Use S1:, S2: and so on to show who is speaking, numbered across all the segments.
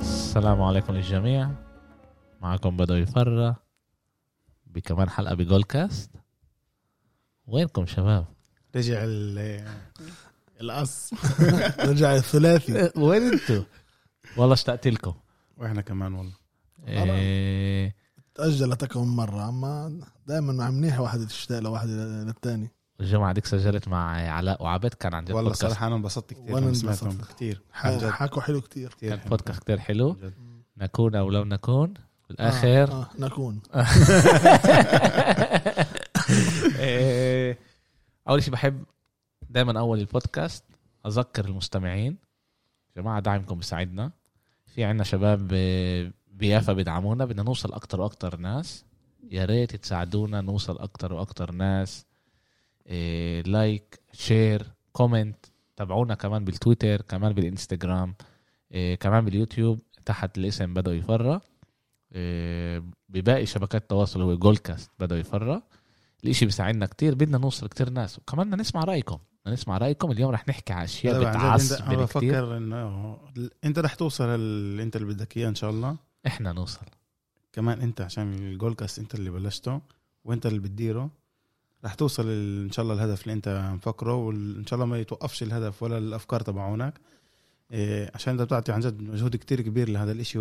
S1: السلام عليكم للجميع معكم بدو يفرى بكمان حلقة بجول كاست وينكم شباب؟
S2: رجع ال القص رجع الثلاثي
S1: وين انتوا؟ والله اشتقت لكم
S2: واحنا كمان والله
S1: إيه
S3: تأجلت كم مرة أما دائما عم منيحة واحدة تشتاق لواحدة للثاني
S1: الجمعة ديك سجلت مع علاء وعبد كان عن جد
S2: والله
S1: بودكاست
S2: صراحه انا انبسطت كثير
S3: وأنا
S2: لما سمعتهم
S3: انبسطت.
S2: كثير عن جد
S3: حكوا حلو كتير
S2: كثير
S1: كان
S2: حلو.
S1: بودكاست كتير
S2: عن
S1: حلو
S2: جد.
S1: نكون أو لم نكون بالآخر
S3: آه آه نكون
S2: آه.
S1: إيه، اول شيء بحب دائما اول البودكاست اذكر المستمعين جماعه دعمكم بيساعدنا في عنا شباب ب- بيافا بيدعمونا بدنا نوصل اكتر واكتر ناس يا ريت تساعدونا نوصل اكتر واكتر ناس إيه، لايك شير كومنت تابعونا كمان بالتويتر كمان بالانستغرام إيه، كمان باليوتيوب تحت الاسم بدأوا يفرى إيه، بباقي شبكات التواصل هو جول كاست بدأوا يفرى الاشي بيساعدنا كتير بدنا نوصل كتير ناس وكمان بدنا نسمع رايكم بدنا نسمع رايكم اليوم رح نحكي على اشياء
S2: طيب، عن جد أنت- انا
S1: بتعصبني كتير
S2: بفكر انه انت رح توصل اللي انت اللي بدك اياه ان شاء الله
S1: احنا نوصل
S2: كمان انت عشان الجول كاست انت اللي بلشته وانت اللي بتديره رح توصل ال- ان شاء الله الهدف اللي انت مفكره وان شاء الله ما يتوقفش الهدف ولا الافكار تبعونك إيه عشان انت بتعطي عن جد مجهود كتير كبير لهذا الاشي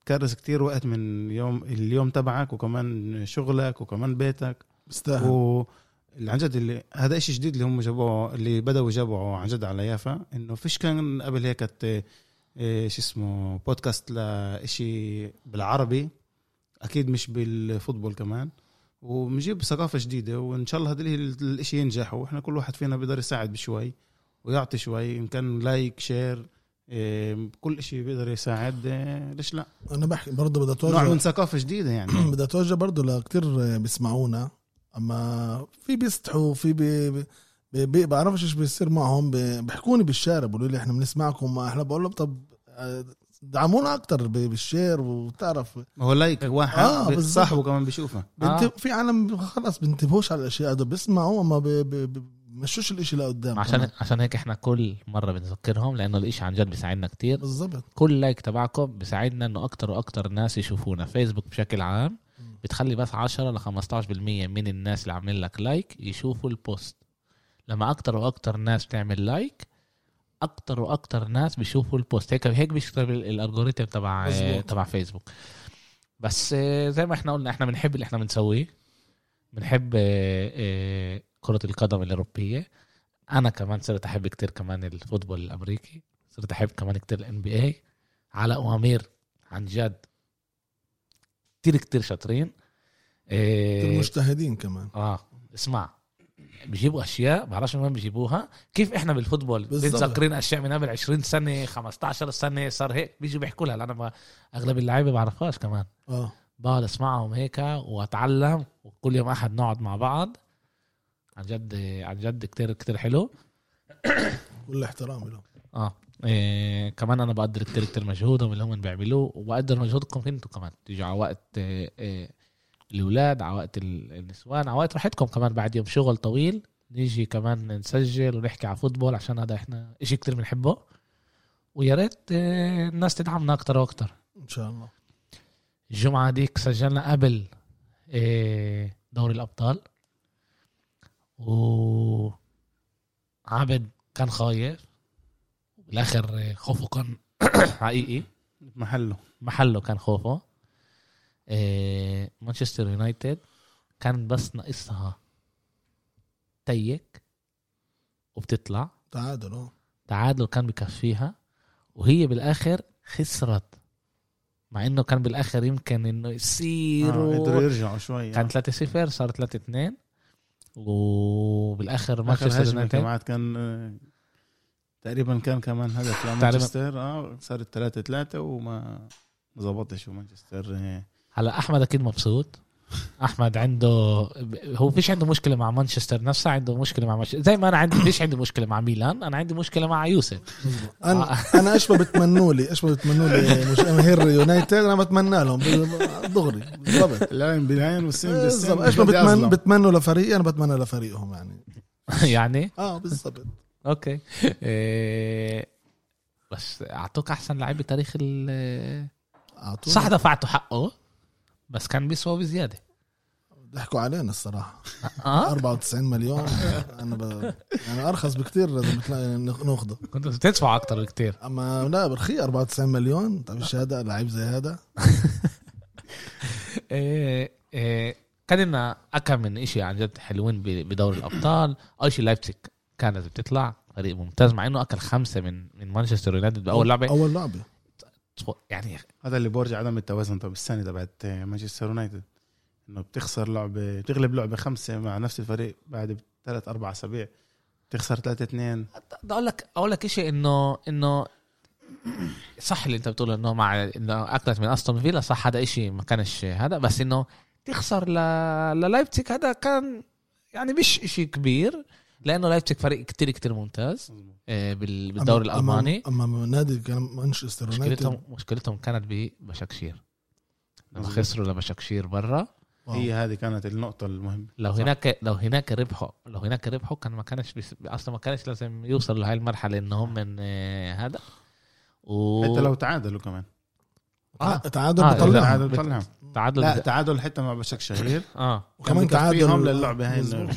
S2: وبتكرس كتير وقت من يوم اليوم تبعك وكمان شغلك وكمان بيتك
S3: بستاهل
S2: و اللي عن جد اللي هذا شيء جديد اللي هم جابوه اللي بدأوا جابوه عن جد على يافا انه فيش كان قبل هيك ت- إيه شو اسمه بودكاست لإشي بالعربي اكيد مش بالفوتبول كمان وبنجيب ثقافه جديده وان شاء الله هذا الشيء ينجح واحنا كل واحد فينا بيقدر يساعد بشوي ويعطي شوي ان كان لايك شير إيه، كل شيء بيقدر يساعد إيه، ليش لا
S3: أنا بحكي برضه بدي
S2: نوع من
S3: أتوجه
S2: ثقافه جديده يعني
S3: بدي أتوجه برضه لكتير بيسمعونا أما في بيستحوا في بي بي- بي بعرفش ايش بيصير معهم بي- بيحكوني بالشارع بيقولوا لي احنا بنسمعكم احنا بقول لهم طب آه، دعمونا اكتر ب- بالشير وبتعرف
S2: ما هو لايك واحد
S3: آه،
S2: آه
S3: بالظبط.
S2: صاحبه كمان بيشوفه
S3: بنت...
S1: آه.
S3: في عالم خلص بنتبهوش على الاشياء هذا بيسمعوا ما بي... بي... بي... مشوش الاشي لقدام
S1: عشان
S3: كمان.
S1: عشان هيك احنا كل مره بنذكرهم لانه الاشي عن جد بيساعدنا كتير
S3: بالضبط
S1: كل لايك تبعكم بيساعدنا انه اكتر واكتر ناس يشوفونا فيسبوك بشكل عام
S3: مم.
S1: بتخلي بس 10 ل 15% من الناس اللي عاملين لك لايك يشوفوا البوست لما اكتر واكتر ناس بتعمل لايك اكتر واكتر ناس بيشوفوا البوست هيك هيك بيشتغل الالجوريثم تبع
S3: مظبوط.
S1: تبع فيسبوك بس آه، زي ما احنا قلنا احنا بنحب اللي احنا بنسويه بنحب آه، آه، كرة القدم الأوروبية أنا كمان صرت أحب كتير كمان الفوتبول الأمريكي صرت أحب كمان كتير الان بي اي علاء وأمير عن جد كتير كتير شاطرين آه،
S3: المجتهدين كمان
S1: اه اسمع بيجيبوا اشياء بعرفش من وين بيجيبوها كيف احنا بالفوتبول
S3: بالظبط.
S1: متذكرين اشياء من قبل 20 سنه 15 سنه صار هيك بيجوا بيحكوا لها انا ما اغلب اللعيبه بعرفهاش كمان
S3: اه
S1: بقعد اسمعهم هيك واتعلم وكل يوم احد نقعد مع بعض عن جد عن جد كتير كتير حلو
S3: كل احترامي لهم
S1: اه إيه كمان انا بقدر كتير كتير مجهودهم اللي هم بيعملوه وبقدر مجهودكم انتوا كمان تيجوا على وقت إيه إيه الاولاد على وقت ال- النسوان على وقت راحتكم كمان بعد يوم شغل طويل نيجي كمان نسجل ونحكي على فوتبول عشان هذا احنا اشي كتير بنحبه ويا ريت إيه، الناس تدعمنا اكتر واكتر
S3: ان شاء الله
S1: الجمعة ديك سجلنا قبل إيه، دوري الأبطال و عبد كان خايف بالآخر إيه، خوفه كان حقيقي
S2: محله
S1: محله كان خوفه إيه، مانشستر يونايتد كان بس ناقصها تيك وبتطلع
S3: تعادل اه
S1: تعادل كان بكفيها وهي بالاخر خسرت مع انه كان بالاخر يمكن انه يصير
S2: آه،
S1: و-
S2: قدروا يرجعوا شوي
S1: كان 3-0 صار 3-2 وبالاخر مانشستر يونايتد
S2: كمان كان آه، تقريبا كان كمان هدف لمانشستر اه صار 3 3 وما ما ظبطش ومانشستر آه،
S1: هلا احمد اكيد مبسوط احمد عنده هو فيش عنده مشكله مع مانشستر نفسها عنده مشكله مع مانشستر زي ما انا عندي فيش عندي مشكله مع ميلان انا عندي مشكله مع يوسف
S3: مظبوط. انا انا ايش ما بتمنوا لي ايش ما بتمنوا لي مشاهير يونايتد انا بتمنى لهم دغري بالضبط
S2: العين بالعين والسن بالسن
S3: بالضبط ايش ما
S2: بدي
S3: بتمن...
S2: أظلم.
S3: بتمنوا لفريقي انا بتمنى لفريقهم يعني
S1: يعني
S3: اه بالضبط
S1: اوكي إيه، بس اعطوك احسن لعيب بتاريخ ال
S3: اعطونا
S1: صح دفعته حقه بس كان بيسوى بزياده
S3: ضحكوا علينا الصراحه آه.
S1: اه
S3: 94 مليون انا ب... يعني ارخص بكتير لازم تلاقي نخ- ناخده
S1: كنت بتدفع اكتر بكتير
S3: اما لا برخي 94 مليون طب ايش هذا لعيب زي هذا
S1: إيه إيه كان لنا اكم من اشي عن جد حلوين ب- بدوري الابطال اول شيء لايبزيج كانت بتطلع فريق ممتاز مع انه اكل خمسه من من مانشستر يونايتد باول لعبه
S3: اول لعبه
S1: يعني
S2: هذا اللي بورجع عدم التوازن طب السنه تبعت آه، مانشستر يونايتد انه بتخسر لعبه بتغلب لعبه خمسه مع نفس الفريق بعد ثلاث اربع اسابيع بتخسر 3 2
S1: بدي اقول لك اقول لك شيء انه انه صح اللي انت بتقول انه مع انه اكلت من استون فيلا صح هذا شيء ما كانش هذا بس انه تخسر ل... للايبتيك هذا كان يعني مش شيء كبير لانه لايبتيك فريق كتير كتير ممتاز آه، بال- بالدوري
S3: أما- أما-
S1: الالماني
S3: اما نادي كان مانشستر يونايتد
S1: مشكلتهم مشكلتهم كانت ببشكشير لما
S2: مظبوط.
S1: خسروا لبشكشير برا
S3: واو.
S2: هي هذه كانت النقطه المهمه
S1: لو
S2: صح.
S1: هناك لو هناك ربحوا لو هناك ربحوا كان ما كانش بيس... اصلا ما كانش لازم يوصل لهي المرحله ان هم من آه، هذا و...
S2: حتى لو تعادلوا كمان
S1: آه.
S3: تعادل
S1: آه،
S3: بطلع
S2: تعادل بطلعهم
S1: تعادل
S2: لا تعادل حتى مع بشك شهير
S1: اه
S3: وكمان
S2: فيهم
S3: تعادل
S2: للعبه هاي إنه
S3: مظبوط.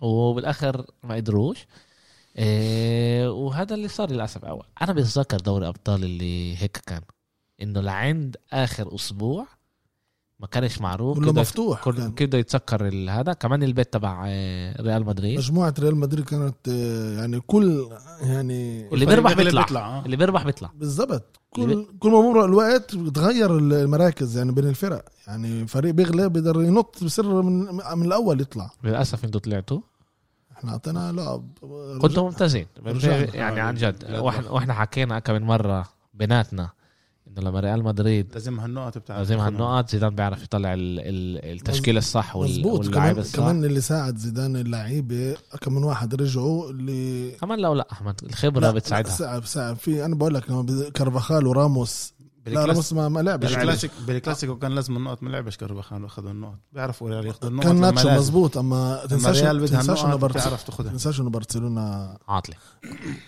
S1: وبالاخر ما قدروش إيه وهذا اللي صار للاسف اول انا بتذكر دوري ابطال اللي هيك كان انه لعند اخر اسبوع ما كانش معروف
S3: كله
S1: كده-
S3: مفتوح يعني
S1: كل-
S3: كان.
S1: كده يتسكر ال- هذا كمان البيت تبع آه، ريال مدريد
S3: مجموعه ريال مدريد كانت آه، يعني كل يعني
S1: اللي بيربح
S2: الفريق
S1: بيطلع
S2: آه.
S1: اللي بيربح بيطلع
S3: بالضبط
S1: اللي
S3: كل كل ما مرق الوقت بتغير المراكز يعني بين الفرق يعني فريق بيغلب بيقدر ينط بسر من من الاول يطلع
S1: للاسف انتوا طلعتوا
S3: احنا اعطينا لعب
S1: كنتوا ممتازين
S3: رجعنا.
S1: يعني
S2: آه،
S1: عن جد
S2: لا
S1: واحنا
S2: تلخ.
S1: واحنا حكينا كم من مره بيناتنا انه لما ريال مدريد
S2: لازم هالنقط بتاعت
S1: لازم هالنقط زيدان بيعرف يطلع ال- ال- التشكيله الصح وال-
S3: مظبوط
S1: واللاعب
S3: كمان,
S1: الصح كمان,
S3: كمان اللي ساعد زيدان اللعيبه كم من واحد رجعوا اللي
S1: كمان لو لا احمد الخبره بتساعدها
S3: ساعد ساعد في انا بقول لك لما بز- كارفاخال وراموس لا
S2: بالكلاس-
S3: راموس ما, ما لعبش
S2: بالكلاسيك بالكلاسيكو كان لازم النقط ما لعبش كربخان واخذوا النقط بيعرفوا ريال ياخذوا النقط
S3: كان
S2: لما
S3: ناتشو
S2: لازم.
S3: مظبوط اما
S2: لما
S3: تنساش
S2: ريال بدها
S3: تنساش انه
S2: النقط
S3: برشلونه
S2: بتعرف تاخذها
S3: تنساش انه برشلونه
S1: عاطله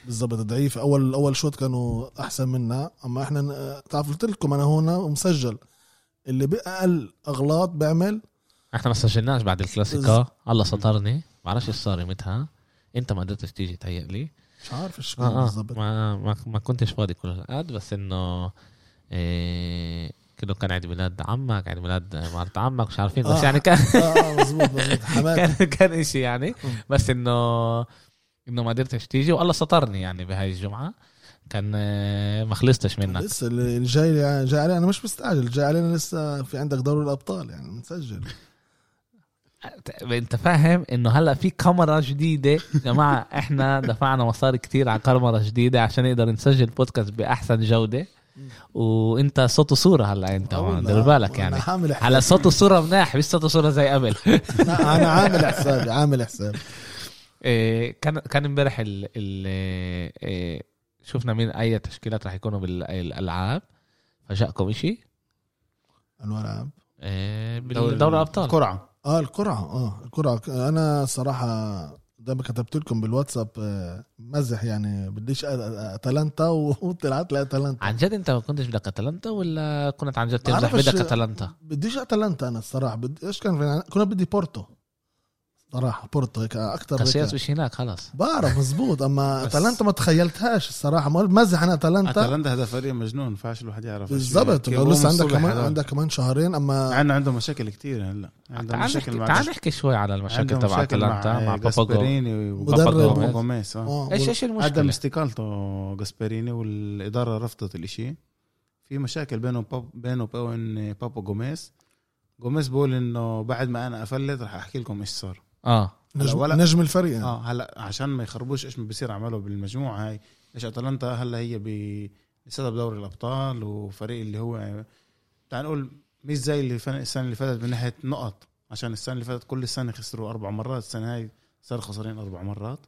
S3: بالضبط ضعيف اول اول شوط كانوا احسن منا اما احنا ن- تعرف قلت لكم انا هنا مسجل اللي باقل اغلاط بعمل
S1: احنا ما سجلناش بعد الكلاسيكا الله سطرني بعرفش ايش صار يومتها انت ما قدرتش تيجي تهيأ لي
S3: مش عارف ايش كان
S1: آه آه.
S3: بالضبط
S1: ما, ما, ما كنتش فاضي كل هالقد بس انه إيه كله كان عيد ميلاد عمك عيد ميلاد مرت عمك مش عارفين بس
S3: آه.
S1: يعني كان
S3: اه مزبوط مزبوط حماد
S1: كان كان اشي يعني بس انه انه ما قدرتش تيجي والله سطرني يعني بهاي الجمعه كان آه، ما خلصتش منك
S3: لسه اللي جاي جاي علينا انا مش مستعجل جاي علينا لسه في عندك دوري الابطال يعني مسجل
S1: انت فاهم انه هلا في كاميرا جديده يا جماعه احنا دفعنا مصاري كتير على كاميرا جديده عشان نقدر نسجل بودكاست باحسن جوده وانت صوت وصوره هلا انت هون، دير بالك يعني
S3: انا عامل حسابي
S1: على صوت وصوره مناح مش صوت وصوره زي قبل
S3: انا أنا عامل حسابي عامل حسابي
S1: إيه، كان كان امبارح ال ال إيه، شفنا مين اي تشكيلات رح يكونوا بالالعاب فاجأكم شيء
S3: انواع العاب
S1: آه، بالدوري الابطال
S2: قرعه
S3: اه القرعه اه القرعه انا صراحه زي ما كتبت لكم بالواتساب آه، مزح يعني بديش أ- أ- اتلانتا وطلعت لي اتلانتا
S1: عن جد انت ما كنتش بدك اتلانتا ولا كنت عن جد تمزح
S3: بعرفش-
S1: بدك اتلانتا
S3: بديش اتلانتا انا الصراحه بدي ايش كان في- كنا بدي بورتو صراحه بورتو هيك اكثر
S1: كاسياس مش هناك خلاص
S3: بعرف مزبوط اما
S2: بس-
S3: اتلانتا ما تخيلتهاش الصراحه ما- مزح انا اتلانتا
S2: اتلانتا هذا فريق مجنون فاش الواحد يعرف
S3: بالضبط
S2: كيف هم
S3: لسه عندك
S2: الصبح
S3: كمان
S2: هذول.
S3: عندك كمان شهرين
S2: مع
S3: اما
S2: انه عندهم مشاكل كتير هلا عندهم
S1: تعال
S2: مشاكل
S1: نحكي
S2: مع
S1: تعال نحكي شوي على المشاكل
S2: عندهم
S1: تبع
S2: مشاكل إيه،
S1: اتلانتا مع باباجو
S2: جاسبريني و-
S3: مدرب.
S2: باباجو
S1: جوميز.
S2: جوميز آه.
S3: آه،
S1: ايش ايش
S2: عدم
S1: المشكله؟
S2: استقالته جاسبريني والاداره رفضت الاشي في مشاكل بينه وباب بينه وبين بابا جوميز جوميز بقول انه بعد ما انا افلت رح احكي لكم ايش صار
S1: اه
S3: نجم,
S2: ولا-
S3: نجم الفريق يعني.
S2: اه هلا عشان ما يخربوش ايش بصير عمله بالمجموعه هاي ايش اتلانتا هلا هي ب- لسه بدوري الابطال وفريق اللي هو تعال نقول مش زي اللي فن- السنه اللي فاتت من ناحيه نقط عشان السنه اللي فاتت كل سنه خسروا اربع مرات السنه هاي صار خسرين اربع مرات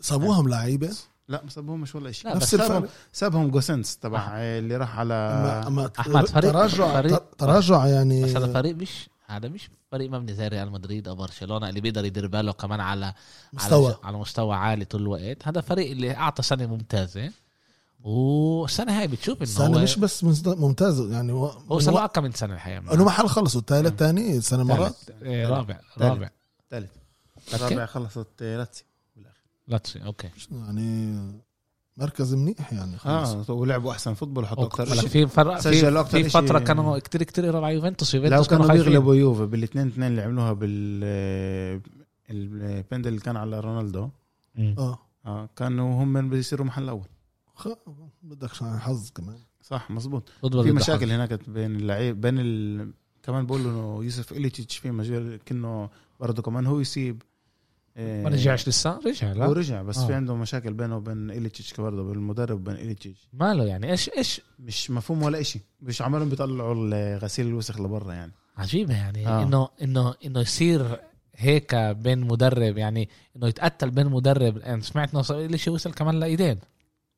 S3: سابوهم لعيبه
S2: لا ما سابهمش ولا شيء
S1: لا،
S2: بس
S3: نفس
S2: سابهم
S3: الفرق
S2: سابهم جوسنس تبع اللي راح على
S3: أما- أما
S1: أحمد، فريق-
S3: تراجع
S1: فريق-
S3: تراجع يعني
S1: بس هذا فريق مش هذا مش فريق مبني زي ريال مدريد او برشلونه اللي بيقدر يدير باله كمان على
S3: مستوى
S1: على, على مستوى عالي طول الوقت هذا فريق اللي اعطى سنه ممتازه والسنه هاي بتشوف انه
S3: السنه
S1: هو
S3: مش بس مز- ممتاز يعني هو
S1: هو سبق كم من سنه الحقيقه معنا.
S3: انه محل خلصوا الثالث
S1: آه.
S3: ثاني السنه مرات
S1: ثالث. إيه، رابع
S2: ثالث.
S1: رابع
S2: ثالث
S1: أوكي.
S2: الرابع خلصت آه، لاتسي بالاخر
S1: لاتسيو اوكي
S3: يعني مركز منيح
S1: آه.
S3: يعني خلص
S2: اه ولعبوا احسن فوتبول وحطوا اكثر
S1: لك
S2: شيء
S1: في فرق
S2: سجل
S1: في,
S2: أكتر
S1: في فتره
S2: إشي-
S1: كانوا كتير كتير قريب على يوفنتوس
S2: لو
S1: يوفنتوس
S2: كانوا
S1: خايفين.
S2: بيغلبوا يوفي بالاثنين اثنين اللي عملوها بال آه، البندل اللي كان على رونالدو
S1: مم.
S3: اه
S2: اه كانوا هم من بيصيروا محل اول
S3: خ... بدك شان حظ كمان
S2: صح مزبوط
S1: فوتبول
S2: في
S1: بده
S2: مشاكل
S1: حظ.
S2: هناك بين اللعيب بين ال... كمان بقول انه يوسف إليتش في مجال كانه برضه كمان هو يسيب آه،
S1: ما رجعش لسه رجع
S2: هو
S1: لا
S2: رجع بس
S1: آه.
S2: في عنده مشاكل بينه وبين إليتش برضه بالمدرب وبين إليتش
S1: ماله يعني ايش ايش
S2: مش مفهوم ولا إشي مش عمالهم بيطلعوا ال- غسيل الوسخ لبرا يعني
S1: عجيبه يعني
S2: آه.
S1: انه انه انه يصير هيك بين مدرب يعني انه يتقتل بين مدرب انا سمعت انه صار- ليش وصل كمان لايدين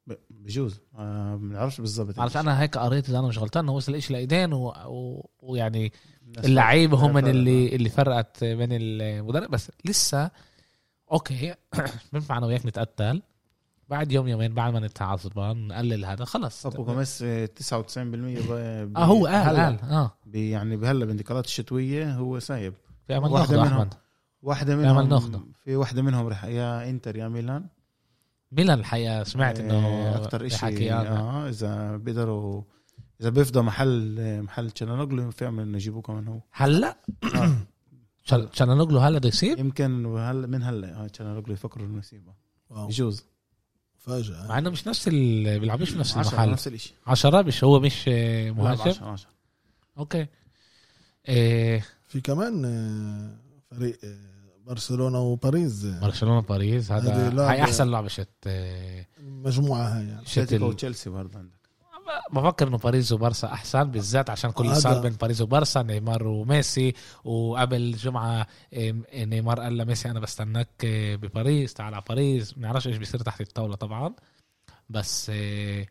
S2: ب- بجوز آه، بنعرفش بالضبط
S1: عرفت انا هيك قريت اذا انا مش غلطان انه وصل إشي لايدين و- و- ويعني
S2: الناس-
S1: اللعيبه هم من
S2: فرق-
S1: اللي اللي فرقت بين المدرب بس لسه اوكي بنفع انا وياك نتقتل بعد يوم يومين بعد ما نطلع عصبان نقلل هذا خلص
S2: ابو جوميز آه، 99% ب-
S1: اه هو قال
S2: هلا.
S1: قال اه
S2: ب- يعني بهلا بانتقالات الشتويه هو سايب
S1: في امل
S2: واحدة
S1: ناخده
S2: منهم.
S1: احمد
S2: واحدة
S1: عمل ناخده.
S2: منهم في واحدة منهم رح يا انتر يا ميلان
S1: ميلان الحقيقه سمعت
S2: إيه،
S1: انه حكي
S2: اكثر شيء
S1: آه.
S2: اه اذا بيقدروا اذا بيفضى محل محل تشالانوغلو يعمل انه يجيبوه كمان هو
S1: هلا
S2: آه.
S1: شل- شلنوجلو هلا بده يصير
S2: يمكن هلا من هلا آه، تشالانوغلو يفكروا انه يسيبه
S3: واو
S2: يجوز
S3: مفاجاه
S1: مع انه مش نفس ال بيلعبوش بنفس
S2: عشرة،
S1: المحل
S2: نفس الشيء
S1: عشرة مش هو مش آه، مهاجم
S2: 10 10
S1: اوكي إيه
S3: في كمان آه، فريق آه، برشلونه وباريس آه،
S1: برشلونه باريس
S3: هذه
S1: هذا
S3: لعبة-
S1: هاي احسن لعبه شت آه،
S3: المجموعه هاي يعني
S1: شت ال-
S2: تشيلسي برضه عندك
S1: بفكر انه باريس وبارسا احسن بالذات عشان كل اللي
S3: هذا-
S1: صار بين باريس وبارسا نيمار وميسي وقبل جمعه إم، نيمار قال لميسي انا بستناك إيه، بباريس تعال على باريس ما نعرفش ايش بيصير تحت الطاوله طبعا بس إيه،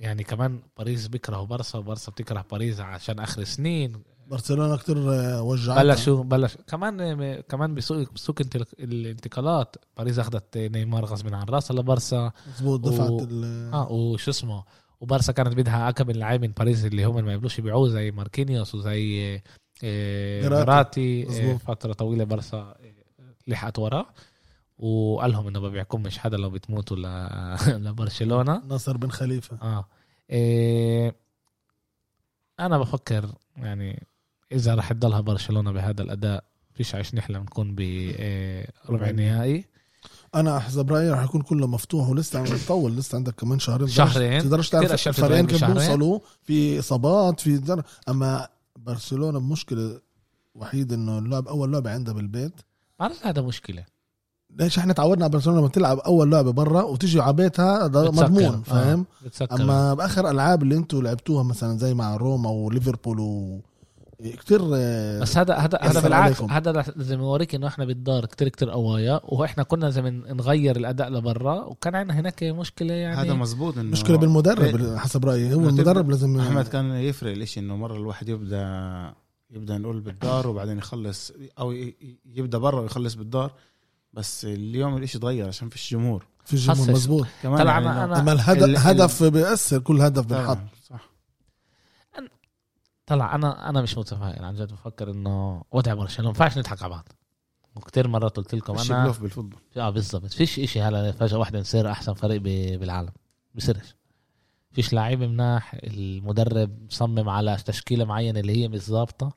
S1: يعني كمان باريس بيكرهوا بارسا وبارسا بتكره باريس عشان اخر سنين
S3: برشلونه كتير آه، وجعتها
S1: بلشوا بلش كمان آه، كمان بسوق بسوق انتل- الانتقالات باريس اخذت نيمار غصب عن راسها لبارسا
S3: مظبوط
S1: و-
S3: دفعت ال-
S1: اه وشو اسمه وبارسا كانت بدها اكم من لعيبه من باريس اللي هم ما يقبلوش يبيعوه زي ماركينيوس وزي آه،
S3: جراتي.
S1: جراتي آه،
S3: مظبوط.
S1: فتره طويله بارسا آه، لحقت وراه وقال لهم انه ببيعكم مش حدا لو بتموتوا ل- لبرشلونه
S3: ناصر بن خليفه
S1: اه إيه انا بفكر يعني اذا رح تضلها برشلونه بهذا الاداء فيش عيش نحلم نكون ب إيه، ربع نهائي
S3: انا احسب رايي رح يكون كله مفتوح ولسه عم يتطول لسه عندك كمان شهرين
S1: شهرين.
S3: تقدرش
S1: كتير
S3: تعرف
S1: أشياء
S3: الفريقين
S1: بتتغير
S3: كيف
S1: بشهرين.
S3: بيوصلوا في اصابات في در... اما برشلونه بمشكله وحيد انه اللعب اول لعبه عندها بالبيت
S1: عارف هذا مشكله
S3: ليش احنا تعودنا على برشلونه لما تلعب اول لعبه برا وتيجي على بيتها ده
S1: بتسكر.
S3: مضمون
S1: آه،
S3: فاهم
S1: بتسكر
S3: اما باخر العاب اللي انتوا لعبتوها مثلا زي مع روما وليفربول و كتير آه،
S1: بس هذا هذا هذا
S3: يسر
S1: بالعكس
S3: عليكم.
S1: هذا زي ما بوريك انه احنا بالدار كتير كتير قوايا واحنا كنا زي ما نغير الاداء لبرا وكان عندنا هناك مشكله يعني
S2: هذا إيه. مزبوط انه
S3: مشكله بالمدرب
S1: إيه.
S2: بي-
S3: حسب رايي
S2: إنه
S3: هو المدرب
S2: تبدأ-
S3: لازم
S2: احمد كان يفرق الاشي انه مره الواحد يبدا يبدا نقول بالدار وبعدين يخلص او ي- ي- يبدا برا ويخلص بالدار بس اليوم الاشي اتغير عشان فيش جمهور
S3: في الجمهور
S1: حسس.
S3: مزبوط
S2: كمان
S1: طلع
S2: يعني
S1: أنا-
S2: لو-
S1: أنا-
S3: اما
S2: ال-
S3: الهدف
S2: ال-
S3: هدف بياثر كل هدف بنحط
S2: طبعاً، صح
S1: طلع انا انا مش متفائل عن جد بفكر انه وضع برشلونه ما ينفعش نضحك على بعض وكتير مرات قلت لكم
S2: فيش
S1: انا
S2: بلوف بالفوتبول
S1: اه بالضبط فيش اشي هلا فجاه واحدة نصير احسن فريق ب- بالعالم بصيرش فيش لعيبه مناح المدرب مصمم على تشكيله معينه اللي هي مش ظابطه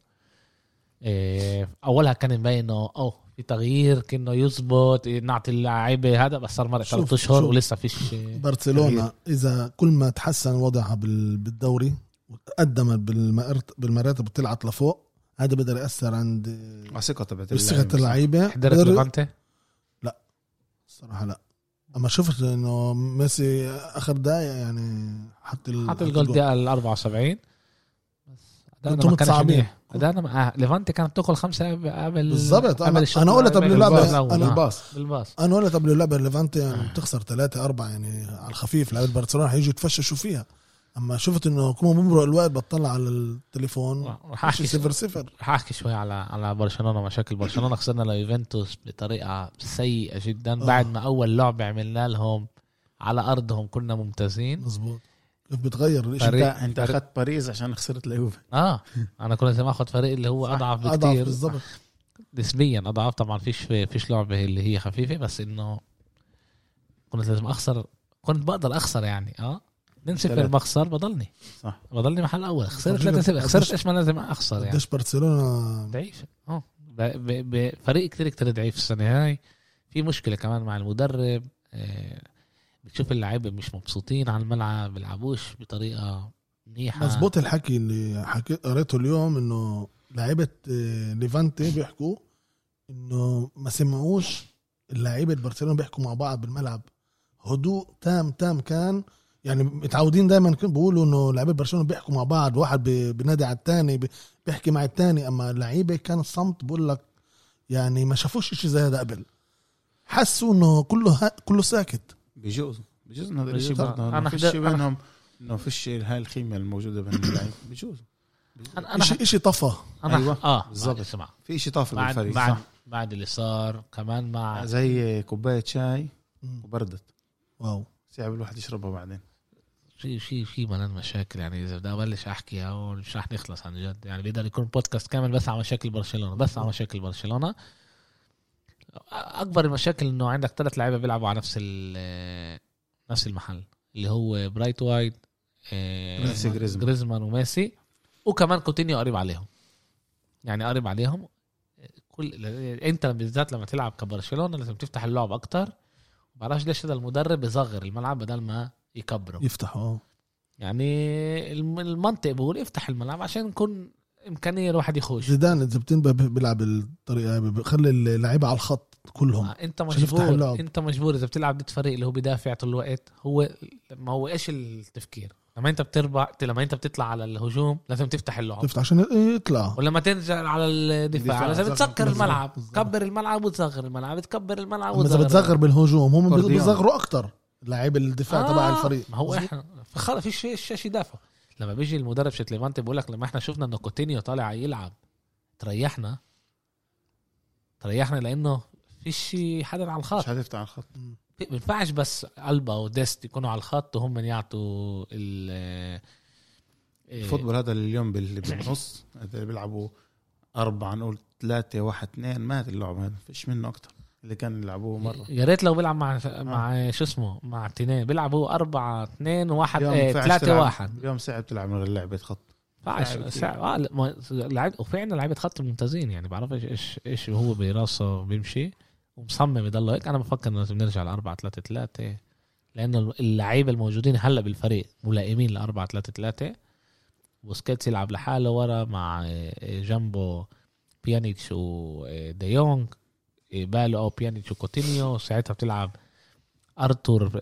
S1: إيه، اولها كان مبين انه اوه في تغيير كانه يزبط إيه، نعطي اللعيبه هذا بس صار مرق
S3: شوف-
S1: ثلاث اشهر
S3: شوف.
S1: ولسه فيش إيه،
S3: برشلونه اذا كل ما تحسن وضعها بال- بالدوري وتقدمت بالمرت- بالمراتب وطلعت لفوق هذا بقدر ياثر عند
S2: الثقه تبعت
S3: ثقه اللعيبه
S1: حضرت
S3: بقدر-
S1: ليفانتي
S3: الصراحه لا اما شفت انه ميسي اخر دقائق يعني حط ال-
S1: حط الجول دقيقه ال 74 بس أداءنا
S3: كنتوا
S1: ما كانش
S3: متصعبين.
S1: منيح أداءنا ما- آه، ليفانتي كانت بتاكل خمسه قبل
S3: بالضبط
S1: قبل
S3: انا
S1: الشوط
S3: انا قلت قبل
S1: الأول.
S3: اللعبه
S1: بالباص.
S3: انا
S1: آه،
S3: الباص
S1: بالباص
S3: انا قلت قبل اللعبه ليفانتي يعني بتخسر ثلاثة أربعة يعني على الخفيف لعيبه برشلونه هيجوا يتفششوا فيها اما شفت انه كوما بمرق الوقت بطلع على التليفون
S1: رح
S3: ماشي
S1: احكي
S3: صفر صفر
S1: رح احكي شوي على على برشلونه مشاكل برشلونه خسرنا ليوفنتوس بطريقه سيئه جدا
S3: آه.
S1: بعد ما اول لعبه عملنا لهم على ارضهم كنا ممتازين
S3: مزبوط كيف بتغير الاشي
S1: فريق-
S2: انت انت اخذت باريس عشان خسرت ليوفي
S1: اه انا كنت لازم اخذ فريق اللي هو اضعف
S3: اضعف
S1: بكثير
S3: بالضبط
S1: نسبيا اضعف طبعا فيش فيش لعبه اللي هي خفيفه بس انه كنت لازم اخسر كنت بقدر اخسر يعني اه 2 0
S2: ثلاثة.
S1: بخسر بضلني
S2: صح
S1: بضلني محل اول خسرت 3
S3: بضلك
S1: 0 خسرت
S3: قديش-
S1: ايش ما لازم اخسر يعني
S3: قديش برشلونه
S1: ضعيف اه ب- ب- ب- فريق كتير كتير ضعيف السنه هاي في مشكله كمان مع المدرب آه، بتشوف اللعيبه مش مبسوطين على الملعب بيلعبوش بطريقه منيحه
S3: مزبوط الحكي اللي حكي قريته اليوم انه لعيبه آه، ليفانتي بيحكوا انه ما سمعوش لعيبه برشلونه بيحكوا مع بعض بالملعب هدوء تام تام كان يعني متعودين دائما بيقولوا انه لعيبه برشلونه بيحكوا مع بعض واحد بي- بينادي على الثاني بيحكي مع الثاني اما اللعيبه كان الصمت بقول لك يعني ما شافوش شيء زي هذا قبل حسوا انه كله ها- كله ساكت
S2: بجوز بجوز إن هذا
S1: بجوز.
S2: الشيء برضه
S1: أنا
S2: ما فيش
S1: حدا-
S2: شيء
S1: أنا-
S2: بينهم انه فيش هاي الخيمه الموجوده بين اللعيبه بجوز
S1: انا انا
S3: شيء شيء طفى
S1: انا
S2: أيوة،
S1: اه
S2: بالظبط.
S1: بالظبط اسمع
S2: في شيء طافل
S1: بعد
S2: بالفريق
S1: بعد
S2: صح
S1: بعد اللي صار كمان مع
S2: زي كوبايه شاي
S3: مم.
S2: وبردت
S3: واو
S2: صعب الواحد يشربها بعدين
S1: في في في ملان مشاكل يعني اذا بدي ابلش احكي هون مش رح نخلص عن جد يعني بيقدر يكون بودكاست كامل بس على مشاكل برشلونه بس على مشاكل برشلونه اكبر المشاكل انه عندك ثلاث لعيبه بيلعبوا على نفس ال- آه، نفس المحل اللي هو برايت وايد آه،
S2: ميسي، جريزمان.
S1: جريزمان وميسي وكمان كوتينيو قريب عليهم يعني قريب عليهم كل انت بالذات لما تلعب كبرشلونه لازم تفتح اللعب اكتر بعرفش ليش هذا المدرب بيصغر الملعب بدل ما يكبره
S3: يفتحوا اه
S1: يعني الم- المنطق بقول افتح الملعب عشان يكون امكانيه الواحد يخش
S3: زيدان اذا بتنبه بيلعب الطريقه هاي، بخلي اللعيبه على الخط كلهم
S1: آه، انت
S3: عشان يفتح
S1: مجبور
S3: اللعب.
S1: انت مجبور اذا بتلعب ضد فريق اللي هو بدافع طول الوقت هو ما هو ايش التفكير لما انت بتربع لما انت بتطلع على الهجوم لازم تفتح اللعب
S3: تفتح عشان يطلع
S1: ولما تنزل على الدفاع
S2: الدفاع،
S1: لازم
S2: بالظبط،
S1: تسكر
S2: بالظبط،
S1: الملعب
S3: بالظبط.
S1: كبر الملعب وتصغر الملعب تكبر الملعب
S3: أما اذا بتصغر
S1: وتصغر
S3: بالهجوم هم
S2: كورديون.
S3: بيصغروا اكتر لعيب الدفاع تبع الفريق
S1: آه، ما هو احنا فخلاص فيش فيش شيء يدافع لما بيجي المدرب شت ليفانتي بيقول لك لما احنا شفنا انه كوتينيو طالع يلعب تريحنا تريحنا لانه فيش حدا على الخط
S2: مش هتفتح على الخط
S1: ما ينفعش بس البا وديست يكونوا على الخط وهم يعطوا ال آه،
S2: الفوتبول هذا اللي اليوم بال- بالنص هذا اللي بيلعبوا أربعة نقول ثلاثة واحد اثنين مات اللعب هذا فيش منه أكتر اللي كان يلعبوه مرة آه.
S1: يا ريت لو بيلعب مع مع شو اسمه مع تنين بيلعبوا 4 2 1
S2: اليوم ينفعش
S1: 3
S2: تلعب-
S1: 1
S2: اليوم صعب تلعب من غير لعبة خط
S1: فعش
S2: لاعب
S1: ساعة آه لا، ما- لعب وفي عندنا لعيبه خط ممتازين يعني بعرف ايش ايش ايش هو براسه بيمشي ومصمم يضل هيك انا بفكر انه لازم نرجع ل 4 3 3 لانه اللعيبه الموجودين هلا بالفريق ملائمين ل 4 3 3 بوسكيتس يلعب لحاله ورا مع آه، آه، جنبه بيانيتش آه، وديونج بالو او إيه، بيانيتش وكوتينيو ساعتها بتلعب ارتور آه،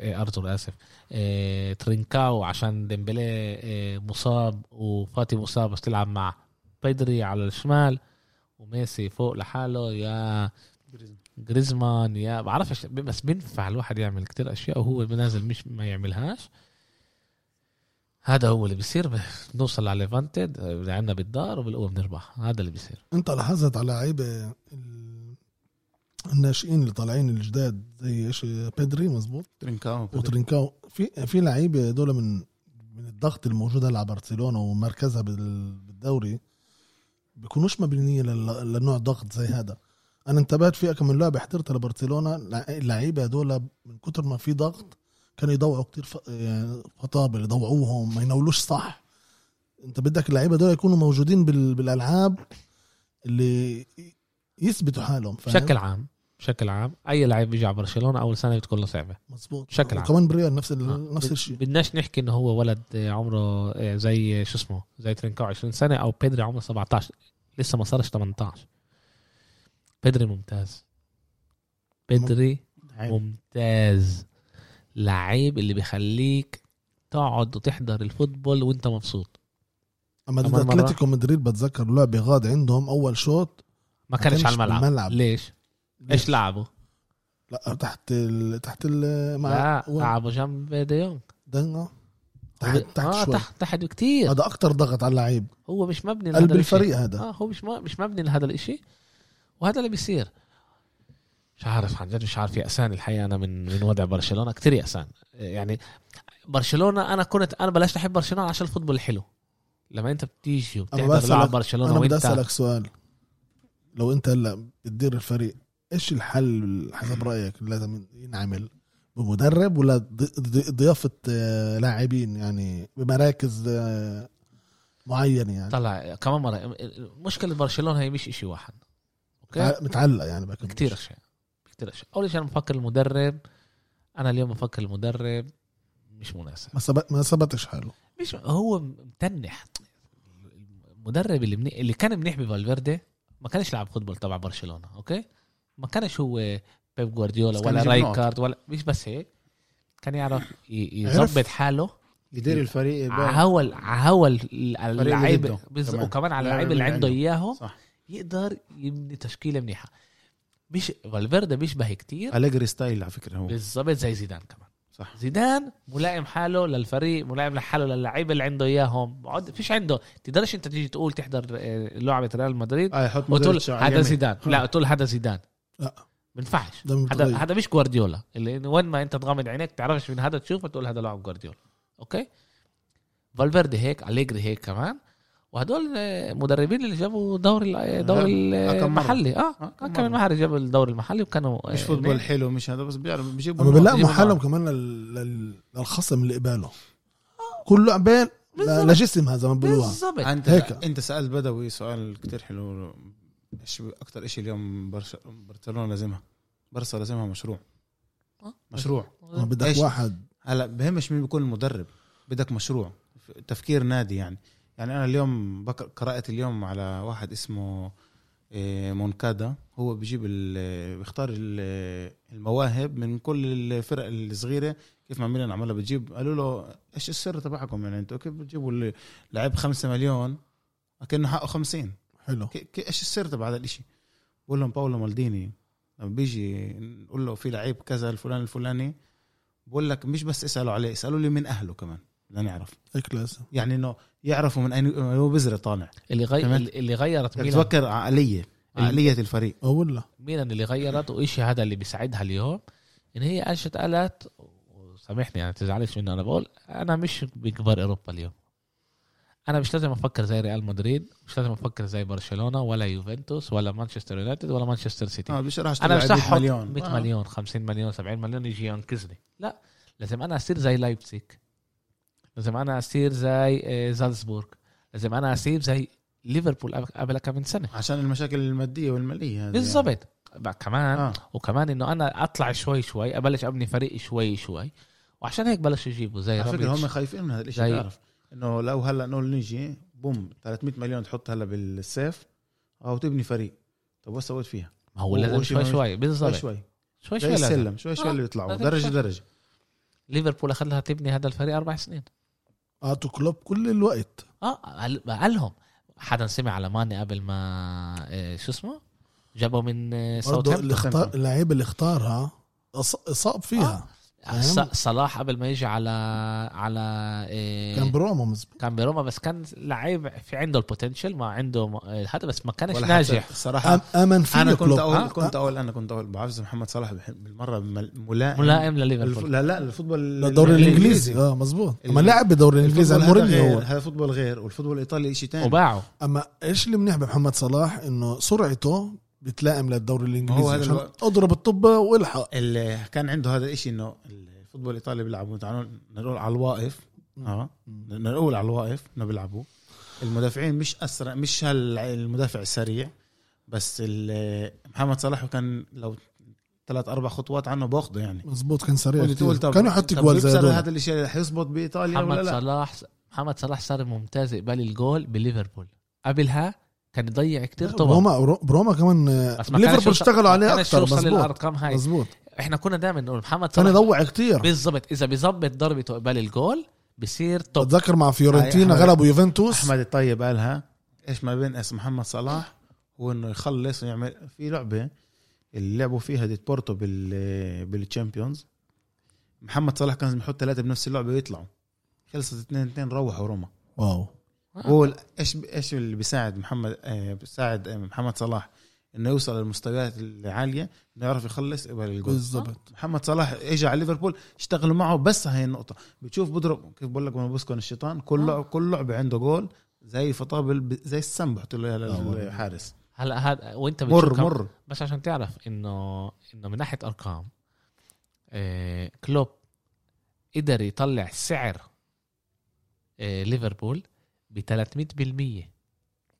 S1: آه، ارتور اسف آه، ترينكاو عشان ديمبلي آه، مصاب وفاتي مصاب بس تلعب مع بدري على الشمال وميسي فوق لحاله يا جريزمان يا بعرفش بس بينفع الواحد يعمل كتير اشياء وهو بنازل مش ما يعملهاش هذا هو اللي بيصير بنوصل على ليفانتد عندنا بالدار وبالقوه بنربح هذا اللي بيصير
S3: انت لاحظت على لعيبه ال- الناشئين اللي طالعين الجداد زي ايش بيدري مزبوط
S2: ترينكاو
S3: وترينكاو في في لعيبه دول من من الضغط الموجود هلا على برشلونه ومركزها بال- بالدوري بيكونوش مبنيه لل- لنوع ضغط زي هذا انا انتبهت في كم لعبه حضرتها لبرشلونه لع- اللعيبه هذول من كتر ما في ضغط كانوا يضوعوا كتير ف- آه، فطابل يضوعوهم ما يناولوش صح انت بدك اللعيبه هذول يكونوا موجودين بال- بالالعاب اللي ي- يثبتوا حالهم فاهم؟
S1: بشكل عام بشكل عام اي لاعب بيجي على برشلونه اول سنه بتكون له صعبه
S3: مظبوط
S1: بشكل عام.
S3: وكمان بريال نفس
S1: آه.
S3: ال- نفس الشيء
S1: بدناش نحكي انه هو ولد آه، عمره آه، زي آه، شو اسمه زي ترينكاو 20 سنه او بيدري عمره 17 لسه ما صارش 18 بيدري ممتاز بيدري ممتاز لعيب اللي بيخليك تقعد وتحضر الفوتبول وانت مبسوط
S3: اما ضد
S1: كمان مرة.
S3: اتلتيكو مدريد بتذكر لعبه غاد عندهم اول شوط
S1: ما
S3: ما
S1: كانش
S3: كانش
S1: على الملعب
S3: بالملعب.
S1: ليش ايش لعبوا
S3: لا تحت ال... تحت ال... مع
S1: لا لعبوا جنب ديونج
S3: دنجة. تحت تحت
S1: آه
S3: شوي
S1: تحت تحت كتير
S3: هذا اكتر ضغط على اللعيب
S1: هو مش مبني لهذا
S3: قلب
S1: الإشي.
S3: الفريق هذا
S1: اه هو مش ما مش مبني لهذا الاشي وهذا اللي بيصير مش عارف عن جد مش عارف يأسان الحقيقة أنا من من وضع برشلونة كتير يأسان يعني برشلونة أنا كنت أنا بلشت أحب برشلونة عشان الفوتبول الحلو لما أنت بتيجي وبتحضر
S3: بسألك-
S1: لعب برشلونة
S3: انا بدي
S1: وأنت
S3: اسالك سؤال لو انت هلا بتدير الفريق ايش الحل حسب رايك اللي لازم ينعمل بمدرب ولا ض- ض- ضيافه آه، لاعبين يعني بمراكز آه، معينه يعني
S1: طلع كمان مرة مشكلة برشلونة هي مش إشي واحد أوكي
S3: متع- متعلق يعني بكم
S1: كتير أشياء كتير أشياء أول شيء أنا بفكر المدرب أنا اليوم بفكر المدرب مش مناسب
S3: ما ثبت ما ثبتش حاله
S1: مش هو متنح المدرب اللي مني... اللي كان منيح بفالفيردي ما كانش لعب فوتبول تبع برشلونه اوكي ما كانش هو بيب جوارديولا
S2: بس كان
S1: ولا
S2: يجيب نقط.
S1: رايكارد ولا مش بس هيك كان يعرف ي-
S3: عرف.
S1: يظبط حاله
S2: يدير الفريق
S1: آه،
S2: بقى.
S1: عهول عهول
S2: اللي
S1: اللعيبه
S2: ضده.
S1: بز-
S2: كمان.
S1: وكمان على اللعيبه
S2: اللعيبة
S1: اللي
S2: اللي
S1: عنده
S2: عنده.
S1: اياهم
S2: صح
S1: يقدر يبني تشكيله منيحه مش فالفيردي بيشبه كتير
S2: أليجري ستايل على فكره هو
S1: بالظبط زي زيدان كمان
S2: صح
S1: زيدان ملائم حاله للفريق ملائم لحاله للعيبه اللي عنده اياهم بعد فيش عنده تقدرش انت تيجي تقول تحضر آه، لعبه ريال مدريد
S2: اه يحط
S1: وتقول
S2: مودريتش على
S1: هذا
S2: اليمين.
S1: زيدان لا تقول هذا زيدان
S3: لا.
S1: بنفعش
S3: ده
S1: هذا
S3: متغير
S1: هذا مش جوارديولا اللي إنه وين ما انت تغمض عينيك تعرفش من هذا تشوفه تقول هذا لاعب جوارديولا اوكي فالفيردي هيك أليجري هيك كمان وهدول آه، مدربين اللي جابوا دوري ال- دوري
S2: آه، كم مرة.
S1: المحلي اه
S2: آه، كم
S1: كم
S2: مرة.
S1: محل جابوا الدوري المحلي وكانوا
S2: مش
S1: آه،
S2: فوتبول حلو مش هذا بس بيعرف بيجيبوا
S3: اما
S2: نقط،
S3: بنلاقي
S2: بيجيبوا
S3: محلهم
S2: نقط.
S3: كمان لل- لل- للخصم اللي قباله كل لعبه
S1: بالظبط.
S3: لجسمها زي ما بيقولوها
S1: بالظبط
S2: انت
S3: هيك.
S2: انت سالت بدوي سؤال كتير حلو ايش اكثر شيء اليوم برش- برشلونه لازمها برشا لازمها مشروع
S1: آه.
S2: مشروع
S3: ما بدك
S2: إيش؟
S3: واحد
S2: هلا بهمش مين بيكون المدرب بدك مشروع تفكير نادي يعني يعني انا اليوم بك- قرات اليوم على واحد اسمه إيه، مونكادا هو بيجيب ال- بيختار ال- المواهب من كل الفرق الصغيره كيف ما ميلان عملها بتجيب قالوا له ايش السر تبعكم يعني انتوا كيف بتجيبوا ال- لعيب 5 مليون اكنه حقه 50
S3: حلو
S2: كي- كي- ايش السر تبع هذا الاشي بقول لهم باولو مالديني لما بيجي نقول له في لعيب كذا الفلان الفلاني بقول لك مش بس اسالوا عليه اسالوا لي من اهله كمان لنعرف
S3: هيك لازم
S2: يعني انه يعرفوا من اين هو بذره طالع
S1: اللي غي...
S2: تمام.
S1: اللي غيرت
S2: بدك
S1: ميلان
S2: تفكر عقليه عقليه الفريق
S3: اقول لا
S1: ميلان اللي غيرت وإشي هذا اللي بيساعدها اليوم ان هي اجت قالت وسامحني انا تزعلش مني انا بقول انا مش بكبار اوروبا اليوم انا مش لازم افكر زي ريال مدريد مش لازم افكر زي برشلونه ولا يوفنتوس ولا مانشستر يونايتد ولا مانشستر سيتي
S2: اه بيشرحش
S1: انا مش
S2: تلعب
S1: رح
S2: 100
S1: احط
S2: مليون
S1: 100
S2: آه.
S1: مليون 50 مليون 70 مليون يجي ينقذني لا لازم انا اصير زي لايبزيج لازم انا اصير زي آه، زالزبورغ لازم انا اصير زي ليفربول قبل- قبل كم من سنه
S2: عشان المشاكل الماديه والماليه هذه
S1: بالضبط بقى كمان
S2: يعني.
S1: آه.
S2: اه
S1: وكمان انه انا اطلع شوي شوي ابلش ابني فريق شوي شوي وعشان هيك بلش يجيبوا زي
S2: على فكره هم
S1: رامي
S2: خايفين من هذا الشيء
S1: زي-
S2: تعرف انه لو هلا نقول نيجي بوم 300 مليون تحط هلا بالسيف او تبني فريق طب وش سويت فيها؟
S1: ما هو لازم
S2: وشي
S1: شوي
S2: ما-
S1: شوي
S2: شوي
S1: بالضبط
S2: شوي
S1: شوي
S2: زي
S1: شوي لازم
S2: السلم شوي
S1: آه،
S2: شوي اللي بيطلعوا
S1: لازم
S2: درجه
S1: شوي.
S2: درجه
S1: ليفربول اخذ لها تبني هذا الفريق اربع سنين
S3: اعطوا كلوب كل الوقت
S1: اه قال- قالهم حدا سمع على ماني قبل ما إيه، شو اسمه جابوا من إيه،
S3: برضه اللي
S1: ساوثهامبتون
S3: اختار اللعيبه اللي اختارها أص- اصاب
S2: آه.
S3: فيها فاهم؟
S1: آه، ص- صلاح قبل ما يجي على على إيه،
S3: كان بروما مزبوط
S1: كان بروما بس كان لعيب في عنده البوتنشل ما عنده م- إيه، هذا بس ما كانش
S2: ولا
S1: ناجح
S2: حتى الصراحه
S3: آم- امن فيه
S2: انا
S3: كلوب.
S2: آه. كنت
S1: آه،
S2: اول كنت اول انا كنت اول بعرف إذا محمد صلاح بحب- بالمره مل- ملائم
S1: ملائم
S2: الف...
S1: لليفربول
S2: لا لا الفوتبول
S3: الدوري الانجليزي اه مزبوط اما
S2: ال-
S3: لعب بالدوري الانجليزي
S2: الفوتبول
S3: عن
S2: هذا
S3: مورينيو
S2: غير
S3: هو
S2: هذا فوتبول غير والفوتبول الايطالي شيء ثاني
S1: وباعوا
S3: اما ايش اللي منيح بمحمد صلاح انه سرعته بتلائم للدوري الانجليزي
S2: هو هذا
S3: عشان
S2: الوقت.
S3: اضرب الطبه والحق
S2: اللي كان عنده هذا الشيء انه الفوتبول الايطالي بيلعبوا تعالوا نقول على الواقف
S3: آه.
S2: اه نقول على الواقف انه بيلعبوا المدافعين مش اسرع مش هال- المدافع السريع بس ال- محمد صلاح كان لو ثلاث اربع خطوات عنه باخده يعني
S3: مزبوط كان سريع
S2: كنت تقول
S3: كتير.
S2: طب
S3: كانوا يحط
S2: طب
S3: جوال زي
S2: بيكسر
S3: هذول
S2: هذا الشيء اللي حيزبط بايطاليا ولا
S1: محمد
S2: لا
S1: صلاح محمد صلاح صار ممتاز قبال الجول بليفربول قبلها كان يضيع كتير طبعا
S3: بروما برو- بروما كمان آه،
S1: بس ما كانش
S3: ليفربول
S1: يوصل-
S3: اشتغلوا عليه
S1: ما كانش
S3: اكثر
S1: يوصل
S3: مزبوط
S1: للارقام هاي
S3: مزبوط
S1: احنا كنا دائما نقول محمد
S3: كان
S1: صلاح
S3: يضوع كتير
S1: بالضبط اذا بيظبط ضربته قبل الجول بصير توب
S3: بتذكر مع فيورنتينا
S2: أي أحمد-
S3: غلبوا يوفنتوس
S2: احمد الطيب قالها ايش ما بينقص محمد صلاح هو انه يخلص ويعمل في لعبه اللي لعبوا فيها ديت بورتو بال بالتشامبيونز محمد صلاح كان لازم يحط ثلاثه بنفس اللعبه ويطلعوا خلصت 2 2 روحوا روما
S3: واو
S1: آه.
S2: هو ال- ايش ايش اللي بيساعد محمد آه، بيساعد آه، محمد صلاح انه يوصل للمستويات العاليه انه يعرف يخلص قبل الجول
S3: بالضبط
S2: محمد صلاح اجى على ليفربول اشتغلوا معه بس هاي النقطه بتشوف بضرب كيف بقول لك ما بسكن الشيطان كل
S1: آه.
S2: لعب كل لعبه عنده جول زي فطابل ب- زي السم بحطوا له
S1: آه.
S2: إياها للحارس
S1: هلا هذا وانت بتشوف
S2: مر
S1: كم-
S2: مر
S1: بس عشان تعرف انه انه من ناحيه ارقام آه كلوب قدر يطلع سعر آه ليفربول ب 300%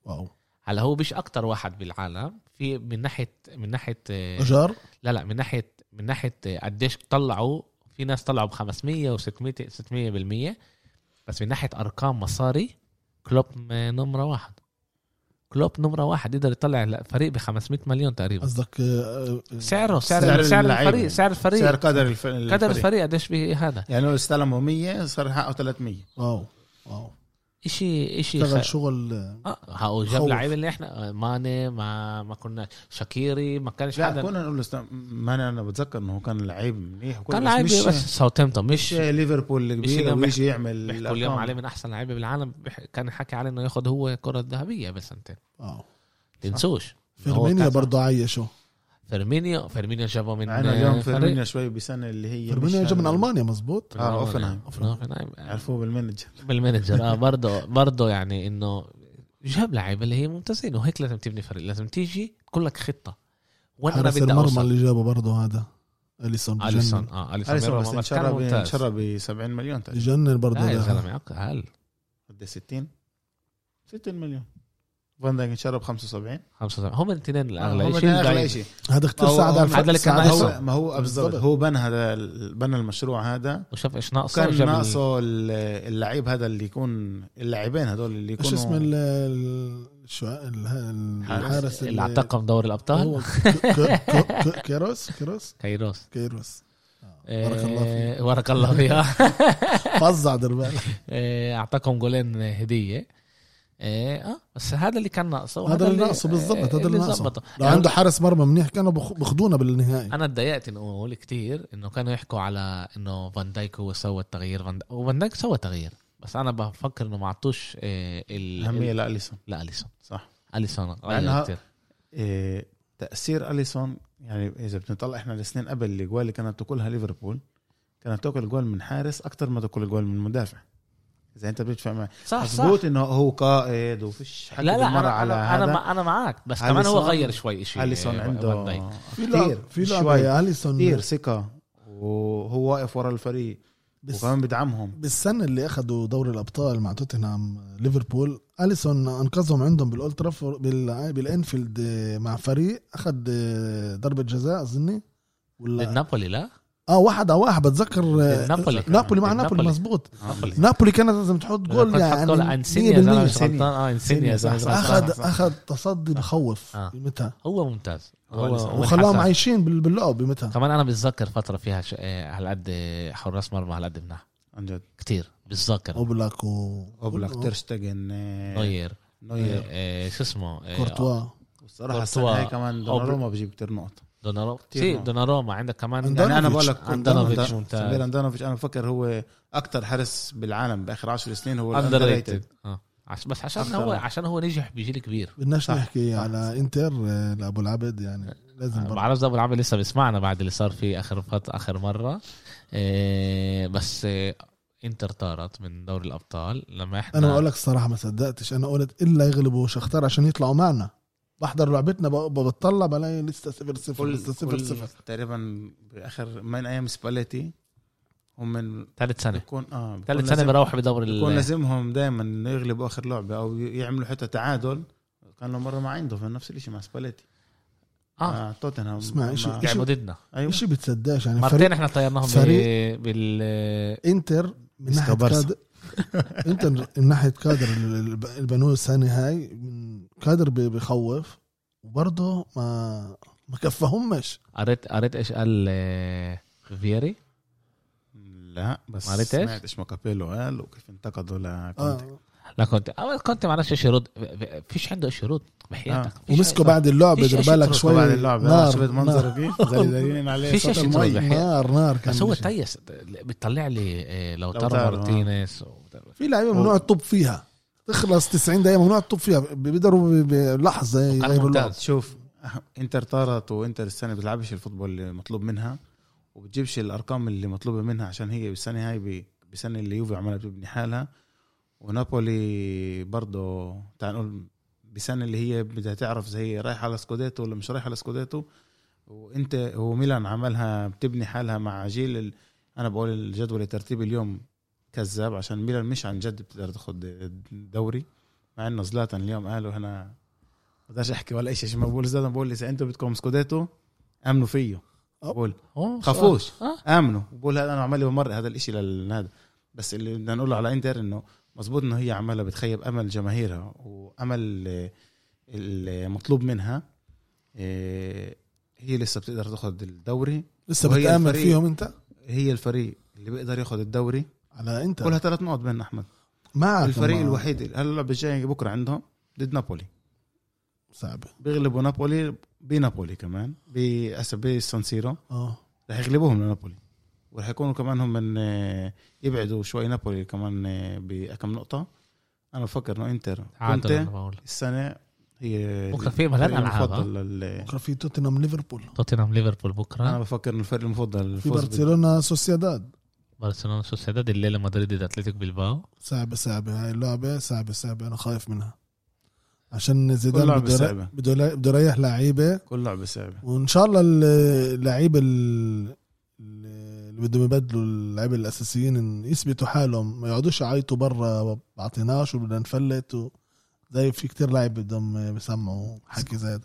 S3: واو
S1: هلا هو مش اكتر واحد بالعالم في من ناحيه من ناحيه آه،
S3: اجار
S1: لا لا من ناحيه من ناحيه آه، قديش طلعوا في ناس طلعوا ب 500 و600 600% بس من ناحيه ارقام مصاري كلوب آه، نمره واحد كلوب نمره واحد قدر يطلع فريق ب 500 مليون تقريبا
S3: قصدك آه، آه،
S1: سعره سعر
S2: سعر
S1: سعر, سعر
S2: اللعيبة.
S1: الفريق سعر الفريق
S2: سعر
S1: سعر
S2: قدر الف... الفريق.
S1: قدر الفريق قديش به هذا
S2: يعني لو استلموا 100 صار حقه 300
S3: واو واو
S1: اشي اشي
S3: اشتغل
S1: خ...
S3: شغل آه،
S1: اه هو جاب
S3: خوف.
S1: لعيبه اللي احنا آه، ماني ما ما كنا شاكيري ما كانش
S2: لا
S1: حدا
S2: كنا نقول له استلم- ما انا انا بتذكر انه هو كان لعيب منيح وكل-
S1: كان
S2: بس
S1: لعيبه
S2: مش-
S1: بس ساوثهامبتون مش
S2: مش ليفربول الكبير
S1: إنه بيحكوا-
S2: ويجي يعمل
S1: بيحكوا اليوم
S2: الأرقام.
S1: عليه من احسن لعيبه بالعالم بح... كان حكي عليه انه ياخذ هو الكره الذهبيه بس انت
S3: واو
S1: تنسوش
S3: فيرمينيا برضه عايشه
S1: فيرمينيو فيرمينيو جابه من
S2: معنا اليوم
S1: آه، فريق-
S2: فيرمينيا شوي بسنه اللي هي
S3: فيرمينيا
S2: مش
S3: جا من
S2: هال-
S3: المانيا مزبوط
S2: آه، أوفنهايم.
S1: أوفنهايم. آه،
S2: عرفوه بالمانجر
S1: بالمانجر اه برضه برضه يعني انه جاب لعيبه اللي هي ممتازين وهيك لازم تبني فريق لازم تيجي تقول لك خطه وين انا
S3: حارس
S1: بدي
S3: المرمى
S1: اوصل
S3: اللي جابه برضه هذا اليسون بجنن.
S1: اليسون اه اليسون
S2: اليسون بس
S1: مرمى بس كان
S2: انشرى ب-
S1: ممتاز
S2: انشرى ب 70 مليون تقريبا
S3: بجنن برضه
S1: لا يا
S2: يعني.
S3: هذا.
S1: زلمه أك- هل
S2: قد 60 60 مليون فان دايك انشرب 75
S1: خمسة هم الاثنين
S2: هم
S1: الاغلى
S2: آه، ده اغلى
S1: شيء
S2: شيء
S3: هذا كثير
S2: هو-
S3: ساعد
S2: هو-
S3: على
S1: هذا اللي
S3: الفريق
S1: كان
S3: ساعد
S1: ناقصه.
S3: على-
S2: هو ما هو بالضبط
S3: بالضبط.
S2: هو بنى هذا ال- بنى المشروع هذا
S1: وشاف ايش ناقصه
S2: كان
S1: وجاب ال-
S2: ناقصه ال- اللعيب هذا اللي يكون اللاعبين هذول اللي يكونوا
S3: ايش اسم ال- ال- شو ال- ال- الحارس
S1: اللي اعتقم دوري الابطال
S3: هو ك- ك- ك- ك- كيروس كيروس
S1: كايروس
S3: كيروس
S1: آه،
S3: بارك الله فيك
S1: بارك الله فيها
S3: فظع دير بالك
S1: آه، اعطاكم جولين هديه اه آه، بس هذا اللي كان ناقصه وهذا
S3: هذا اللي ناقصه بالضبط هذا اللي ناقصه
S1: ظبطه.
S3: لو عنده حارس مرمى منيح كانوا بخ- بخدونا بالنهائي
S1: انا اتضايقت انه اقول كتير انه كانوا يحكوا على انه فان دايك هو سوى التغيير فان دايك وفان دايك سوى تغيير بس انا بفكر انه ما عطوش آه، ال
S2: اهميه
S1: ال-
S2: لاليسون
S1: لا اليسون
S2: صح
S1: اليسون غير
S2: لأنها-
S1: كتير
S2: إيه، تاثير اليسون يعني اذا بنطلع احنا السنين قبل الاجوال اللي كانت تاكلها ليفربول كانت تاكل جوال من حارس اكثر ما تاكل جوال من مدافع اذا انت بتدفع مع
S1: صح صح
S2: مظبوط انه هو قائد وفيش حكي
S1: لا لا
S2: بالمرة
S1: انا
S2: على
S1: على انا
S2: هذا
S1: ما انا معك بس كمان هو
S2: أليسون-
S1: غير شوي شيء
S2: اليسون عنده
S3: في
S2: كتير،
S3: لعب في
S2: مش
S3: لعب
S2: شوي.
S3: يا اليسون
S2: كثير ثقه وهو واقف ورا الفريق
S3: بس-
S2: وكمان بدعمهم
S3: بالسنه اللي اخذوا دوري الابطال مع توتنهام ليفربول اليسون انقذهم عندهم بالاولد ترافورد بال- بالانفيلد آه، مع فريق اخذ آه، ضربه جزاء اظني ولا
S1: نابولي لا
S3: اه واحد على واحد بتذكر آه،
S1: نابولي.
S3: نابولي مع
S1: نابولي.
S3: نابولي مزبوط
S1: نابولي.
S3: نابولي كانت لازم تحط جول
S1: يعني
S3: يعني
S1: انسينيا اذا انا
S3: 100%.
S1: مش غلطان اه انسينيا إذا أنا مش
S2: صح، صح،
S1: غلطان.
S3: اخذ اخذ تصدي بخوف
S1: آه.
S3: قيمتها
S1: هو ممتاز
S2: هو
S1: هو-
S2: أليسون.
S1: هو
S3: وخلاهم
S1: الحسن.
S3: عايشين بال- باللعب قيمتها
S1: كمان انا بتذكر فتره فيها ش... آه، هالقد آه، حراس مرمى هالقد منها
S2: عن جد
S1: كتير بتذكر
S3: اوبلاك و
S2: اوبلاك تيرشتجن آه،
S1: نوير
S2: نوير
S1: آه، شو اسمه آه،
S3: كورتوا
S2: الصراحه السنه
S1: كورتوا.
S2: هاي كمان دوناروما بجيب كثير نقط
S1: دوناروما
S2: كتير
S1: سي
S2: نعم.
S1: دوناروما عندك كمان
S3: عندنا-
S2: يعني انا بقول لك
S1: أندرافيتش
S2: أندر-
S1: ممتاز.
S2: سمير اندانوفيتش انا بفكر هو اكثر حارس بالعالم باخر 10 سنين هو
S1: اندر
S2: الاندرريتد
S1: ريتد آه. بس عشان
S2: أكتر.
S1: هو عشان هو نجح بجيل كبير
S3: بدناش
S2: صح،
S3: نحكي
S2: صح.
S3: على انتر آه، لابو العبد يعني لازم برضه
S1: آه، بعرف ابو العمل لسه بيسمعنا بعد اللي صار فيه اخر فت... اخر مره آه، بس آه، انتر طارت من دوري الابطال لما احنا
S3: انا بقول لك الصراحه ما صدقتش انا قلت الا يغلبوا شختار عشان يطلعوا معنا بحضر لعبتنا ب- بطلع بلاقي لسه صفر صفر لسه صفر
S2: كل-
S3: صفر
S2: تقريبا باخر من ايام سباليتي هم من
S1: ثالث سنه
S2: بيكون اه بيكون
S1: ثالث
S2: لازم-
S1: سنه بروح بدوري
S2: بيكون
S1: ال...
S2: لازمهم دائما انه يغلبوا اخر لعبه او يعملوا حتى تعادل كانوا مره ما عنده فنفس الشيء مع سباليتي
S1: اه
S2: مع توتنهام
S3: اسمع،
S2: مع-
S3: إشي- إشي-
S1: لعبوا ضدنا
S2: ايوه
S3: مش بتصدقش يعني فريق
S1: مرتين احنا طيرناهم
S3: فريق-
S1: ب... بال
S3: انتر من ناحيه
S2: بارسا.
S3: كادر انتر من ناحيه كادر ال- الب- البنوه السنه هاي من كادر ب- بخوف وبرضه ما ما كفهمش
S1: قريت قريت ايش قال آه، فيري
S2: لا بس
S1: ما عرفتش؟
S2: سمعت ايش ما كابيلو قال وكيف انتقدوا لكونتي
S3: آه.
S1: لا كنت اول كنت ما عرفش ايش يرد فيش عنده ايش يرد بحياتك فيش
S3: ومسكوا
S1: إشي-
S3: بعد اللعبه
S1: فيش
S3: دير
S1: إشي
S3: بالك
S1: ترد
S3: شوي
S2: بعد اللعبه آه،
S3: نار
S2: شفت منظره كيف زي دايرين عليه
S1: فيش
S2: صوت
S1: إشي
S2: المي.
S1: ترد بحياتك.
S3: نار نار كان
S1: بس هو
S2: طيب.
S3: بشي.
S1: تيس بتطلع لي آه، لو
S2: لو
S1: ترى
S2: ترى، آه.
S1: مارتينيز
S3: في لعيبه ممنوع الطب فيها تخلص 90 دقيقه ممنوع الطب فيها بيقدروا ب- بلحظه
S1: وكان
S3: يغيروا
S1: ممتاز.
S3: اللعب
S2: شوف انتر طارت وانتر السنه بتلعبش الفوتبول اللي مطلوب منها وبتجيبش الارقام اللي مطلوبه منها عشان هي بالسنه هاي ب- بالسنه اللي يوفي عمالها بتبني حالها ونابولي برضه تعال نقول بسنه اللي هي بدها تعرف اذا هي رايحه على سكوديتو ولا مش رايحه على سكوديتو وانت وميلان عملها بتبني حالها مع جيل ال... انا بقول الجدول الترتيب اليوم كذاب عشان ميلان مش عن جد بتقدر تاخد الدوري مع انه زلاتان اليوم قالوا انا بقدرش احكي ولا شيء عشان ما بقول زلاتان بقول اذا انتم بدكم سكوديتو امنوا فيه
S3: أوه.
S2: بقول
S1: أوه،
S2: خافوش.
S1: سؤال. آه.
S2: امنوا بقول هذا انا عمال لي بمرق هذا الاشي لهذا بس اللي بدنا نقوله على انتر انه مزبوط انه هي عمالها بتخيب امل جماهيرها وامل آه، المطلوب منها آه، هي لسه بتقدر تاخذ الدوري
S3: لسه
S2: وهي
S3: بتامل
S2: الفريق.
S3: فيهم انت
S2: هي الفريق اللي بيقدر ياخذ الدوري
S3: على انت
S2: كلها ثلاث نقط بين احمد
S3: معك
S2: الفريق
S3: مع-
S2: الوحيد اللي- هلا اللعبه الجايه بكره عندهم ضد نابولي
S3: صعبه
S2: بيغلبوا نابولي بنابولي كمان بأسف بسان سيرو
S3: اه
S2: رح يغلبوهم لنابولي ورح يكونوا كمان هم من آه، يبعدوا شوي نابولي كمان آه، بكم نقطة أنا بفكر إنه إنتر
S1: تعادل
S2: كنت
S1: أنا بقول.
S2: السنة هي
S1: بكره في ملان
S2: الفريق
S1: العاب
S2: المفضل لل...
S3: بكره في توتنهام ليفربول
S1: توتنهام ليفربول
S2: أنا
S1: بكره
S2: بفكر إنه الفريق المفضل
S3: في
S2: للفوز بال-
S3: برشلونه سوسيداد
S1: برشلونه سوسيداد الليله مدريد ضد اتلتيك بلباو
S3: صعبه صعبه هاي اللعبه صعبه صعبه انا خايف منها عشان
S2: كل
S3: زيدان
S2: لعبة
S3: بده يريح-
S2: صعبة
S3: بده يريح- بده يريح لعيبه
S2: كل لعبة صعبة
S3: وان شاء الله ال- اللعيبه ال- اللي بدهم يبدلوا اللعيبه الاساسيين إن يثبتوا حالهم ما يقعدوش يعيطوا برا بعطيناش وبدنا نفلت و- زي في كتير لعيب بدهم بسمعوا حكي زي هذا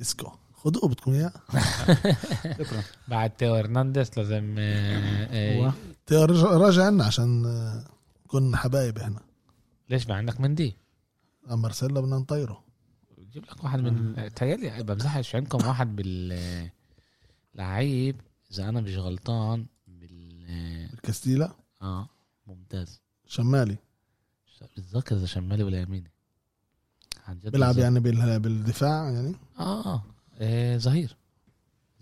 S3: اسكو خدوه بدكم اياه
S2: شكرا
S1: بعد تيو هرنانديز لازم آه، آه،
S2: هو.
S3: تيار رجع راجع عنا عشان آه، نكون حبايب احنا
S1: ليش ما عندك مندي؟
S3: اما مارسيلو بدنا نطيره
S1: بجيب لك واحد من تهيألي بمزحش عندكم واحد بال لعيب اذا انا مش غلطان بال
S3: الكاستيلا
S1: اه ممتاز
S3: شمالي
S1: مش بتذكر اذا شمالي ولا يميني عن جد
S3: بيلعب
S1: بتذكر.
S3: يعني بال- بالدفاع يعني
S1: اه آه. آه ظهير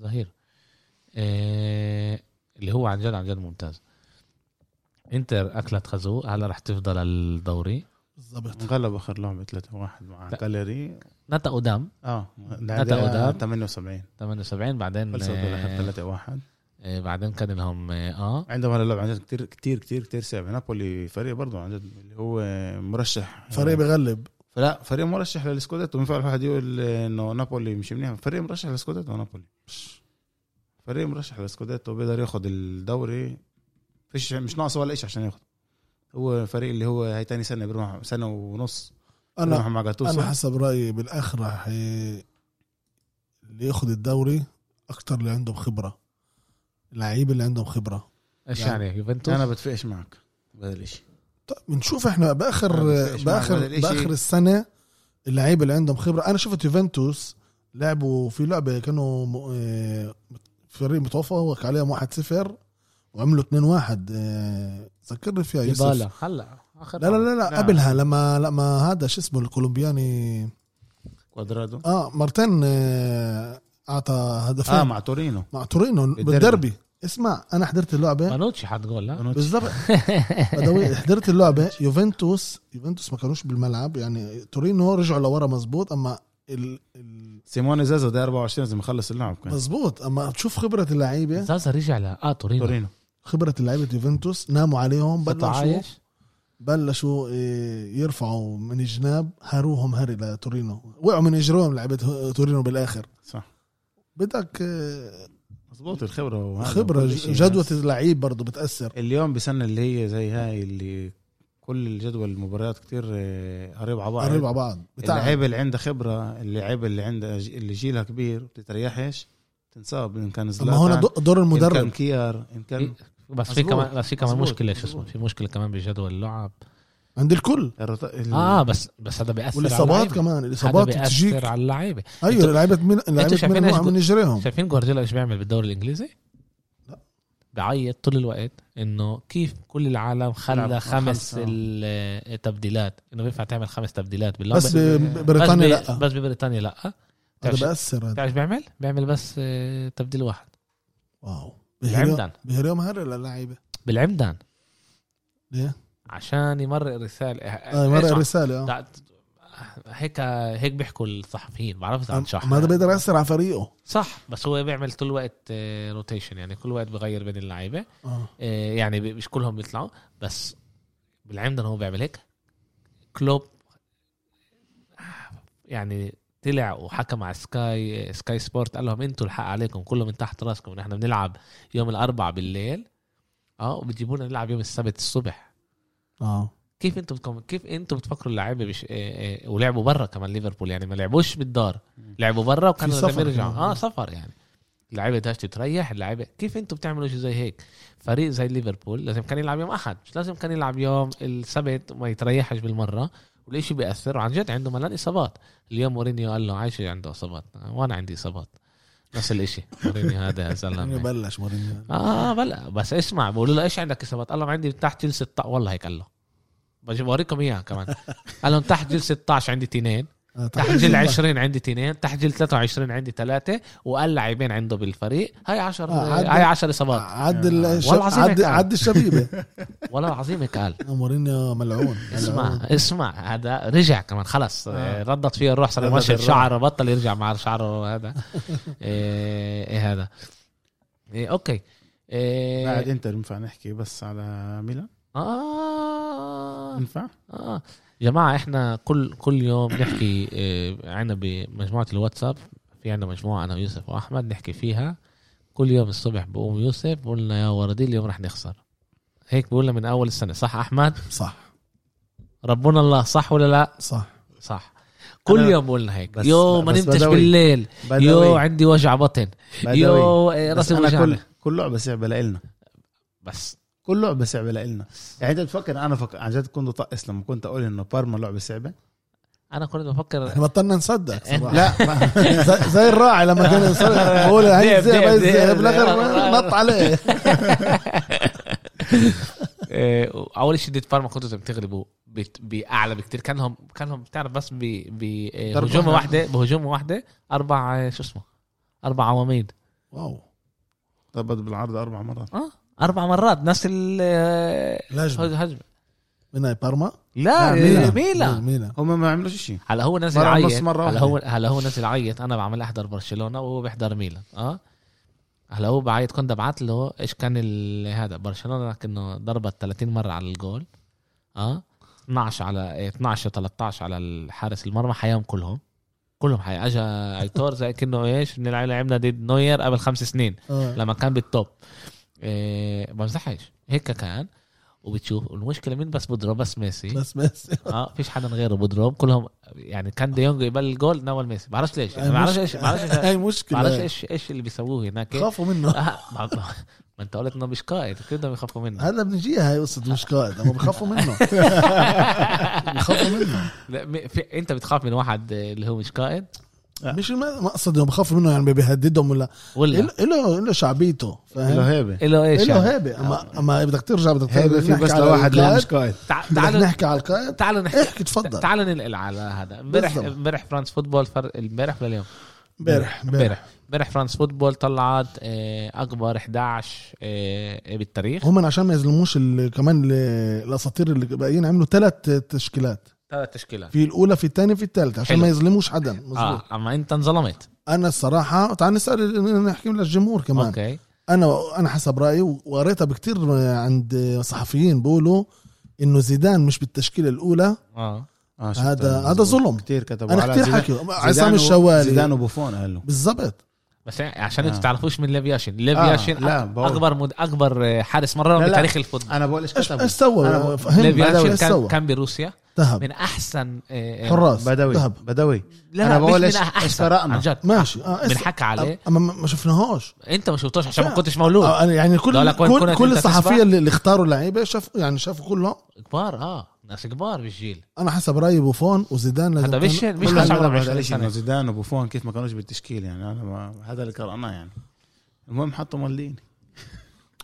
S1: ظهير آه اللي هو عن جد عن جد ممتاز انتر اكلت خازوق هلا رح تفضل الدوري
S3: بالضبط
S2: انغلب آخر لعبة 3-1 مع
S1: لا.
S2: كاليري
S1: نتا قدام
S2: اه
S1: نتا
S2: الدقيقة
S1: قدام.
S2: 78
S1: 78 بعدين
S2: خلصوا
S1: آه،
S2: هدول آخر 3-1
S1: آه بعدين كان لهم اه, آه
S2: عندهم هلا لعبة عن جد كتير كتير كتير كتير صعبة نابولي فريق برضه عن جد اللي هو آه، مرشح
S3: فريق بغلب
S2: لا فريق مرشح للسكوديتو ينفع الواحد يقول انه نابولي مش منيح فريق مرشح للسكوديتو نابولي فريق مرشح للسكوديتو بيقدر ياخد الدوري فيش مش ناقصه ولا شيء عشان ياخد هو فريق اللي هو هي تاني سنه بيروح سنه ونص بيروح
S3: انا
S2: مع
S3: انا
S2: جاتوسو
S3: حسب رايي بالاخر رح ي- اللي ياخذ الدوري اكثر اللي عندهم خبره اللعيبه اللي عندهم خبره
S1: ايش
S3: يعني-
S1: يعني, يوفنتوس
S2: انا بتفقش معك بهذا الشيء
S3: طيب بنشوف احنا باخر
S2: أنا مش مع هذا
S3: باخر
S2: الإشي.
S3: باخر السنه اللعيبه اللي عندهم خبره انا شفت يوفنتوس لعبوا في لعبه كانوا م- آه، فريق متفوق عليهم 1-0 وعملوا 2-1 آه، ذكرني فيها يوسف
S1: يبالا هلا اخر
S3: لا لا لا,
S2: لا.
S3: لا قبلها لما لما هذا شو اسمه الكولومبياني
S2: كوادرادو
S3: اه مارتن آه، اعطى هدفين
S2: اه
S3: آه
S2: مع تورينو
S3: مع تورينو
S2: بالدربي.
S3: بالدربي اسمع انا حضرت اللعبه
S1: بانوتشي حط جول لا
S3: بالضبط بدوي حضرت اللعبه يوفنتوس يوفنتوس ما كانوش بالملعب يعني تورينو رجعوا لورا مزبوط اما ال... ال...
S2: سيموني زازا ده 24 لازم يخلص اللعب كان
S3: مزبوط اما تشوف خبره اللعيبه
S1: زازا رجع ل اه تورينو
S2: تورينو
S3: خبره لعيبه يوفنتوس ناموا عليهم بلشوا
S1: عايش
S3: بلشوا إيه، يرفعوا من جناب هروهم هري لتورينو وقعوا من اجرهم لعيبه تورينو بالاخر
S2: صح
S3: بدك آه،
S2: مظبوط الخبره وهذا
S3: خبره
S2: وكل شيء.
S3: جدوه اللعيب برضه بتاثر
S2: اليوم بسنة اللي هي زي هاي اللي كل الجدول المباريات كتير آه، قريب على بعض
S3: قريب على بعض بتاع
S2: اللعيبة اللي عندها خبرة اللعيبة اللي عندها ج- اللي جيلها كبير بتتريحش تنساب إن كان
S3: ما
S2: زلاتان
S3: هون دو- دور
S2: إن كان
S3: المدرب
S2: كيار إن
S1: إيه.
S2: كان
S1: بس في
S2: مظبوط.
S1: كمان بس في كمان
S2: مظبوط.
S1: مشكله شو اسمه في مشكله كمان بجدول اللعب
S3: عند الكل
S2: الرط... ال-
S1: اه بس بس هذا بياثر على
S3: والاصابات
S1: اللعيبة.
S3: كمان
S1: هذا
S3: الاصابات بتجيك
S1: بياثر على اللعيبه
S3: ايوه
S1: انتوا-
S3: لعيبه مين لعيبه
S1: شايفين
S3: مين
S1: ايش
S3: وقع
S1: بق-
S3: من اجريهم
S1: شايفين جوارديولا ايش بيعمل بالدوري الانجليزي؟
S3: لا.
S1: بعيط طول الوقت انه كيف كل العالم
S2: يلعب مع
S1: خلى خمس
S2: خمسة.
S1: ال- التبديلات انه بينفع تعمل خمس تبديلات باللعبه
S3: بس ببريطانيا
S1: بس, ب...
S3: لا
S1: بس ببريطانيا لا تعرف
S3: هذا
S1: شو-
S3: بأثر هذا
S1: تعرف شو بيعمل؟ بيعمل بس آه، تبديل واحد
S3: واو
S1: بالعمدان
S3: بهريهم هري للعيبه
S1: بالعمدان
S3: ليه؟
S1: عشان يمرق رساله آه،
S3: آه، اه مرق رساله اه
S1: تع- هيك هيك بيحكوا الصحفيين بعرفش عن شحر
S3: آه، ما هذا بيقدر ياثر على فريقه
S1: صح بس هو بيعمل طول الوقت روتيشن يعني كل وقت بغير بين اللعيبه
S3: آه.
S1: آه، يعني ب- مش كلهم بيطلعوا بس بالعمدن هو بيعمل هيك كلوب يعني طلع وحكى مع سكاي آه، سكاي سبورت قال لهم انتوا الحق عليكم كله من تحت راسكم نحن بنلعب يوم الاربعاء بالليل اه وبتجيبونا نلعب يوم السبت الصبح
S3: اه
S1: كيف انتم بتكم... كيف انتم بتفكروا اللعيبه بش... آه، آه، ولعبوا برا كمان ليفربول يعني ما لعبوش بالدار لعبوا برا وكانوا
S3: في
S1: لازم
S3: سفر
S1: يرجعوا
S3: كمان.
S1: اه سفر يعني اللعيبه بدهاش تتريح اللعيبه كيف انتم بتعملوا شيء زي هيك فريق زي ليفربول لازم كان يلعب يوم احد مش لازم كان يلعب يوم السبت وما يتريحش بالمره والشيء بياثر وعن جد عنده ملان اصابات اليوم مورينيو قال له عايش عنده اصابات وانا عندي اصابات نفس الاشي مورينيو هذا يا
S3: يعني
S1: زلمه
S3: بلش مورينيو
S1: اه بلا بس اسمع بقولوا له ايش عندك اصابات قال لهم عندي تحت جلسه طق والله هيك قال له بجي بوريكم اياها كمان قال لهم تحت جلسه 16 عندي تنين
S3: آه، طب-
S2: طيب.
S1: تحجيل 20 عندي تنين تحجيل 23 عندي ثلاثة وقال لاعبين عنده بالفريق هاي 10
S3: آه، عدل.
S1: هاي 10 اصابات
S3: عد الش...
S1: آه. والله العظيم
S3: عد
S1: هيك قال.
S3: عد الشبيبه
S1: والله العظيم هيك قال
S3: آه، مورينيو ملعون
S2: آه.
S1: اسمع
S3: ملعون.
S1: اسمع هذا رجع كمان خلص آه. ردت فيه الروح صار
S2: ردت
S1: يمشط
S2: الروح.
S1: شعره بطل يرجع مع شعره هذا ايه إيه هذا إيه اوكي
S2: بعد
S1: إيه
S2: انتر ينفع نحكي بس على ميلان
S1: آه
S2: ينفع
S1: آه. جماعة احنا كل كل يوم نحكي آه، عنا بمجموعة الواتساب في عنا مجموعة انا ويوسف واحمد نحكي فيها كل يوم الصبح بقوم يوسف بقول لنا يا وردي اليوم رح نخسر هيك بقولنا من اول السنة صح احمد
S3: صح
S1: ربنا الله صح ولا لا
S3: صح
S1: صح كل
S2: أنا-
S1: يوم بقولنا هيك
S2: بس-
S1: يو ما
S2: بس
S1: نمتش
S2: بدوي.
S1: بالليل يو عندي وجع بطن
S2: بدوي.
S1: يو آه،
S2: بس
S1: راسي
S2: انا كل
S1: وجعني
S2: كل لعبه صعبه لنا
S1: بس
S2: كل لعبه صعبه لنا يعني انت بتفكر انا فك... عن جد كنت طقس لما كنت اقول انه بارما لعبه صعبه
S1: انا كنت بفكر
S3: احنا بطلنا نصدق صراحه
S2: لا ما...
S3: زي- زي الراعي لما كان يصير بقول هاي
S1: ديب-
S3: الذئب هاي
S1: ديب-
S3: الذئب
S1: ديب-
S3: بالاخر
S1: ديب.
S3: نط عليه
S1: إيه، اول شيء ضد بارما كنتوا بتغلبوا بت- باعلى بكتير كان لهم كان لهم بتعرف بس ب- ب- إيه،
S2: ضربة
S1: هجومه
S2: واحدة.
S1: واحده بهجومه واحده اربع إيه، شو اسمه اربع عواميد
S3: واو
S2: ضربت بالعرض اربع مرات
S1: اه اربع مرات نفس ال إيه،
S3: لجنه
S1: هجمه
S3: من هاي بارما
S1: لا إيه، ميلا
S3: ميلا
S2: هم ما عملوش شيء
S1: هلا هو نازل
S2: مرة ونص،
S1: عيط
S2: مرة
S1: هلا
S2: واحدة.
S1: هو هلا هو نازل عيط انا بعمل احضر برشلونه وهو بيحضر ميلان اه هلا هو بعيط كنت بعت له ايش كان ال- هذا برشلونه كانه ضربت 30 مره على الجول اه 12 على إيه، 12 13 على الحارس المرمى حياهم كلهم كلهم حي اجى ايتور زي كانه ايش بنلعب لعبنا ضد نوير قبل خمس سنين
S3: آه.
S1: لما كان بالتوب إيه ما بمزحش هيك كان وبتشوف المشكله مين بس بضرب بس ميسي
S3: بس بس
S1: اه فيش حدا غيره بضرب كلهم يعني كان دي يونغ يبل الجول ناول ميسي بعرفش ليش يعني بعرفش ايش بعرفش إيش-
S3: هاي مشكله
S1: بعرفش ايش ايش اللي بيسووه هناك آه،
S3: خافوا منه
S1: ما ما- ما انت قلت انه مش قائد كيف بدهم يخافوا منه
S3: هلا بنجيها هاي قصه مش قائد هم بخافوا منه بخافوا منه
S1: لا، م- في- انت بتخاف من واحد آه، اللي هو مش قائد
S3: مش الم- ما اقصد انه بخافوا منه يعني بيهددهم ولا
S1: ولا
S3: إله- إله إله شعبيته فاهم
S2: له هيبه
S1: له ايش
S3: إله
S1: يعني؟
S3: هيبه اما اما بدك ترجع بدك
S2: هيبه في
S3: إيه. نحكي
S2: بس
S3: على
S2: لواحد اللي
S3: القائد.
S2: مش قائد
S1: تع-
S3: بدك
S1: تعالوا
S3: نحكي على القائد
S1: تعالوا نحكي
S3: احكي تفضل
S1: تعالوا ننقل على هذا امبارح
S3: إيه، بالضبط.
S1: امبارح فرانس فوتبول فر... امبارح ولا اليوم؟
S3: امبارح امبارح
S1: امبارح امبارح فرانس فوتبول طلعت آه، اكبر 11 آه، بالتاريخ
S3: هم عشان ما يظلموش ال- كمان ال- الاساطير اللي باقيين عملوا ثلاث تشكيلات
S1: ثلاث تشكيلات
S3: في الاولى في الثانيه في الثالثه عشان
S1: حلو.
S3: ما يظلموش حدا مظبوط
S1: اه
S3: آه.
S1: اما انت انظلمت
S3: انا الصراحه تعال نسال نحكي للجمهور كمان أوكي.
S1: اوكي
S3: انا انا حسب رايي وقريتها بكتير عند صحفيين بيقولوا انه زيدان مش بالتشكيله الاولى
S1: اه
S2: آه، شفت
S3: هذا
S2: أنا
S3: هذا
S2: زمان.
S3: ظلم
S2: كتير كتبوا
S3: انا
S2: على
S3: كتير
S2: زيدان-
S3: حكي
S2: زيدان
S3: عصام
S2: و-
S3: الشوالي
S2: زيدان وبوفون قالوا
S3: بالضبط
S1: بس يعني عشان
S2: آه.
S1: انتوا تعرفوش من ليف ياشين ليف ياشين
S2: لا،
S1: أك-
S2: بقول.
S1: اكبر مد... اكبر حارس مرمى
S2: لا، لا.
S1: بتاريخ الفوتبول
S2: انا بقول ايش
S3: ايش
S2: كتبوا
S3: ايش سوى
S2: أنا-
S1: ليف
S3: فهمني
S1: ياشين
S3: ايش
S1: كان
S3: سوى
S1: كان بروسيا
S3: ذهب
S1: من احسن آه، آه،
S3: حراس
S2: بدوي
S3: ذهب
S2: بدوي
S1: لا
S2: أنا
S1: لا مش
S2: بقول
S1: من
S2: إيش-
S1: أح-
S2: إيش
S1: احسن
S2: فرقنا؟
S1: عن جد
S3: ماشي اه إيش-
S1: بنحكى عليه
S3: اما ما ما شفناهوش
S2: آه.
S1: انت ما شفتوش عشان ما
S3: فعلا.
S1: كنتش مولود
S3: آه، انا يعني
S1: لا،
S3: كل
S1: لا، كون-
S3: كل,
S1: كونك
S3: كل
S1: أنت
S3: الصحفيه
S1: تسمع.
S3: اللي, اللي اختاروا لعيبه شافوا يعني شافوا كلهم
S1: كبار اه ناس كبار بالجيل
S3: انا حسب رايي بوفون وزيدان لازم
S1: هذا مش
S3: كان-
S1: مش
S2: كل
S1: ناس
S2: هذا
S1: عمرهم
S2: ما
S1: 20
S2: قالش
S1: سنه
S2: انه زيدان وبوفون كيف ما كانوش بالتشكيل يعني انا ما هذا اللي قرأناه يعني المهم حطوا مالديني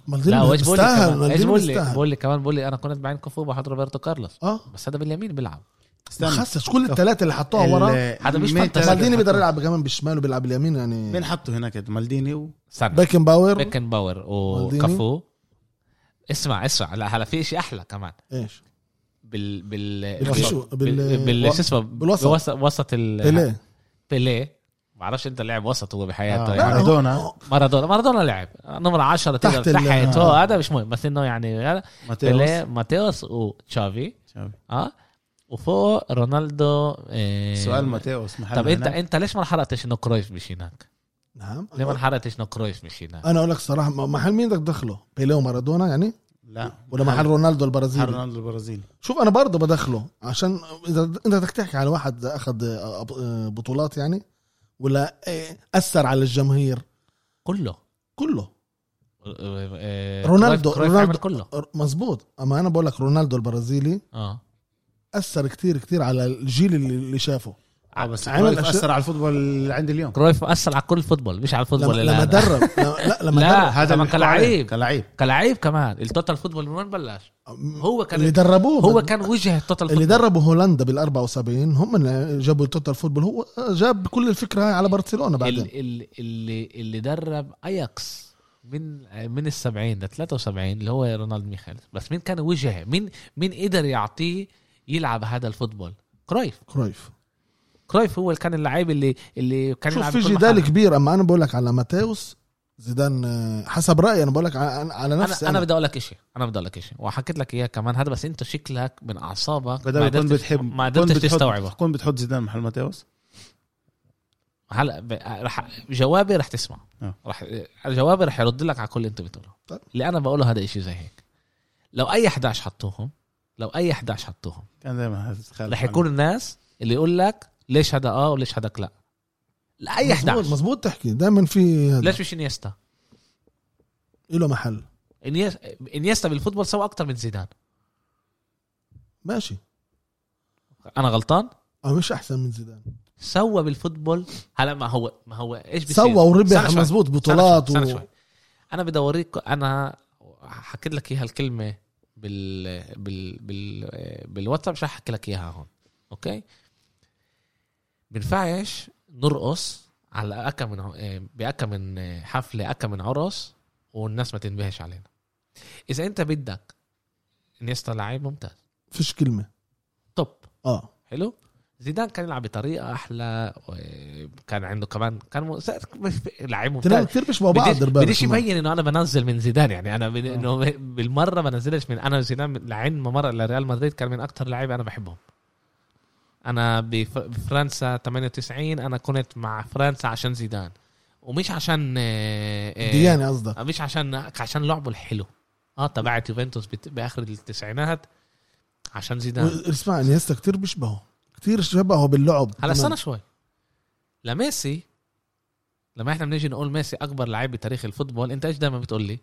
S3: مالديني
S1: لا وايش بقول لك
S3: بيستاهل
S1: كمان؟ ايش
S3: مالديني
S1: بقول لك؟
S3: بيستاهل
S1: بقول لك كمان بقول لك انا كنت بعين كفو بحط روبرتو كارلوس
S3: اه
S1: بس هذا باليمين بيلعب
S3: ما
S2: استنى
S3: خسش كل الثلاثه اللي حطوها ورا
S1: هذا مش فانتسي.
S3: مالديني بيقدر يلعب كمان بالشمال وبيلعب اليمين يعني
S2: مين حطوا هناك مالديني و...
S1: استنى
S3: بيكن باور
S1: بيكن باور
S3: مالديني.
S1: وكفو اسمع اسمع لا هلا في شيء احلى كمان
S3: ايش
S1: بال بال
S3: بالكيشو- بال-
S1: بال بال- شو اسمه
S3: بالوسط.
S1: بوسط وسط ال
S3: بيليه
S1: بيليه بعرفش انت لعب وسط هو بحياته
S2: آه،
S1: يعني
S2: مارادونا
S1: مارادونا مارادونا لعب نمرة 10 تحت
S3: تحت ال-
S1: تحت هو
S3: آه.
S1: هذا مش مهم بس انه يعني هذا بيليه
S2: ماتيوس
S1: ماتيوس وتشافي
S2: شوف.
S1: اه وفوق رونالدو إيه،
S2: سؤال ماتيوس محل
S1: طب انت
S2: هناك.
S1: انت ليش ما حرقتش انه كرويف مش هناك؟
S3: نعم
S1: ليه ما حرقتش انه كرويف مش هناك؟
S3: انا اقول لك صراحه ما- محل مين بدك تدخله بيليه ومارادونا يعني
S2: لا
S3: ولا محل رونالدو
S2: محل
S3: البرازيلي
S2: رونالدو البرازيلي
S3: شوف انا برضه بدخله عشان اذا انت بدك تحكي على واحد اخذ آه، أب- آه، بطولات يعني ولا آه، اثر على الجماهير
S1: كله
S3: كله
S1: إيه،
S3: رونالدو-
S1: كرويف- كرويف
S3: رونالدو-
S1: عمل كله
S3: مزبوط اما انا بقول لك رونالدو البرازيلي
S1: اه
S3: اثر كتير كتير على الجيل اللي, اللي شافه
S2: اه بس
S3: عمل
S2: عمل
S3: أشياء-
S2: اثر على الفوتبول اللي عندي اليوم
S1: كرويف مأثر على كل الفوتبول مش على الفوتبول
S3: لما,
S1: اللي
S3: لما
S1: هذا.
S3: درب لا لا، لما
S1: لا.
S3: درب
S1: هذا
S2: اللي
S1: من
S2: بنحكوا عليه.
S1: كلاعب.
S2: كلاعب
S1: كلاعب كمان التوتال فوتبول من وين بلش؟ هو كان
S3: اللي دربوه
S1: هو كان وجه التوتال
S3: اللي
S1: فوتبول
S3: دربوا هولندا بال 74 هم اللي جابوا التوتال فوتبول هو جاب كل الفكره هاي على برشلونه بعدين
S1: ال- ال- اللي اللي درب اياكس من من ال 70 ل 73 اللي هو رونالد ميخيل بس مين كان وجهه؟ مين مين قدر يعطيه يلعب هذا الفوتبول؟ كرويف
S3: كرويف
S1: كرويف هو اللي كان اللعيب اللي اللي كان
S3: شوف
S1: يلعب
S3: في
S1: بكل
S3: جدال
S1: محل.
S3: كبير اما انا بقول لك على ماتيوس زيدان آه، حسب رايي انا بقول لك على, على
S1: انا
S3: نفسي
S1: انا بدي اقول لك شيء انا بدي اقول لك شيء وحكيت لك اياه كمان هذا بس انت شكلك من اعصابك
S2: بدل ما كنت
S1: قدرتش-
S2: بتحب
S1: ما
S2: كنت
S1: قدرتش
S2: بتحط-
S1: تستوعبه
S2: كنت بتحط زيدان محل ماتيوس
S1: هلا ب- رح جوابي رح تسمع
S2: آه.
S1: رح جوابي رح يرد لك على كل اللي انت بتقوله
S3: طيب.
S1: اللي انا بقوله هذا إشي زي هيك لو اي 11 حطوهم لو اي 11 حطوهم
S2: كان دائما هتتخيل
S1: رح يكون الناس اللي يقول لك ليش هذا اه وليش هذاك لا لا اي 11
S3: مظبوط تحكي دائما في هذا
S1: ليش مش انيستا؟
S3: له محل
S1: إنيس- انيستا بالفوتبول سوى اكثر من زيدان
S3: ماشي
S1: انا غلطان
S3: أو مش احسن من زيدان
S1: سوى بالفوتبول هلا ما هو ما هو ايش بصير؟
S3: سوى
S1: استنى
S3: وربح
S1: شوي.
S3: مزبوط
S1: استنى
S3: بطولات
S1: شوي، استنى
S3: و...
S1: شوي. انا بدي اوريك انا حكيت لك اياها الكلمه بال بال بال بالواتساب مش رح احكي لك اياها هون اوكي بنفعش نرقص على اكا من ع- باكا من حفله اكا من عرس والناس ما تنبهش علينا اذا انت بدك نيستا لعيب ممتاز
S3: فيش كلمه
S1: توب
S3: اه
S1: حلو زيدان كان يلعب بطريقه احلى و- كان عنده كمان كان م... لعيب ممتاز
S3: تنام كثير بيشبهوا بعض
S1: بديش-
S3: الرباط
S1: بديش
S3: كمان.
S1: يبين انه انا بنزل من زيدان يعني انا بن... انه ب- بالمره ما نزلش من انا زيدان لعين ما مره لريال مدريد كان من اكثر اللعيبه انا بحبهم انا بف- بفرنسا 98 انا كنت مع فرنسا عشان زيدان ومش عشان آه، آه،
S3: دياني يعني قصدك
S1: آه، مش عشان عشان لعبه الحلو اه تبعت يوفنتوس بت- باخر التسعينات عشان زيدان
S3: و- اسمع انيستا كثير بيشبهه كثير شبهه باللعب
S1: هلا
S3: كمان.
S1: استنى شوي لميسي لما احنا بنيجي نقول ميسي اكبر لعيب بتاريخ الفوتبول انت ايش دائما بتقول لي؟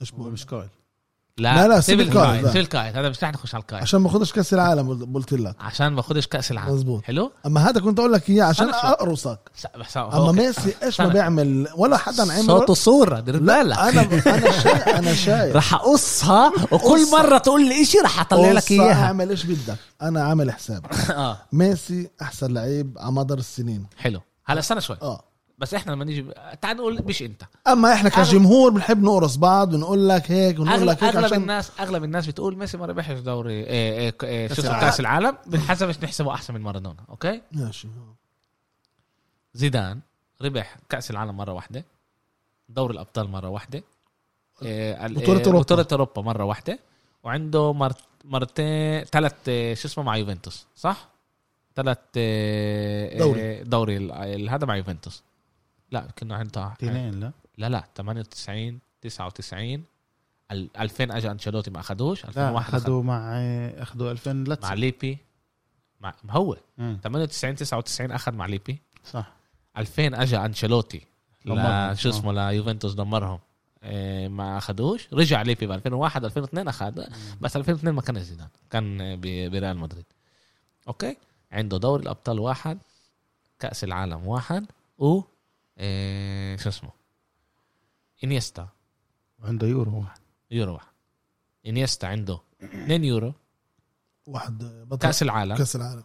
S3: إيش بقول؟
S2: مش قائد
S3: لا، لا، سيب القائد،
S1: القائد
S3: لا.
S1: سيب القائد هذا مش رح نخش على القائد
S3: عشان ما اخدش كاس العالم قلت لك
S1: عشان ما اخدش كاس العالم
S3: مظبوط.
S1: حلو؟
S3: اما هذا كنت اقول لك اياه عشان
S1: استنى شوي.
S3: اقرصك
S1: س- بس هو-
S3: اما
S1: أوكي.
S3: ميسي ايش ما
S1: استنى.
S3: بيعمل ولا حدا عمل
S1: صوت وصوره دير بالك
S3: انا انا شايف انا شايف
S1: رح اقصها وكل
S3: قصها.
S1: مره تقول لي شيء رح اطلع لك
S3: قصة
S1: اياها
S3: اعمل ايش بدك انا عامل حساب
S1: اه
S3: ميسي احسن لعيب على مدار السنين
S1: حلو هلا استنى شوي
S3: اه
S1: بس احنا لما نيجي تعال نقول مش انت
S3: اما احنا كجمهور بنحب نقرص بعض ونقول لك هيك ونقول
S1: اغلب
S3: لك هيك
S1: اغلب
S3: عشان
S1: الناس اغلب الناس بتقول ميسي ما ربحش دوري إيه، إيه، ك- إيه، شو
S2: كأس
S1: اسمه
S2: العالم.
S1: كاس العالم بنحسبش نحسبه احسن من مارادونا اوكي
S3: ماشي
S1: زيدان ربح كاس العالم مره واحده دوري الابطال مره واحده إيه، ال-
S3: بطولة
S1: إيه،
S3: أوروبا.
S1: بطولة اوروبا مره واحده وعنده مرت مرتين ثلاث شو اسمه مع يوفنتوس صح؟ ثلاث
S3: دوري.
S1: دوري ال- ال- هذا مع يوفنتوس لا كنا عندها
S2: اثنين لا
S1: لا لا 98 99 ال- 2000 اجى انشيلوتي ما اخذوش
S2: لا
S1: 2001 أخذ
S2: اخذوا مع اخذوا 2000
S1: مع
S2: لاتسيو
S1: ليبي مع ما هو
S2: مم.
S1: 98 99 اخذ مع ليبي
S2: صح
S1: 2000 اجى انشيلوتي
S2: دمرهم.
S1: لا شو اسمه ليوفنتوس دمرهم إيه، ما اخذوش رجع ليبي ب 2001 2002 اخذ بس 2002 ما كان زيدان كان ب- بريال مدريد اوكي عنده دوري الابطال واحد كاس العالم واحد و إيه، شو اسمه انيستا
S2: وعنده يورو واحد
S1: يورو واحد انيستا عنده 2 يورو
S3: واحد بطل
S1: كاس العالم
S3: كاس العالم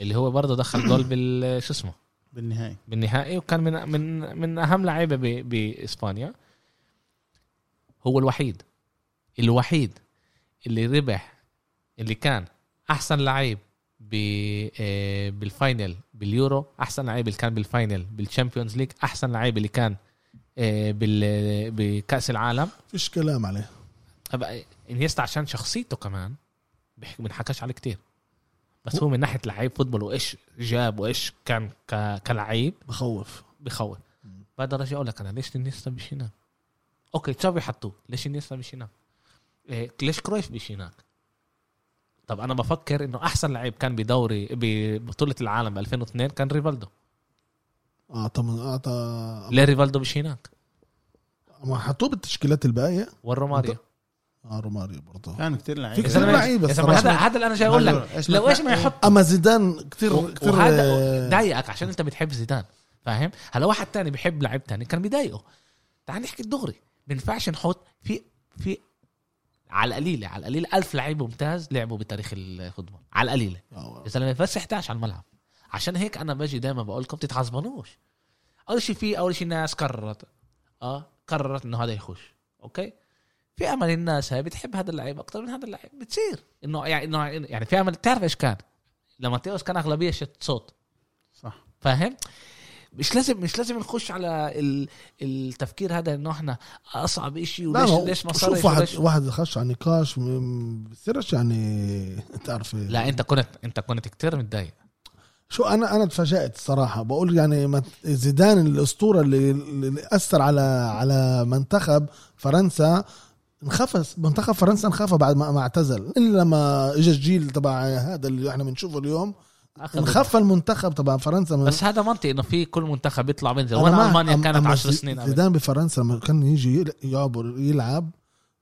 S1: اللي هو برضه دخل جول بال شو اسمه
S2: بالنهائي
S1: بالنهائي وكان من من من اهم لعيبه ب- باسبانيا هو الوحيد الوحيد اللي ربح اللي كان احسن لعيب ب آه، بالفاينل باليورو احسن لعيب اللي كان بالفاينل بالشامبيونز ليج احسن لعيب اللي كان آه، بال بكاس العالم
S3: فيش كلام عليه
S1: أبقى انيستا عشان شخصيته كمان بيحكي بنحكاش عليه كتير بس هو من ناحيه لعيب فوتبول وايش جاب وايش كان ك- كلعيب
S3: بخوف
S1: بخوف بقدر اجي اقول لك انا ليش انيستا مش هناك اوكي تشافي حطوه ليش انيستا مش هناك إيه ليش كرويف مش هناك طب انا بفكر انه احسن لعيب كان بدوري ببطوله العالم 2002 كان ريفالدو
S3: اعطى من اعطى
S1: ليه ريفالدو مش هناك
S3: ما حطوه بالتشكيلات الباقيه
S1: والروماريو
S3: اه روماريو برضه
S2: كانوا كتير لعيبه
S3: في كتير
S1: إذا-
S3: لعيبه
S1: إذا
S3: الصراحة.
S1: هذا هذا اللي انا جاي اقول لك لو ايش ما يحط
S3: اما زيدان آه، كثير كثير
S1: وهذا ضايقك عشان انت بتحب زيدان فاهم هلا واحد تاني بحب لعيب تاني كان بيضايقه تعال نحكي الدغري بينفعش نحط في في على القليله على القليله ألف لعيب ممتاز لعبوا بتاريخ الفوتبول على القليله
S3: آه،
S1: يا زلمه بس 11 على الملعب عشان هيك انا باجي دائما بقول لكم تتعصبنوش اول شيء في اول شيء الناس قررت اه قررت انه هذا يخش اوكي في امل الناس هاي بتحب هذا اللعيب اكثر من هذا اللعيب بتصير انه يعني انه يعني في امل تعرف ايش كان لما تيوس كان اغلبيه شت صوت
S2: صح
S1: فاهم مش لازم مش لازم نخش على ال- التفكير هذا انه احنا اصعب شيء
S3: آه. لا
S1: وليش
S3: ما
S1: ليش ما
S3: شوف
S1: صارش
S3: واحد
S1: وليش-
S3: واحد خش على نقاش م- م- بصيرش يعني تعرف
S1: لا انت كنت انت كنت كتير متضايق
S3: شو انا انا تفاجات الصراحه بقول يعني ما- زيدان الاسطوره اللي, اللي اثر على على منتخب فرنسا انخفض منتخب فرنسا انخفى بعد ما ما اعتزل الا لما اجى الجيل تبع هذا اللي احنا بنشوفه اليوم
S1: أخذوا-
S3: انخفى المنتخب تبع فرنسا من
S1: بس هذا منطقي انه في كل منتخب بيطلع بينزل
S3: أنا
S1: وانا
S3: معك.
S1: المانيا
S3: أم-
S1: كانت
S3: أما
S1: 10
S3: زي-
S1: سنين قبل
S3: زيدان بفرنسا لما كان يجي يل- يعبر يلعب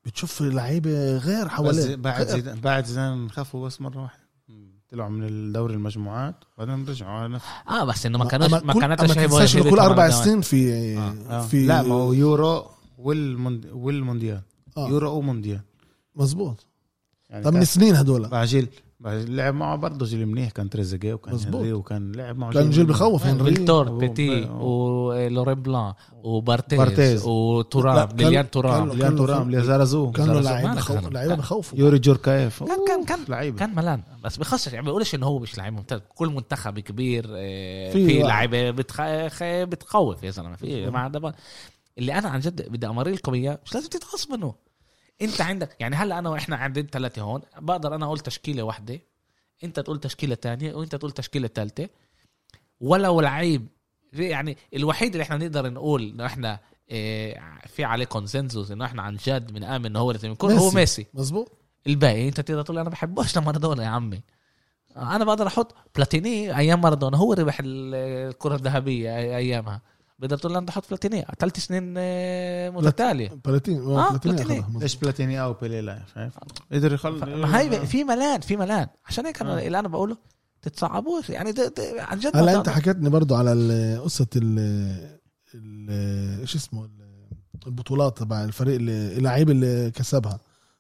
S3: بتشوف لعيبه غير
S2: بس
S1: إيه؟
S3: حواليه
S2: بعد
S3: غير.
S2: زيدان بعد زيدان خافوا بس مره واحده طلعوا من الدوري المجموعات بعدين رجعوا على نفس
S1: اه بس انه ما
S3: أما
S1: كانوش ما
S3: كل-
S1: كانتش
S3: أما تنساش إنه كل اربع سنين في
S2: آه.
S3: في
S2: لا ما هو يورو والموند... والمونديال
S3: آه.
S2: يورو ومونديال
S3: مزبوط
S2: يعني
S3: طب من سنين هدول
S2: بعجيل بعجيل لعب معه برضه جيل منيح كان تريزيجيه وكان
S3: مزبوط.
S2: هنري وكان لعب معه
S3: كان جيل بخوف
S2: منيح.
S3: هنري.
S1: آه، فيكتور
S2: هو-
S1: بيتي
S2: هو-
S1: ولورين بلان وبارتيز
S2: بارتيز.
S3: لا،
S1: وترام
S3: كان-
S1: مليان ترام
S3: كان-
S2: ليان تورام ليزارازو
S3: كانوا
S1: زلمة
S3: لعيبه
S1: زلمة
S3: بخوف
S1: زلمة.
S3: لعيبه بخوفوا
S2: يوري جوركايف
S1: كان كان كان
S2: لعيبه
S1: كان ملان بس بخصش يعني بقولش انه هو مش لعيب ممتاز كل منتخب كبير آه،
S3: في
S1: في
S3: واحد.
S1: لعيبه بتخ... خ- بتخوف يا زلمه في ما عدا بقى. اللي انا عن جد بدي امري لكم اياه مش لازم تتعصب منه انت عندك يعني هلا انا واحنا عندنا ثلاثه هون بقدر انا اقول تشكيله واحده انت تقول تشكيله تانية وانت تقول تشكيله ثالثه ولو لعيب يعني الوحيد اللي احنا نقدر نقول انه احنا آه، في عليه كونسنسوس انه احنا عن جد بنامن انه هو لازم يكون هو
S3: ميسي.
S1: ميسي
S3: مزبوط
S1: الباقي انت تقدر تقول انا بحبوش لمارادونا يا عمي انا بقدر احط بلاتيني ايام مارادونا هو ربح ال- الكره الذهبيه أي- ايامها بقدر تقول لي انا بحط بلاتيني ثلاث سنين آه، متتاليه
S3: بلاتين
S1: آه،
S3: اه بلاتيني
S1: بلاتيني.
S3: أخذها. مزبوط.
S2: ليش بلاتيني او بيلي لا شايف قدر يخلص
S1: ف- ما هي في ملان في ملان عشان هيك انا
S2: آه.
S1: اللي انا بقوله تتصعبوش يعني ده ده عن جد
S3: هلا
S1: ما-
S3: انت حكيتني برضو على ال- قصه ال ال- ايش اسمه ال- البطولات تبع الفريق اللي- اللعيب اللي كسبها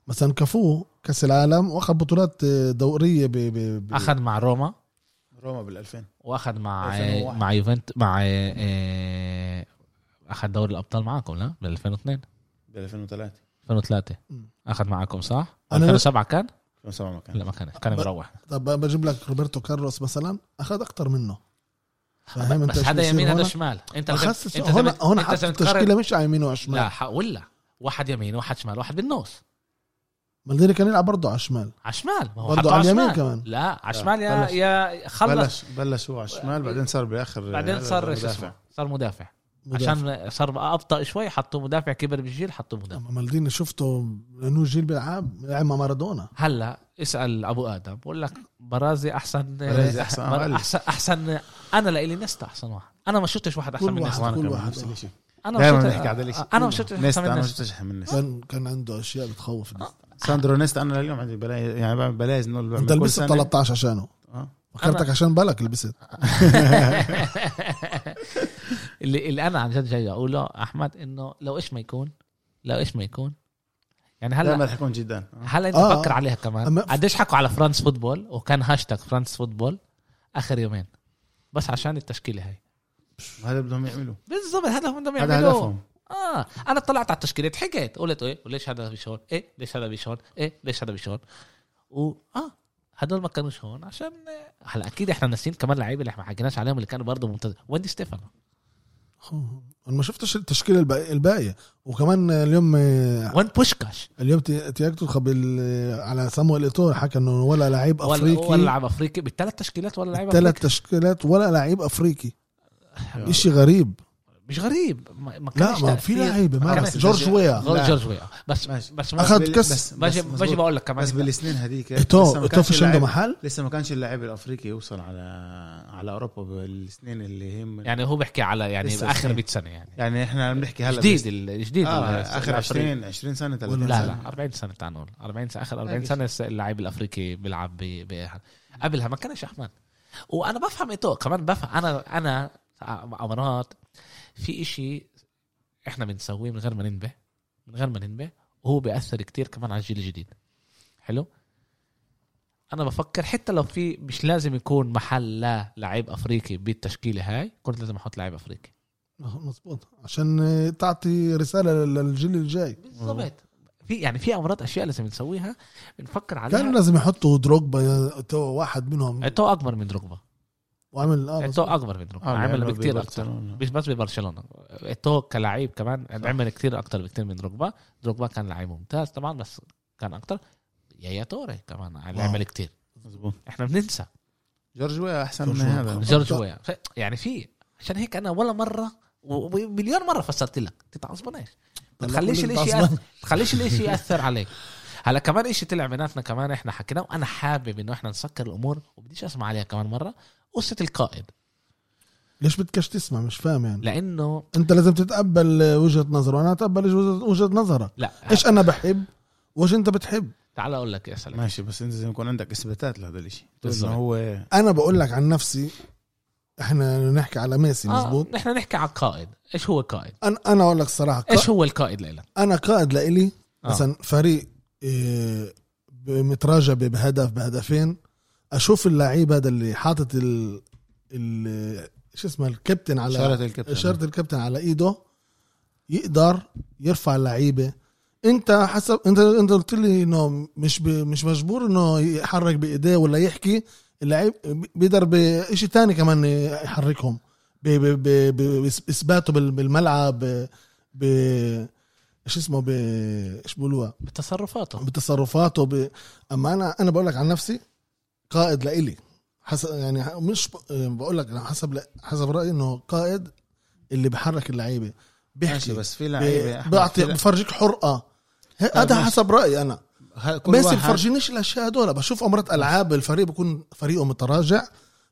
S3: مثلا كافو كاس العالم واخذ بطولات دوريه ب ب ب-
S1: اخذ مع روما
S2: روما بال 2000
S1: واخذ مع آه،
S2: 2001.
S1: مع يوفنت مع آه، آه، اخذ دوري الابطال معاكم لا بال 2002
S2: بال 2003
S1: 2003
S3: م.
S1: اخذ معاكم صح
S3: أنا-
S1: 2007 كان
S2: كان سبعة ما كان
S1: لا ما كان كان
S3: ب-
S1: مروح
S3: طب بجيب لك روبرتو كارلوس مثلا اخذ اكثر منه فاهم
S1: بس
S3: إيش
S1: هذا
S3: بيصير
S1: يمين هذا
S3: هون؟
S1: شمال انت لازم-
S3: أخس
S1: انت
S3: هون
S1: لازم-
S3: هون
S1: انت
S3: حط
S1: لازم تقرر-
S3: التشكيله مش على يمين وعلى
S1: لا
S3: شمال
S1: ح- ولا واحد يمين واحد شمال واحد بالنص
S3: مالديني كان يلعب برضه على الشمال
S1: على الشمال ما هو
S3: برضه
S1: حطه
S3: على اليمين
S1: الشمال.
S3: كمان.
S1: لا
S2: آه،
S1: على الشمال يا
S2: بلش.
S1: يا خلص آه،
S2: بلش بلش هو على الشمال بعدين صار بالاخر
S1: بعدين صار شو
S2: مدافع
S1: اسمه صار مدافع
S3: مدافع.
S1: عشان صار بقى ابطا شوي حطوه مدافع كبر بالجيل حطوه مدافع
S3: اما مالديني شفته لانه جيل بيلعب لعب مع مارادونا
S1: هلا اسال ابو ادم بقول لك برازي احسن
S2: برازي أحسن
S1: بر-
S2: أقل.
S1: احسن احسن انا لإلي نيستا احسن واحد انا ما شفتش واحد احسن
S3: كل
S1: من
S3: واحد
S1: نيستا
S2: وانا
S3: كل
S2: كمان
S3: واحد.
S2: نفس الشيء
S1: انا
S2: دائما
S1: ما شفتش-
S2: بنحكي على هذا الشيء
S1: انا ما شفتش
S2: نيستا
S1: احسن من
S2: انا ما
S1: نيستا
S2: شفتش أحسن من
S1: آه.
S2: نيستا
S3: كان كان عنده اشياء بتخوف الناس.
S2: ساندرو نيستا انا لليوم عندي بلايز يعني بعمل بلايز انه اللي
S3: انت
S2: بعمل كل
S3: لبست
S2: سنة.
S3: 13 عشانه
S2: آه.
S3: فكرتك عشان بالك لبست
S1: اللي, اللي انا عن جد جاي اقوله احمد انه لو ايش ما يكون لو ايش ما يكون يعني
S2: دائما
S1: هلا
S2: رح يكون جدا آه.
S1: هلا انت
S3: آه،
S1: فكر عليها كمان
S3: أما-
S1: قديش حكوا على فرانس فوتبول وكان هاشتاج فرانس فوتبول اخر يومين بس عشان التشكيله هاي
S2: هذا بدهم يعملوه
S1: بالضبط هذا هم بدهم
S2: هذا
S1: يعملوه
S2: هدفهم
S1: اه "إيه، انا طلعت على التشكيلات حكيت قلت ايه وليش إيه، هذا بيشون ايه ليش هذا بيشون ايه ليش هذا بيشون و اه هدول ما كانوش هون عشان آه، هلا اكيد احنا ناسيين كمان لعيبه اللي احنا ما حكيناش عليهم اللي كانوا برضه ممتاز ويندي ستيفانو
S3: أوه. انا ما شفتش التشكيله الباقي- الباقيه وكمان اليوم
S1: وين بوشكاش
S3: اليوم تي- تياج ترخب ال- على سامويل ايتور حكى انه ولا لعيب
S1: ولا
S3: افريقي
S1: ولا
S3: ولا
S1: لعب افريقي بالثلاث تشكيلات ولا لعيب
S3: ثلاث تشكيلات ولا لعيب افريقي
S2: أيوة.
S1: أفريقي.
S3: اشي غريب
S1: مش غريب ما ما
S3: لا
S1: كانش
S3: ما في
S1: تأثير.
S3: لعيبه ما
S1: كان
S3: بس
S1: في
S3: جورج
S2: تشجيع.
S3: ويا
S1: غير
S2: لا.
S1: جورج ويا بس
S2: ماشي.
S1: بس
S3: أخذ
S1: بس
S3: أخذ كاس.
S2: بس-
S1: باجي
S2: بس-
S1: باجي بقول لك كمان
S2: بس بالسنين هذيك لسه
S3: ايتو
S2: ما
S3: ايتو
S2: كانش
S3: فيش عنده
S2: اللاعب-
S3: محل
S2: لسه ما كانش اللاعب الافريقي يوصل على على اوروبا بالسنين اللي هم
S1: يعني هو بيحكي على يعني
S2: لسه
S1: اخر
S2: صغير.
S1: 100 سنه يعني
S2: يعني احنا عم نحكي هلا
S1: جديد
S2: بس-
S1: ال- الجديد
S2: آه
S1: ال-
S2: اخر
S1: الأفريقي.
S2: 20 20 سنه 30
S1: لا
S3: ولا
S2: سنة. آه،
S1: لا 40 سنه تعال نقول 40 سنه اخر 40
S2: أكيد.
S1: سنه الس- اللاعب الافريقي بيلعب ب- ب- قبلها ما كانش احمد وانا بفهم ايتو كمان بفهم انا انا مرات في إشي احنا بنسويه من غير ما ننبه من غير ما ننبه وهو بياثر كتير كمان على الجيل الجديد حلو انا بفكر حتى لو في مش لازم يكون محل لا لعيب افريقي بالتشكيله هاي كنت لازم احط لعيب افريقي
S3: مظبوط عشان آه، تعطي رساله للجيل الجاي
S1: بالضبط في يعني في امراض اشياء لازم نسويها بنفكر عليها
S3: كانوا لازم يحطوا دروجبا تو واحد منهم
S1: ايتو اكبر من دروجبا
S3: وعمل اه
S1: ايتو
S3: مظبوط.
S1: اكبر من دروجبا
S2: آه،
S1: عمل
S2: لعبه
S1: بكتير اكثر
S2: ببرشلونة.
S1: مش بس ببرشلونه ايتو كلاعب كمان عمل كتير اكثر بكتير من دروجبا دروجبا كان لعيب ممتاز طبعا بس كان اكثر يايا توري كمان عمل كتير
S2: مظبوط
S1: احنا بننسى
S2: جورج ويا احسن من
S3: جورج ويا.
S2: هذا
S1: جورج ويا ف- يعني في عشان هيك انا ولا مره ومليون مره فسرت لك تتعصبناش ما تخليش
S3: كلنا
S1: الاشي
S3: متعصبين.
S1: يأثر تخليش الاشي ياثر عليك هلا كمان اشي طلع بيناتنا كمان احنا حكيناه وانا حابب انه احنا نسكر الامور وبديش اسمع عليها كمان مره قصه القائد
S3: ليش بدكش تسمع مش فاهم يعني
S1: لانه
S3: انت لازم تتقبل آه، وجهه نظره وانا اتقبل وجهة- وجهه نظرك
S1: لا
S3: ايش انا بحب وايش انت بتحب
S1: تعال اقول لك يا سلام
S2: ماشي بس انت لازم يكون عندك اثباتات لهذا الشيء
S1: بالظبط.
S2: انه هو
S3: انا بقول لك عن نفسي احنا نحكي على ميسي مزبوط
S1: آه نحن نحكي على القائد ايش هو القائد
S3: انا انا اقول لك الصراحه قا-
S1: ايش هو القائد لإلك
S3: انا قائد لإلي
S1: آه.
S3: مثلا فريق إيه، متراجع بهدف بهدفين اشوف اللعيب هذا اللي حاطط ال ال شو اسمه الكابتن على
S2: اشاره الكابتن
S3: اشاره الكابتن على ايده يقدر يرفع اللعيبه انت حسب انت انت قلت لي انه مش ب... مش مجبور انه يحرك بايديه ولا يحكي اللعيب بيقدر بشيء تاني كمان يحركهم ب... ب... ب... ب... باثباته بال... بالملعب ب... ب... ايش اسمه ب... ايش بيقولوها
S1: بتصرفاته
S3: بتصرفاته ب... اما انا انا بقول لك عن نفسي قائد لإلي حسب يعني مش ب- بقول لك أنا حسب حسب رايي انه قائد اللي بحرك اللعيبه بيحكي
S2: ماشي بس في
S3: ب-
S2: لعيبه أحمد،
S3: بيعطي
S2: في لع-
S3: بفرجيك حرقه ه- هذا
S2: ماشي.
S3: حسب رايي انا
S2: ه- كل
S3: ميسي
S2: واحد
S3: بفرجينيش الاشياء هدول بشوف امرات العاب الفريق بكون فريقه متراجع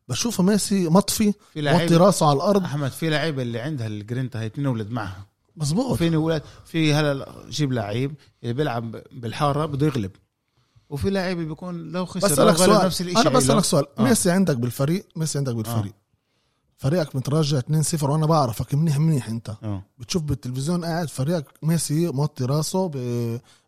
S3: بشوف ميسي مطفي
S2: في
S3: موطي
S2: لعيبه
S3: راسه على الارض
S2: احمد في لعيبه اللي عندها الجرينتا هي تنولد معها
S3: مزبوط
S2: وفي اولاد في هلا جيب لعيب اللي بيلعب بالحاره بده يغلب وفي لعيب بيكون لو خسر لو
S3: بسألك
S2: غلب
S3: سؤال
S2: نفس الشيء
S3: انا بسألك سؤال
S2: آه.
S3: ميسي عندك بالفريق ميسي عندك بالفريق فريقك مترجع 2-0 وانا بعرفك منيح منيح انت
S2: اه
S3: بتشوف بالتلفزيون قاعد فريقك ميسي موطي راسه ب...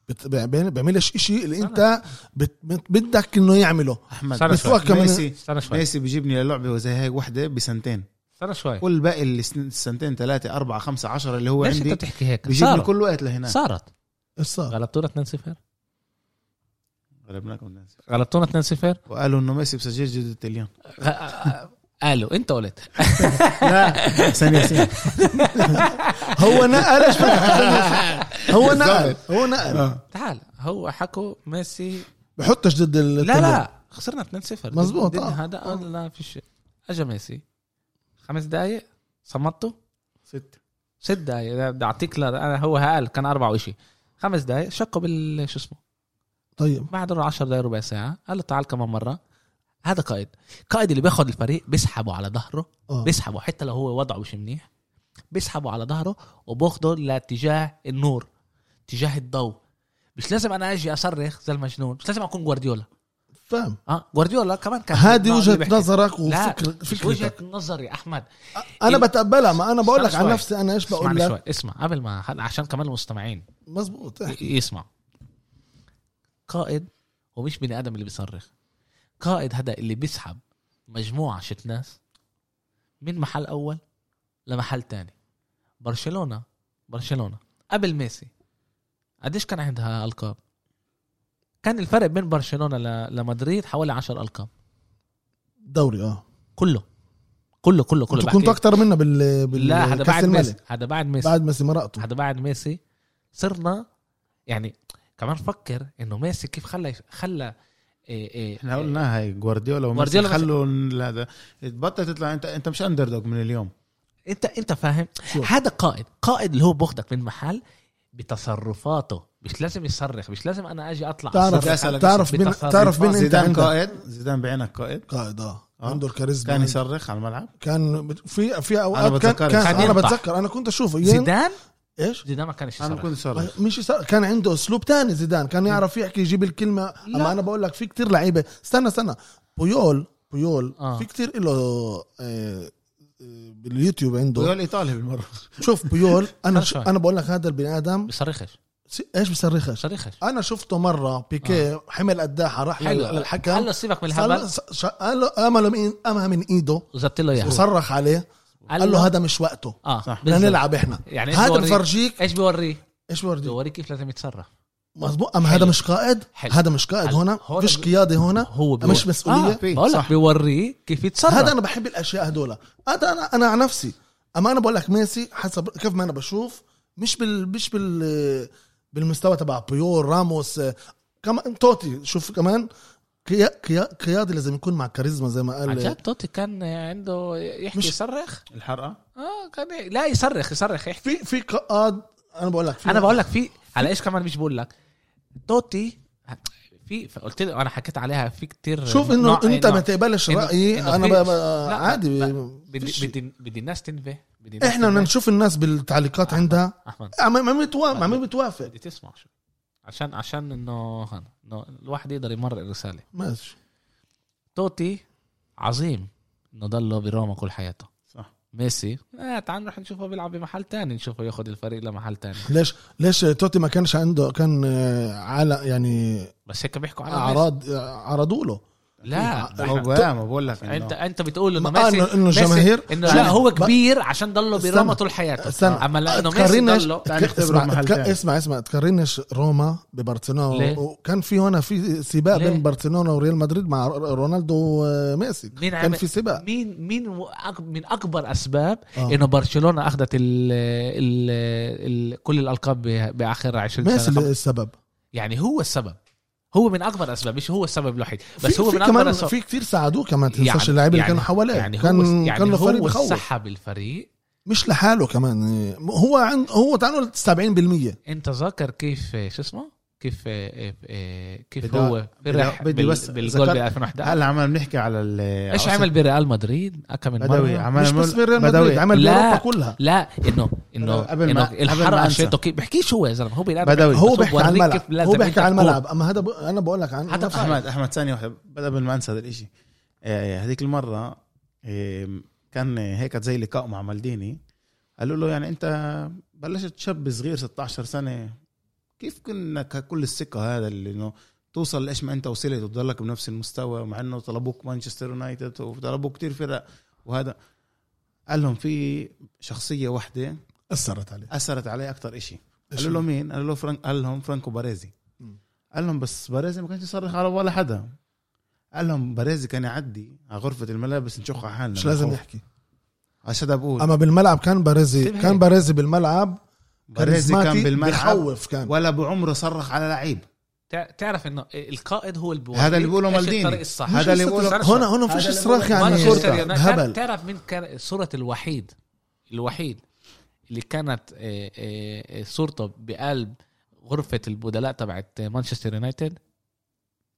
S3: بت... بيعمل- بيعملش اشي اللي انت بت... بت... بدك انه يعمله
S2: احمد
S1: استنى
S3: بس
S1: شوي
S3: وقت كمان-
S2: ميسي
S1: استنى شوي
S2: ميسي بيجيبني للعبه زي هاي وحده بسنتين
S1: استنى شوي
S2: كل باقي السنتين ثلاثه اربعه خمسه عشرة اللي هو
S1: ليش انت
S2: عندي
S1: بتحكي هيك
S2: بيجيبني
S1: صارت
S2: كل وقت لهناك
S1: صارت
S3: ايش صار؟
S1: غلبتونا 2-0
S2: غلبناكم الناس.
S1: غلبتونا 2-0
S2: وقالوا انه ميسي بسجل جدة اليوم
S1: غ- آه، قالوا انت قلت
S2: لا حسين ياسين
S3: هو نقل ايش بدك؟ هو نقل هو نقل
S2: آه.
S1: تعال هو حكوا ميسي
S3: بحطش ضد ال...
S1: لا لا خسرنا 2-0
S3: مزبوط،
S1: الدنيا
S3: آه.
S1: هذا آه، لا في شيء اجى ميسي خمس دقائق صمتوا
S2: ست
S1: ست دقائق ده- ده اعطيك لا ده انا هو قال كان اربع وشي خمس دقائق شقوا بال شو اسمه
S3: طيب
S1: بعد 10 دقائق ربع ساعه قال له تعال كمان مره هذا قائد قائد اللي بياخد الفريق بيسحبه على ظهره
S3: آه.
S1: بيسحبه حتى لو هو وضعه مش منيح بيسحبه على ظهره وباخده لاتجاه النور تجاه الضوء مش لازم انا اجي اصرخ زي المجنون مش لازم اكون جوارديولا
S3: فاهم
S1: اه جوارديولا كمان كان
S3: هذه وجهه
S1: بيحكي.
S3: نظرك
S1: لا
S3: وفكر
S1: مش
S3: فكرتك
S1: وجهه نظري يا احمد
S3: انا بتقبلها ما انا بقول لك
S1: اسمعني
S3: عن
S1: شوي.
S3: نفسي انا ايش بقول
S1: اسمعني
S3: لك
S1: شوي اسمع قبل ما هلا عشان كمان المستمعين
S3: مزبوط
S1: ي- يسمع قائد هو مش بني ادم اللي بيصرخ قائد هذا اللي بيسحب مجموعه شت ناس من محل اول لمحل تاني برشلونه برشلونه قبل ميسي قديش كان عندها القاب كان الفرق بين برشلونه ل- لمدريد حوالي 10 القاب
S3: دوري اه
S1: كله كله كله كله
S3: كنت
S1: بحكي-
S3: كنت اكتر منا بال بال
S1: لا هذا
S3: كأس
S1: بعد
S3: الملك.
S1: ميسي هذا بعد ميسي
S3: بعد ميسي مرقته
S1: هذا بعد ميسي صرنا يعني كمان فكر انه ميسي كيف خلى خلى إيه إيه
S2: احنا قلنا هاي جوارديولا وميسي
S1: جوارديولا
S2: خلوا ال- هذا تبطل تطلع انت انت مش اندر دوج من اليوم
S1: انت انت إيه، فاهم
S3: شو؟
S1: هذا قائد قائد اللي هو باخدك من محل بتصرفاته مش لازم يصرخ مش لازم انا اجي اطلع
S3: تعرف
S1: أصرخ.
S2: بدي أسألك
S3: تعرف
S1: بس
S3: بين
S1: بتصرف.
S3: تعرف بين انت
S2: زيدان
S3: عندك
S2: قائد زيدان بعينك قائد
S3: قائد اه
S2: آه.
S3: عنده الكاريزما
S2: كان يصرخ على الملعب
S3: كان بت- في في
S2: أنا
S3: اوقات كان,
S2: بتذكر
S3: كان
S1: كان
S3: انا
S1: ينبح.
S3: بتذكر انا كنت اشوفه يعني-
S1: زيدان
S3: ايش
S1: زيدان ما كانش
S2: انا
S1: يصرخ
S2: كنت صرخ
S3: مش يسا- كان عنده اسلوب تاني زيدان كان يعرف يحكي يجيب الكلمه
S1: لا.
S3: اما انا بقول لك في كتير لعيبه استنى استنى بويول بويول
S1: آه.
S3: في كتير له آه، آه، باليوتيوب عنده
S2: ويقول ايطالي بالمره
S3: شوف بويول انا
S1: شوي.
S3: انا بقول لك هذا البني ادم
S1: بيصرخش
S3: س- ايش بصرخش
S1: بيصرخش
S3: انا شفته مره بيكي آه. حمل قداحه راح لل-
S1: حلو
S3: للحكم
S1: هلا سيبك من
S3: صل-
S1: الهبل
S3: ص- ش- قال له امله من امها من ايده
S1: وزبط له اياها
S3: وصرخ عليه قال له هذا مش وقته
S1: اه
S2: صح.
S1: بالظبط.
S3: بدنا نلعب احنا
S1: يعني إيش
S3: هذا
S1: بوريك؟
S3: بفرجيك
S1: ايش بيوريه؟
S3: ايش بورجيك
S1: بيوريه كيف لازم يتصرف
S3: مظبوط اما هذا
S1: حلو.
S3: مش قائد
S1: حلو.
S3: هذا مش قائد
S1: حلو.
S3: هنا
S1: هون
S3: فيش
S1: ب-
S3: قياده هنا
S1: هو بيور-
S3: مش مسؤولية.
S1: آه بقول لك
S2: صح.
S1: بيوريه كيف يتصرف
S3: هذا انا بحب الاشياء هدول هذا انا انا عن نفسي اما انا بقول لك ميسي حسب كيف ما انا بشوف مش بال مش بال بالمستوى تبع بيور راموس آه، كمان توتي شوف كمان قيا- قيا- قيادي لازم يكون مع كاريزما زي ما
S1: عن
S3: قال
S1: جد توتي كان عنده يحكي
S3: مش-
S1: يصرخ
S2: الحرقه
S1: اه كان ي- لا يصرخ يصرخ يحكي
S3: في في قائد انا بقول لك في
S1: انا بقول لك في على ايش كمان مش بقول لك توتي في قلت لي انا حكيت عليها في كتير
S3: شوف انه
S1: نوع-
S3: انت
S1: نوع-
S3: ما تقبلش
S1: إنه-
S3: رايي
S1: إنه
S3: انا
S1: في-
S3: ب- ب-
S1: لا،
S3: عادي
S1: لا،
S3: فيش-
S1: بدي بدي بدي الناس تنبه بدي الناس
S3: احنا بدنا
S1: تنبه.
S3: نشوف الناس بالتعليقات عندها
S1: احمد
S3: مع مين بتوافق مع مين بتوافق
S1: بدي تسمع شو عشان عشان انه هن- إنه الواحد يقدر يمرق رساله
S3: ماشي
S1: توتي عظيم انه ضله بروما كل حياته
S2: صح
S1: ميسي آه تعال نروح نشوفه بيلعب بمحل تاني نشوفه ياخد الفريق لمحل تاني
S3: ليش ليش توتي ما كانش عنده كان آه، على يعني
S1: بس هيك بيحكوا على ميسي
S3: اعراض آه، عرضوا له
S1: لا
S2: هو
S1: إحنا-
S2: بقى ما بقول لك
S1: انت
S2: انه
S1: انت بتقول انه
S3: أه، أيوة. ما- آه،
S1: ميسي
S3: إنه- إنه
S1: ميسي-
S3: الجماهير-
S1: انه
S3: شوف،
S1: لا هو
S3: ب-
S1: كبير عشان ضله
S3: استنى.
S1: بروما طول حياته
S3: استنى.
S1: اما آه، لا انه ميسي
S3: تكررناش-
S1: ضله يعني
S2: تعال
S3: تك-
S2: نختبره
S3: اسمع
S2: بمحل
S3: تك-
S2: تاني.
S3: اسمع اسمع تكررناش روما ببرشلونه
S1: ليه؟
S3: وكان في هنا في سباق
S1: ليه؟
S3: بين برشلونه وريال مدريد مع ر- رونالدو وميسي
S1: مين
S3: كان
S1: عمل-
S3: في سباق
S1: مين مين و- أك- من اكبر اسباب
S3: آه.
S1: انه برشلونه اخذت ال ال ال كل الالقاب ب- باخر 20
S3: ميسي
S1: سنه
S3: اللي السبب
S1: يعني هو السبب هو من اكبر اسباب مش هو السبب الوحيد بس
S3: في
S1: هو
S3: في
S1: من اكبر
S3: كمان
S1: اسباب
S3: في كثير ساعدوه كمان تنساش اللاعبين اللي كانوا حواليه
S1: يعني
S3: كان
S1: هو يعني
S3: كان له فريق
S1: هو
S3: بخوف
S1: سحب الفريق
S3: مش لحاله كمان آه، هو عند هو تعالوا 70%
S1: انت ذاكر كيف شو اسمه كيف آه، آه، كيف
S2: بدي-
S1: هو فرح
S2: بدي- بدي
S1: بال-
S2: بس
S1: بالجول
S2: ذكرت-
S1: ب 2011
S2: هلا عمال بنحكي على ال-
S1: ايش
S2: على
S1: عمل بريال مدريد كم من
S2: بدوي
S1: مره
S2: عمال
S3: مش بس
S2: بقول-
S3: ريال
S2: بدوي
S3: مدريد عمل
S1: لا.
S3: باوروبا كلها
S1: لا انه انه
S2: قبل
S1: انه
S2: ما- قبل ما
S1: الحرقه
S2: أنسى.
S1: شيء توقيت بيحكيش هو يا زلمه هو بيلعب
S2: بدوي.
S1: طيب، بس
S3: هو بيحكي على
S1: بوريك
S3: الملعب
S1: كيف لازم
S3: هو بيحكي على
S1: أنت
S3: الملعب اما هذا ب... انا بقول لك عن
S1: حتى
S3: نفسي.
S1: أحمد.
S2: احمد احمد ثانيه واحده بدل ما انسى هذا الاشي آه، هذيك المره آه، كان هيك زي لقاء مع مالديني قالوا له يعني انت بلشت شاب صغير 16 سنه كيف كنك كل الثقه هذا اللي انه توصل لايش ما انت وصلت وتضلك بنفس المستوى مع انه طلبوك مانشستر يونايتد وطلبوك كتير فرق وهذا قال لهم في شخصيه واحده
S3: اثرت عليه
S2: اثرت علي اكثر إشي
S3: إيش
S2: قالوا له مين؟ قالوا له فرانك قال لهم فرانكو باريزي
S3: مم.
S2: قال لهم بس باريزي ما كانش يصرخ على ولا حدا قال لهم باريزي كان يعدي على غرفه الملابس نشخ على حالنا
S3: مش لازم
S2: بالخوف.
S3: يحكي
S2: عشان بقول
S3: اما بالملعب كان باريزي
S1: انتبه.
S3: كان باريزي بالملعب
S2: باريزي كان بالملعب
S3: بخوف كان
S2: ولا بعمره صرخ على لعيب
S1: تع- تعرف انه القائد هو اللي بيوريك
S2: هذا اللي بيقوله
S1: إيش
S2: مالديني.
S1: الطريق الصح
S2: هذا اللي بقوله-
S3: هنا هنا ما فيش
S2: هذا اللي
S3: صراخ
S2: بقوله.
S1: يعني
S3: يعني
S1: مانشستر يونايتد
S3: هبل
S1: تعرف مين كان صورة الوحيد الوحيد اللي كانت آه، آه، آه، صورته بقلب غرفة البدلاء تبعت مانشستر يونايتد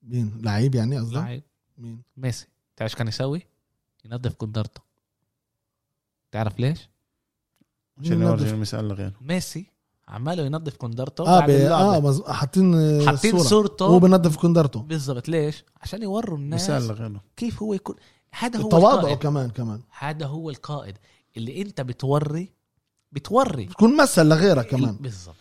S3: مين لعيب يعني قصدك
S1: لاعب
S3: مين
S1: ميسي تعرف إيش كان يسوي؟ ينظف كندرته تعرف ليش؟
S2: عشان
S3: مين
S2: يورجي
S3: نظف؟
S2: المثال لغيره
S1: ميسي عماله ينظف كندرته
S3: اه
S1: بعد
S3: ب-
S1: اللعبة.
S3: اه مز- حاطين آه،
S1: حاطين
S3: صورة. هو
S1: صورته
S3: بنظف كوندرته
S1: بالضبط ليش؟ عشان يوروا الناس
S2: مثال لغيره
S1: كيف هو يكون هذا هو
S3: تواضعه
S1: القائد
S3: كمان كمان
S1: هذا هو القائد اللي انت بتوري بتوري
S3: تكون مثل لغيرك كمان
S1: بالظبط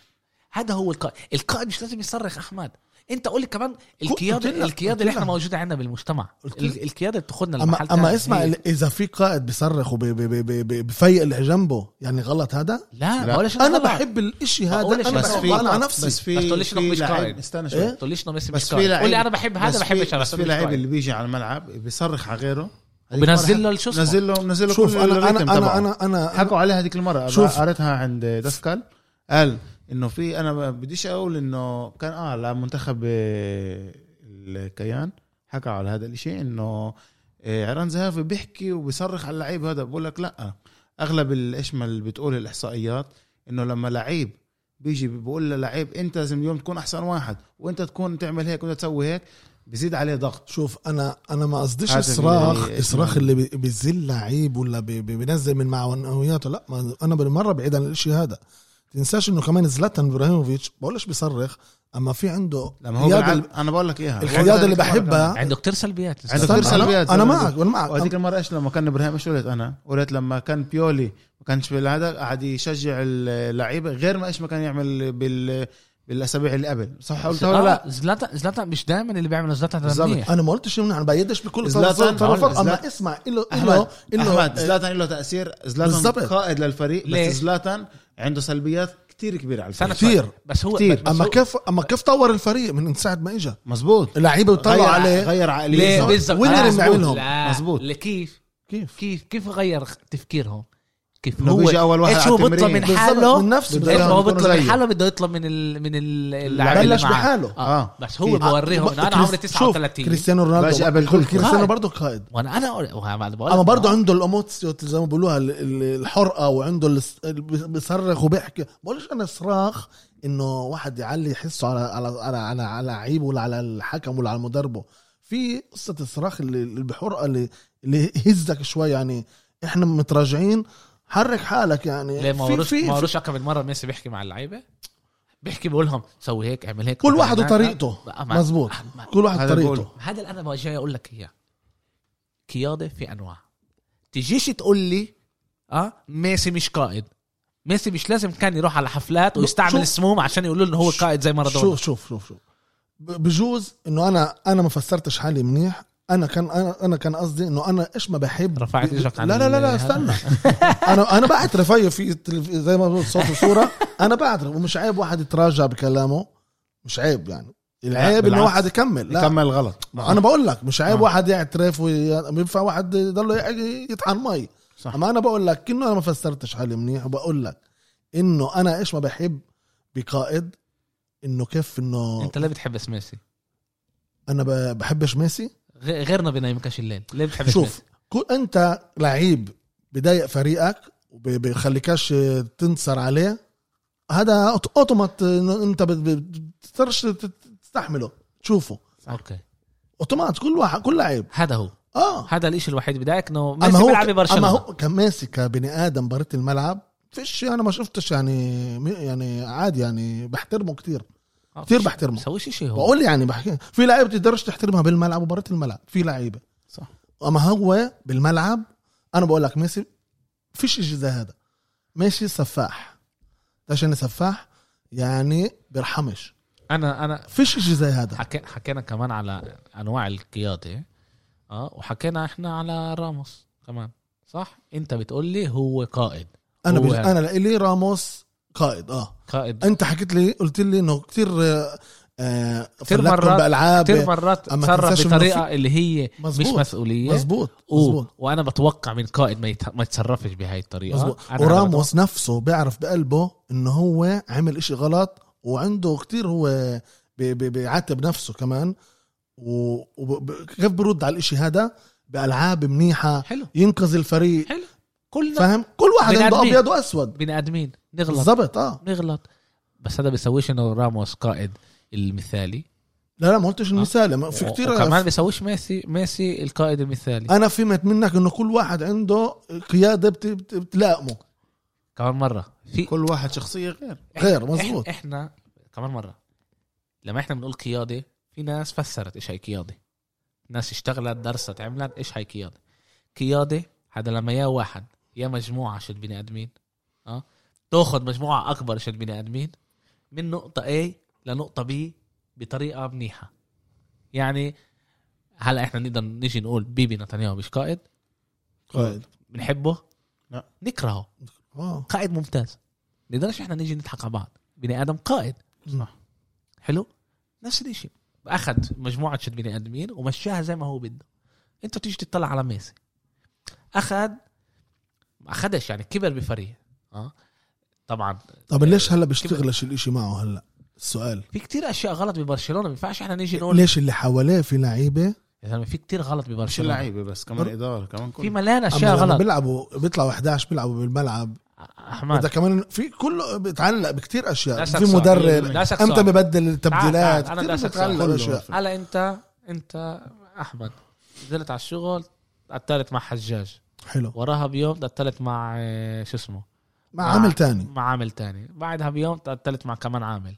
S1: هذا هو القائد القائد مش لازم يصرخ احمد انت قول لي كمان القياده
S3: قلت لك-
S1: القياده
S3: قلت
S1: اللي احنا
S3: لك.
S1: موجوده عندنا بالمجتمع
S3: قلت لك.
S1: ال- القياده بتاخذنا
S3: اما
S1: لمحل
S3: اما
S1: تاني.
S3: اسمع
S1: هي-
S3: ال- اذا في قائد بيصرخ وبفيق اللي جنبه يعني غلط هذا
S1: لا
S2: لا.
S1: ما بقولش
S3: انا
S1: غلط.
S3: بحب الاشي
S1: ما
S3: هذا
S1: بقولش
S3: انا
S1: بس
S3: بس
S1: في-
S3: على نفسي
S2: بس
S1: بس
S2: في
S1: تقوليش إنك
S2: في
S1: مش
S2: لعيب-
S1: قاعد.
S2: استنى
S3: إيه؟
S2: شوي
S1: ما تقوليش انه ميسي
S2: بس
S1: مش
S2: في
S1: قائد
S2: لعيب-
S1: قول لي انا بحب هذا
S2: بس
S1: بحبش
S2: في-
S1: هذا
S2: بس في لعيب اللي بيجي على الملعب بيصرخ على غيره هذيك
S1: وبنزل له
S2: مرة
S1: شو اسمه
S2: نزل له نزل له
S3: شوف
S2: كل
S3: انا انا
S2: الريتم تبعه.
S3: انا انا انا
S2: حكوا عليها هذيك المره
S3: شوف.
S2: شوف قريتها عند دسكال قال انه في انا ما بديش اقول انه كان اه على منتخب آه، الكيان حكى على هذا الاشي انه آه، عران زهافي بيحكي وبيصرخ على اللعيب هذا بقول لك لا اغلب ال- ايش ما اللي بتقول الاحصائيات انه لما لعيب بيجي بقول للعيب انت لازم اليوم تكون احسن واحد وانت تكون تعمل هيك وانت تسوي هيك بزيد عليه ضغط
S3: شوف انا انا ما قصديش
S2: هذا
S3: اصراخ
S2: اللي-
S3: اصراخ اللي بي- بيذل لعيب ولا بي- بي- بينزل من معنوياته لا ما انا بالمره بعيد عن الشيء هذا تنساش انه كمان زلاتان ابراهيموفيتش بقولش بيصرخ اما في عنده
S2: لما هو
S3: قيادة-
S2: بيلعب انا بقول لك اياها
S3: القياده اللي بحبها
S1: عنده كتير سلبيات
S2: عنده
S3: استنى،
S2: كتير سلبيات.
S3: أنا- انا معك وانا معك
S2: وهذيك المره ايش لما كان ابراهيم ايش قلت انا؟ قلت لما كان بيولي ما كانش بالعاده قاعد يشجع اللعيبه غير ما ايش ما كان يعمل بال بالاسابيع اللي قبل صح قلتها ولا لا؟
S1: لا آه، زلاتان زلاتان مش دايما اللي بيعمل زلاتان
S2: بالظبط.
S1: منيح
S3: انا ما قلتش انه انا بايدش بكل
S2: زلاتان-
S3: طرف
S2: زلاتان-
S3: اما اسمع له
S2: احمد
S3: له
S2: احمد
S3: له
S2: زلاتان له تاثير زلاتان
S3: بالظبط.
S2: قائد للفريق
S1: ليه؟
S2: بس زلاتان عنده سلبيات كتير كبيره على الفريق
S1: استنى شوي.
S3: كتير.
S1: بس هو
S2: كتير.
S1: بس
S3: اما
S1: هو-
S3: كيف اما كيف طور الفريق من ساعه ما اجى
S2: مزبوط
S3: اللعيبه بيطلعوا
S2: غير-
S3: عليه
S2: غير
S1: ليه
S2: عقليه
S1: بالظبط
S3: وين
S1: آه،
S3: اللي
S1: مزبوط.
S3: بنعملهم؟
S1: لا،
S2: مزبوط.
S1: لكيف
S3: كيف
S1: كيف كيف غير تفكيرهم كيف
S2: إنه بيجي أول واحد
S1: ايش
S2: على
S1: هو بيطلب
S2: التمرين.
S1: من
S3: بالظبط،
S1: حاله
S3: من نفسه
S2: بده
S1: ايش
S2: إياهم
S1: هو
S2: يكونوا
S1: بيطلب من
S2: زيه.
S1: حاله بده يطلب من ال... من ال- اللاعبين اللي
S3: بلش
S1: معاه.
S3: بحاله.
S1: اه
S2: آه.
S1: بس هو بوريهم انه انا
S3: كريس-
S1: عمري
S3: شوف،
S1: 39
S3: كريستيانو
S2: ماشي
S3: رونالدو
S2: قبل
S3: بيقول
S2: كل-
S3: كريستيانو
S1: قائد.
S3: برضه قائد
S1: وانا انا أقول- وأنا بقول
S3: اما برضه عنده الاموتسيو زي ما بيقولوها ال- ال- الحرقه وعنده الس- ال- بيصرخ وبيحكي بقولش انا صراخ انه واحد يعلي حسه على على على على على لعيبه ولا على الحكم ولا على مدربه في قصه الصراخ اللي اللي بحرقه اللي اللي هزك شوي يعني احنا متراجعين حرك حالك يعني
S1: ليه ما
S3: في-
S1: وروش
S3: في-
S1: ما
S3: في-
S1: وروش كم مره ميسي بيحكي مع اللعيبه بيحكي بقول لهم سوي هيك اعمل هيك
S3: كل واحد
S1: أنا-
S3: وطريقته
S1: أنا- أنا-
S3: مزبوط
S1: أنا-
S3: كل واحد
S2: هذا بقوله.
S3: طريقته
S1: هذا اللي انا ما جاي اقول لك اياه قياده في انواع تجيش تقول لي اه ميسي مش قائد ميسي مش لازم كان يروح على حفلات
S3: شوف.
S1: ويستعمل سموم عشان يقولوا له انه هو
S3: شوف.
S1: قائد زي مارادونا
S3: شوف شوف شوف شوف ب- بجوز انه انا انا ما فسرتش حالي منيح انا كان انا انا كان قصدي انه انا ايش ما بحب
S1: رفعت اجرك عن
S3: لا لا لا لا
S1: ال-
S3: استنى انا انا بعترف هي في التلف- زي ما بقول صوت وصوره انا بعترف ومش عيب واحد يتراجع بكلامه مش عيب يعني العيب انه
S2: بالعكس.
S3: واحد يكمل لا
S2: يكمل غلط
S3: انا بقول لك مش عيب
S2: آه.
S3: واحد يعترف وينفع واحد يضل يطحن مي
S2: صح.
S3: اما انا بقول لك انه انا ما فسرتش حالي منيح وبقول لك انه انا ايش ما بحب بقائد انه كيف انه
S1: انت ليه بتحب ميسي
S3: انا ب- بحبش ميسي
S1: غ- غيرنا بينامكش الليل ليه بتحب
S3: شوف كو انت لعيب بضايق فريقك وبيخليكش تنصر عليه هذا أوت- اوتومات إنه انت بت- بت- بتقدرش تستحمله تشوفه
S1: اوكي
S3: اوتومات كل واحد كل لعيب
S1: هذا هو
S3: اه
S1: هذا الاشي الوحيد بدايك انه ميسي بيلعب
S3: اما
S1: ببرشلونه
S3: هو كميسي كبني ادم برة الملعب فيش انا ما شفتش يعني يعني عادي يعني بحترمه كتير
S1: آه،
S3: كتير
S1: مش-
S3: بحترمه.
S1: بسويش اشي هو
S3: بقول يعني بحكي في لعيبه بتقدرش تحترمها بالملعب وبرة الملعب في لعيبه
S2: صح.
S3: اما هو بالملعب انا بقول لك ميسي فيش شيء زي هذا ميسي سفاح ده عشان سفاح يعني بيرحمش
S1: انا انا
S3: فيش شيء زي هذا
S1: حكي حكينا كمان على انواع القياده اه وحكينا احنا على راموس كمان صح انت بتقول لي هو قائد
S3: انا
S1: هو يعني.
S3: بج...
S1: هذا.
S3: انا لإلي راموس قائد اه
S1: قائد
S3: انت حكيت لي قلت لي انه كثير آه، آه
S1: كتير
S3: فلتهم
S1: مرات-
S3: بالالعاب
S1: كثير مرات
S3: أما
S1: تصرف
S3: تنساش إنه
S1: بطريقه اللي هي مش إيه؟
S3: مزبوط
S1: مسؤوليه
S3: مزبوط
S1: و-
S3: مزبوط
S1: وانا بتوقع من قائد ما, يت... ما يتصرفش بهاي الطريقه
S3: مزبوط
S1: أيوة. أنا بتوقع-
S3: وراموس نفسه بيعرف بقلبه انه هو عمل إشي غلط وعنده كتير هو بي- بي- بيعاتب نفسه كمان وكيف برد على الإشي هذا بالعاب منيحه
S1: حلو
S3: ينقذ الفريق
S1: حلو كلنا
S3: فاهم كل واحد
S1: بني
S3: عنده
S1: آدمين.
S3: ابيض واسود
S1: بني ادمين نغلط
S3: بالضبط اه
S1: نغلط بس هذا بيسويش انه راموس قائد المثالي
S3: لا لا ما قلتش المثال ما- في
S1: و-
S3: كتير
S1: آه. وكمان بيسويش ميسي ميسي القائد المثالي
S3: انا فهمت منك انه كل واحد عنده قياده بت- بت- بتلائمه
S1: كمان مره في
S2: كل واحد شخصيه غير
S3: غير
S1: احنا,
S3: مزبوط
S1: احنا كمان مره لما احنا بنقول قياده في ناس فسرت ايش هي قياده ناس اشتغلت درست عملت ايش هي قياده قياده هذا لما يا واحد يا مجموعه شد بني ادمين اه تاخذ مجموعه اكبر شد بني ادمين من نقطه A لنقطه B بطريقه منيحه يعني هلا احنا نقدر نيجي نقول بيبي نتنياهو مش قائد
S3: قائد
S1: بنحبه
S2: لا.
S1: نكرهه
S3: اه
S1: قائد ممتاز نقدرش احنا نيجي نضحك على بعض بني ادم قائد
S3: نعم.
S2: صح.
S1: حلو نفس الشيء اخذ مجموعه شت بني ادمين ومشاها زي ما هو بده انت تيجي تطلع على ميسي اخذ ما اخذش يعني كبر بفريق اه طبعا
S3: طب ليش هلا بيشتغلش الاشي معه هلا السؤال
S1: في كتير اشياء غلط ببرشلونه ما ينفعش احنا نيجي نقول
S3: ليش اللي حواليه في لعيبه
S1: يا زلمه في كتير غلط
S2: مش
S1: ببرشلونه
S2: اللعيبه بس كمان اداره كمان
S1: في
S2: كل
S1: مليان اشياء
S3: أما لما
S1: غلط
S3: بيلعبوا بيطلعوا 11 بيلعبوا بالملعب
S1: احمد
S3: بدها كمان في كله بتعلق بكتير اشياء
S1: بدي
S3: في
S1: أسألك سؤال.
S3: مدرب
S1: بدي أسألك
S3: امتى
S1: سؤال.
S3: ببدل
S1: تعال،
S3: التبديلات
S1: تعال، أنا بدي
S3: كتير
S1: أسألك
S3: بتعلق
S1: سؤال.
S3: اشياء
S1: هلا انت انت احمد نزلت على الشغل الثالث مع حجاج
S3: حلو
S1: وراها بيوم الثالث مع آه، شو اسمه
S3: مع عامل تاني
S1: مع عامل تاني بعدها بيوم الثالث مع كمان عامل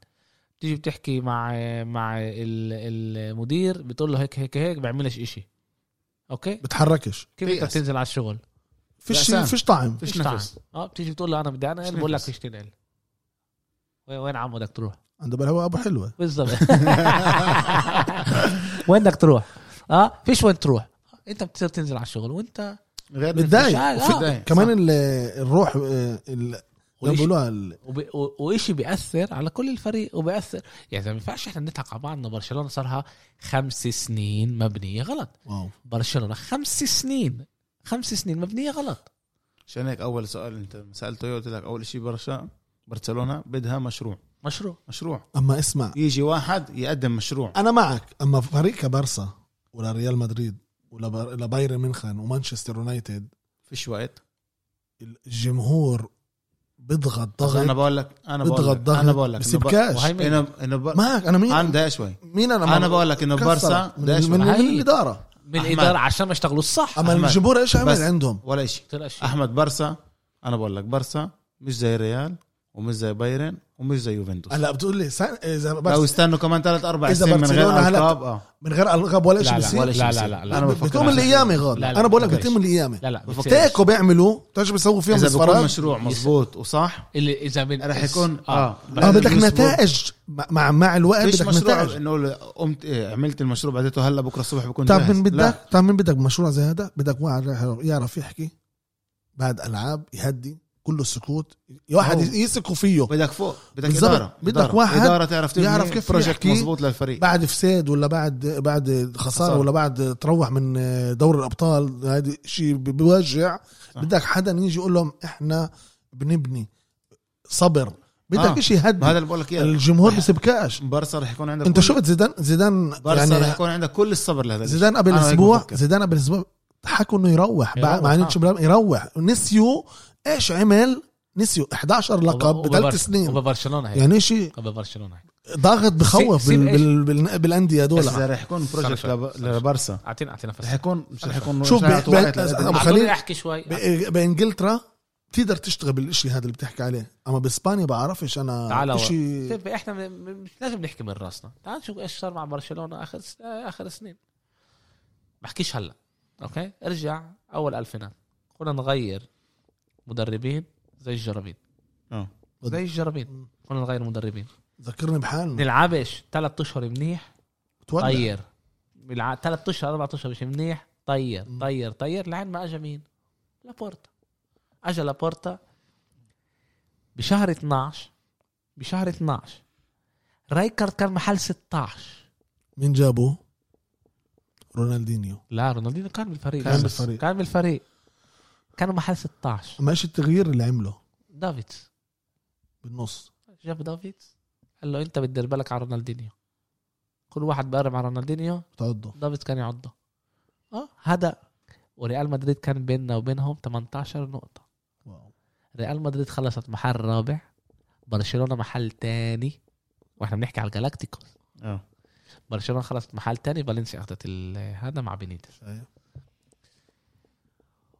S1: تيجي بتحكي مع آه، مع ال- المدير بتقول له هيك هيك هيك بيعملش إشي اوكي
S3: بتحركش
S1: كيف
S2: في
S1: انت
S2: أس-
S1: بتنزل على الشغل
S3: فيش
S2: لأسان.
S3: فيش طعم
S2: فيش
S1: فيش طعم.
S2: نفس.
S1: اه بتيجي بتقول له انا بدي انقل
S2: فيش
S1: بقول لك
S2: نفس.
S1: فيش تنقل وين وين عم بدك تروح
S3: عنده بالهواء ابو حلوه
S1: بالضبط وين بدك تروح اه فيش وين تروح انت بتصير تنزل على الشغل وانت
S2: غير
S3: بتضايق.
S2: مش-
S1: آه.
S2: بتضايق.
S3: كمان
S2: صح.
S3: ال- الروح آه، ال- لما
S1: وليش-
S3: بيقولوها ال-
S1: وب... و- وإشي بيأثر على كل الفريق وبيأثر يعني ما ينفعش احنا نضحك على بعض انه برشلونه صارها خمس سنين مبنيه غلط
S3: واو
S1: برشلونه خمس سنين خمس سنين مبنيه غلط
S2: عشان هيك اول سؤال انت لما سالته إياه، قلت لك اول شيء برشا برشلونه بدها مشروع
S1: مشروع
S2: مشروع
S3: اما اسمع
S2: يجي واحد يقدم مشروع
S3: انا معك اما فريق كبارسا ولا ريال مدريد ولا بر- ولا بايرن ميونخن ومانشستر يونايتد
S2: فيش وقت
S3: الجمهور بيضغط
S2: بس انا
S3: ضغط
S2: بقول لك انا بقول
S3: بيضغط
S2: لك انا بقول
S3: ضغط
S2: لك
S3: بسبكاش
S1: وهي-
S2: انا انا ب-
S3: معك انا مين
S2: انا ده شوي
S3: مين انا
S2: انا بقول لك انه
S3: كسر.
S2: برسا
S3: من,
S2: ده
S3: من, من
S2: شوي
S1: هاي-
S3: الاداره
S1: من
S2: أحمد.
S1: الاداره عشان ما يشتغلوا الصح
S3: اما
S2: أحمد.
S3: الجمهور ايش
S2: بس-
S3: عمل عندهم
S2: ولا شيء
S1: كتير أشياء.
S2: احمد برسا انا بقول لك برسا مش زي ريال ومش زي بايرن ومش زي يوفنتوس
S3: هلا بتقول لي سن... اذا
S2: لو
S3: بس
S2: استنوا كمان ثلاث اربع
S3: إذا
S2: سنين من غير
S3: برشلونة هلا-
S2: القاب اه
S3: من غير الغاب ولا شيء
S1: لا لا
S3: بيصير
S1: ولا شيء
S2: لا،
S1: بيصير.
S2: لا، لا،
S1: لا
S2: أنا
S1: لا
S2: بفكر
S3: بتقوم
S2: عشان-
S3: الايام غاد
S1: لا، لا،
S3: انا بقول لك
S1: بفكرش.
S3: بتم الايام
S1: لا لا
S2: بفكر.
S1: بيصير.
S3: تيكو بيعملوا بتعرفش بيسووا فيهم
S2: اذا بيكون
S3: السفارات
S2: مشروع مزبوط وصح
S1: اللي اذا من
S2: رح يكون
S1: اه
S2: اه
S3: اه
S2: بعد
S3: بدك
S2: الأسبوع.
S3: نتائج مع- مع مع الوقت
S2: فيش
S3: بدك
S2: مشروع
S3: نتائج
S2: انه ل- قمت إيه، عملت المشروع بعدته هلا بكره الصبح بكون
S3: تعرف
S2: جاهز.
S3: من
S2: لا.
S3: بدك تعرف من بدك مشروع زي هذا بدك واحد رايح يعرف يحكي بعد العاب يهدي كله سكوت واحد
S2: أوه.
S3: يثقوا فيه
S2: بدك فوق بدك
S3: بالظبط.
S2: اداره
S3: بدك
S2: إدارة.
S3: واحد
S2: اداره تعرف تبني
S3: يعرف كيف
S2: بروجكت
S3: يحكي.
S2: مزبوط للفريق
S3: بعد فساد ولا بعد بعد خساره
S2: خسارة.
S3: ولا بعد تروح من دور الابطال هذا شيء بوجع
S2: صح.
S3: بدك حدا يجي يقول لهم احنا بنبني صبر بدك
S2: آه.
S3: شيء
S2: ما هذا
S3: يهدي
S2: اللي بقول لك اياه
S3: الجمهور بسبكاش
S2: برسا رح يكون عندك
S3: انت
S2: كل-
S3: شفت زيدان زيدان
S2: برسا رح
S3: يعني
S2: يكون عندك كل الصبر لهذا الشيء.
S3: زيدان قبل
S2: أنا هيك
S3: اسبوع
S2: بفكر.
S3: زيدان قبل اسبوع حكوا انه يروح
S1: يروح،
S3: مع
S1: آه.
S3: نيتش يروح نسيوا ايش عمل نسيوا 11 لقب
S1: وب-
S3: بثلاث
S1: وببر-
S3: سنين
S1: وببرشلونه هيك
S3: يعني شيء
S1: وببرشلونه هيك
S3: ضاغط بخوف
S1: سيب
S3: بال-
S1: إيش؟
S3: بال- بال- بالانديه
S2: بس
S3: دول
S2: إذا رح يكون بروجكت
S1: استنى
S2: لب-
S1: شوي.
S2: لبرسا
S1: اعطينا اعطينا
S2: رح
S1: فرصه
S2: يكون مش رح يكون
S3: شوف
S2: مش رح يعطوا
S3: ب-
S2: وقت
S3: ب-
S2: لهذا
S3: أبو
S2: الشيء.
S3: خليل-
S1: خليني احكي شوي
S3: ب- بانجلترا تقدر تشتغل بالشيء هذا اللي بتحكي عليه اما باسبانيا بعرفش
S1: تعال
S3: انا
S1: ورا.
S3: شيء
S1: طيب احنا من- من- مش لازم نحكي من راسنا تعال نشوف ايش صار مع برشلونه اخر س- اخر سنين بحكيش هلا اوكي ارجع اول الفينات كنا نغير مدربين زي الجرابين
S2: آه.
S3: بد-
S1: زي الجرابين كنا نغير مدربين
S3: ذكرني
S1: طيب.
S3: بحالنا
S1: نلعبش ثلاث اشهر منيح
S3: تولع.
S1: طير بلع- ثلاث اشهر اربع اشهر مش منيح طير طير طير لعند ما اجى مين؟ لابورتا اجى لابورتا بشهر 12 بشهر 12 رايكارد كان محل 16
S3: مين جابه؟ رونالدينيو
S1: لا رونالدينو كان بالفريق
S3: كان
S1: بس-
S3: بالفريق.
S1: كان بالفريق كانوا محل 16
S3: ما ايش التغيير اللي عمله
S1: دافيدز
S3: بالنص
S1: جاب دافيدز قال له انت بتدير بالك على رونالدينيو كل واحد بقرب على رونالدينيو
S3: تعضه
S1: دافيدز كان يعضه اه هذا وريال مدريد كان بيننا وبينهم 18 نقطة
S3: واو.
S1: ريال مدريد خلصت محل رابع برشلونة محل تاني واحنا بنحكي على الجالاكتيكوس
S2: آه.
S1: برشلونة خلصت محل تاني فالنسيا اخذت ال- هذا مع بينيتس
S3: شايف؟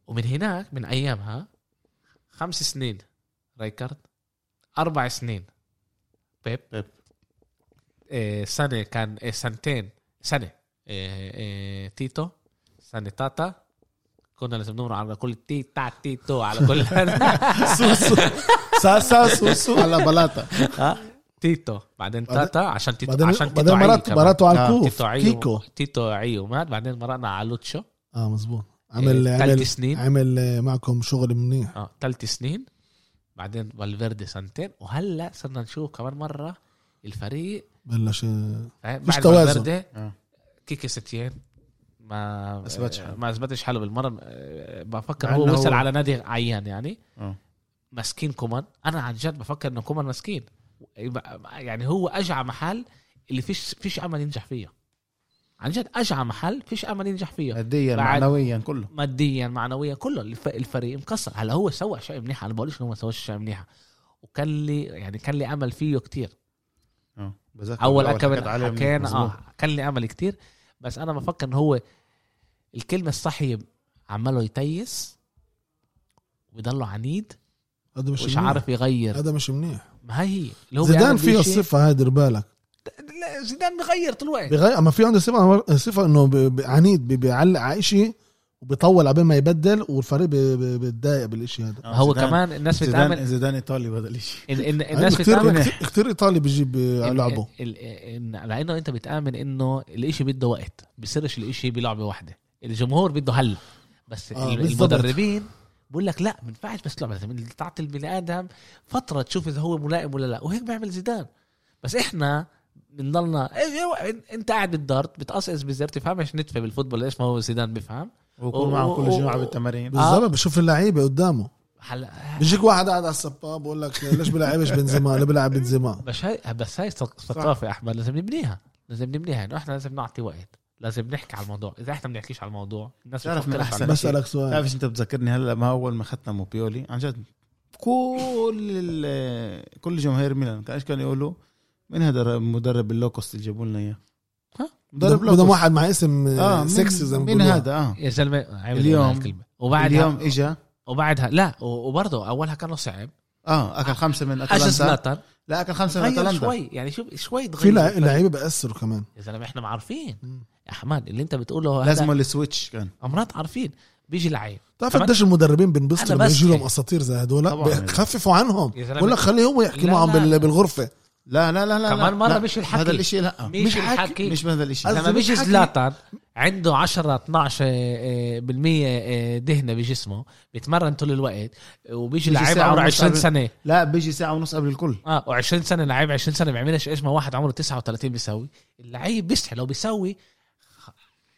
S1: ومن هناك من ايامها خمس سنين رايكارد اربع سنين بيب
S2: بيب.
S1: إيه سنة كان إيه سنتين سنة إيه إيه تيتو سنة تاتا كنا لازم نمر على كل تي تا تيتو على كل
S3: سوسو ساسا سوسو
S2: على بلاطه
S1: تيتو بعدين
S3: بعدين-
S1: تاتا عشان تيتو
S3: بعدين
S1: عشان
S3: بعدين
S1: تيتو عيو
S3: مرات
S1: كمان.
S3: مراتوا على
S2: آه،
S3: الكوف
S1: تيتو
S3: كيكو
S1: عيو تيتو عيو مات بعدين مرقنا على لوتشو
S3: اه مزبوط عمل
S1: عمل ثلاث
S3: عمل
S1: آه، سنين
S3: عمل آه، معكم شغل منيح
S1: اه ثلاث سنين بعدين فالفيردي سنتين وهلا صرنا نشوف كمان مره الفريق
S3: بلش آه،
S1: فاهم؟
S3: مش
S1: بعد
S3: توازن.
S1: فالفيردي
S2: آه.
S1: كيكي ستيان ما
S2: أثبتش حاله.
S1: ما اثبتش حاله بالمره آه، بفكر
S2: مع
S1: هو
S2: إنه
S1: وصل
S2: هو-
S1: على نادي عيان يعني
S2: آه.
S1: مسكين كومان انا عن جد بفكر انه كومان مسكين يعني هو اجعى محل اللي فيش فيش امل ينجح فيه عن جد اجعى محل فيش امل ينجح فيه
S2: ماديا
S1: بعد-
S2: معنويا كله
S1: ماديا معنويا كله الف- الفريق مكسر هلا هو سوى اشياء منيحه انا بقولش انه ما سواش اشياء منيحه وكان لي يعني كان لي امل فيه كتير
S2: آه. بذكر
S1: اول
S2: حكيت عليه
S1: اكمل
S2: من-
S1: حكينا
S2: مظبوط.
S1: اه كان لي امل كتير بس انا بفكر انه هو الكلمه الصح هي عماله يتيس ويضله عنيد
S3: هذا مش
S1: مش
S3: منيح.
S1: عارف يغير
S3: هذا مش منيح
S1: ما هي هي اللي هو
S3: زيدان
S1: بيعمل إيه.
S3: فيه
S1: بشيء-
S3: الصفه هاي دير بالك
S1: لا، زيدان بغير طول الوقت
S3: بغير اما في عنده صفه صفه انه ب- ب- عنيد ب- بيعلق على شيء وبيطول على ما يبدل والفريق ب- ب- بيتضايق بالشيء هذا
S2: آه،
S1: هو
S2: زيدان-
S1: كمان الناس بتعمل
S2: زيدان أيوة، زيدان ايطالي بهذا الشيء
S1: ال- ال-
S3: الناس
S1: الناس إيه، بتعمل إيه،
S3: كثير كثير ايطالي بيجيب آه، لعبه
S1: ال- ال- إن- لانه انت بتامن انه الاشي بده وقت بصيرش الاشي بلعبه واحده الجمهور بده هلا بس
S3: آه،
S1: ال-
S3: بالضبط.
S1: المدربين بقول لك لا ما ينفعش بس لعبه لازم تعطي البني ادم فتره تشوف اذا هو ملائم ولا لا وهيك بيعمل زيدان بس احنا بنضلنا إيه، إيه، انت قاعد بالدارت بتقصقص بزر تفهمش نتفه بالفوتبول ليش ما هو زيدان بيفهم
S2: ويكون
S1: و-
S2: معهم كل
S1: و-
S2: جمعه
S1: و-
S2: بالتمارين
S1: آه.
S3: بالظبط بشوف اللعيبه قدامه
S1: هلا
S3: بيجيك واحد قاعد على السباب بقول لك ليش بلعبش بنزيما ليه بلعب بنزيما
S1: بس هاي بس هاي ثق- ثقافه احمد لازم نبنيها لازم نبنيها انه احنا لازم نعطي وقت لازم نحكي على الموضوع اذا احنا بنحكيش على الموضوع الناس
S2: تعرف من
S1: بتفكرش
S2: أحسن
S1: على
S2: بس
S1: الشيء.
S3: بسالك سؤال
S2: بتعرف ايش انت بتذكرني هلا ما اول ما ختموا بيولي عن جد كل ال- كل جماهير ميلان كان ايش كانوا يقولوا من هذا مدرب اللوكوست اللي جابوا لنا اياه؟
S1: ها؟
S2: مدرب
S3: بدهم
S2: لوكوست
S3: واحد مع اسم
S2: اه
S3: آه سكسي زي ما
S2: من
S3: بيقولوها.
S2: هذا اه
S1: يا زلمه عامل
S2: اليوم-
S1: هاي الكلمه وبعدها
S2: اليوم اجى
S1: وبعدها لا و- وبرضه اولها كانوا صعب
S2: اه اكل خمسه من
S1: اجى
S2: اتلانتا
S1: زلاتان
S2: لا اكل خمسه من
S1: غير
S2: اتلانتا
S1: شوي يعني شوف شوي تغير
S3: في لع- لعيبه بأثروا كمان
S1: يا زلمه احنا عارفين
S3: مم.
S1: يا احمد اللي انت بتقوله هذا
S2: لازم السويتش كان
S1: امرات عارفين بيجي لعيب
S3: بتعرف
S1: كمان-
S3: قديش المدربين
S1: أنا
S3: بينبسطوا لما
S1: بس
S3: يجي لهم
S1: هيك.
S3: اساطير زي هدول
S2: طبعاً.
S3: بخففوا عنهم
S1: يا زلمة.
S3: بقول لك خليه هو يحكي
S1: لا، إيه،
S3: معهم
S1: لا.
S3: بال- بالغرفه
S2: لا لا لا لا
S1: كمان
S2: لا،
S1: مرة
S2: لا.
S1: مش الحكي.
S2: هذا الشيء لا
S1: مش الحكي.
S2: مش بهذا الشيء
S1: لما
S3: قصدي
S1: بيجي
S3: بيحكي-
S1: زلاتان عنده 10 12 آه، بالمية آه، دهنه بجسمه بيتمرن طول الوقت وبيجي
S2: بيجي
S1: لعيب
S2: ساعة
S1: عمره
S2: ونص
S1: 20
S2: قبل-
S1: سنه
S2: لا بيجي ساعه ونص قبل الكل
S1: اه و20 سنه لعيب 20 سنه بيعملش ايش ما واحد عمره 39 بيسوي اللعيب بيستحي لو بيسوي خ-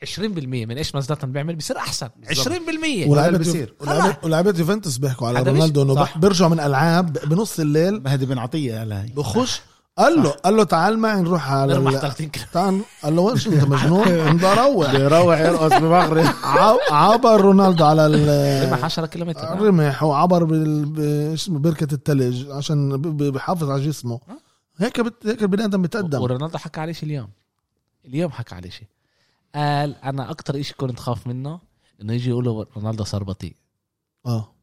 S1: 20% من ايش ما زلاتان بيعمل بيصير احسن 20%
S3: ولاعيبة
S2: اللي
S3: يو-
S2: بصير.
S3: ولاعيبة- ولاعيبة يوفنتوس بيحكوا على
S1: هذا مش-
S3: رونالدو انه
S1: صح.
S3: بح- بيرجعوا من العاب بنص الليل
S2: هذه بنعطيه هلا هي
S3: بخش قال له قال له تعال معي نروح على
S1: نربح
S3: ال-
S1: 30 كيلو
S3: تعال قال له وش انت مجنون بدي اروح
S2: بيروح يرقص بمغرب
S3: ع- عبر رونالدو على ال-
S1: ربح 10 كيلو
S2: آه،
S1: متر
S3: الرمح وعبر بال ب- شو اسمه بركه الثلج عشان ب- ب- بحافظ على جسمه هيك بت... هيك البني ادم بتقدم
S1: ورونالدو حكى عليه شيء اليوم اليوم حكى عليه شيء قال انا اكتر شيء كنت خاف منه انه يجي يقولوا رونالدو صار بطيء
S3: اه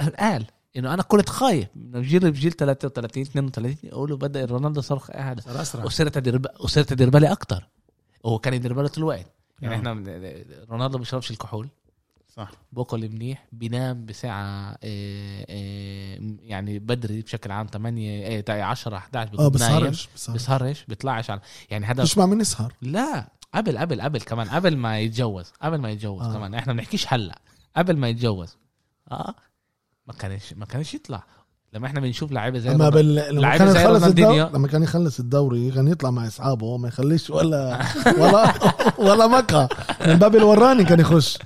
S1: قال- قال انه انا كنت خايف انه بجيل بجيل 33 32 يقولوا بدا رونالدو صار خ- هذا
S2: صار اسرع
S1: وصير تدير وصير تدير بالي اكثر هو كان يدير باله طول الوقت يعني
S2: آه.
S1: احنا رونالدو ما بيشربش الكحول
S2: صح
S1: باكل منيح بينام بساعة آه، آه، يعني بدري بشكل عام 8 آه، 10 11
S3: اه
S1: بيكون نايم
S3: بسهرش بسهرش
S1: بيسهرش بيطلعش على يعني هذا
S3: تسمع مين يسهر
S1: لا قبل قبل قبل كمان قبل ما يتجوز قبل ما يتجوز
S3: آه.
S1: آه. كمان احنا ما بنحكيش هلا قبل ما يتجوز اه ما كانش ما كانش يطلع لما احنا بنشوف لعيبه زي
S3: لما
S1: رونالدو-
S3: بال... لما
S1: لعيبة
S3: كان
S1: زي
S3: يخلص
S1: رونالدينيو.
S3: الدوري لما كان يخلص الدوري كان يطلع مع اصحابه هو ما يخليش ولا ولا ولا مكه من باب الوراني كان يخش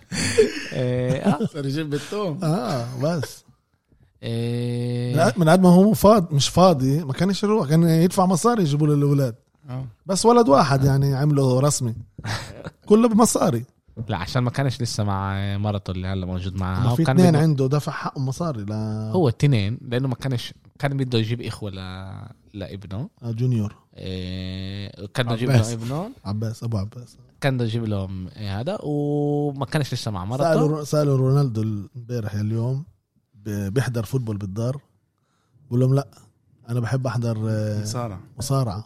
S1: آه. آه.
S2: صار يجيب بالثوم
S3: اه بس من
S1: آه.
S3: قد- من قد ما هو فاض مش فاضي ما كانش يروح كان يدفع مصاري يجيبوا له الاولاد بس ولد واحد يعني عمله رسمي كله بمصاري
S1: لا عشان ما كانش لسه مع مرته اللي هلا موجود معاه
S3: ما في
S1: وكان
S3: اثنين
S1: بده-
S3: عنده دفع حقه مصاري ل
S1: هو تنين لانه ما كانش كان بده يجيب اخوه ل... لابنه
S3: جونيور
S1: إيه، كان بده يجيب
S2: عباس.
S1: له ابنه
S3: عباس ابو عباس
S1: كان بده يجيب لهم إيه هذا وما كانش لسه مع مرته
S3: سالوا سالوا رونالدو امبارح اليوم ب- بيحضر فوتبول بالدار بقول لهم لا انا بحب احضر آه،
S2: مصارعه
S3: مصارعه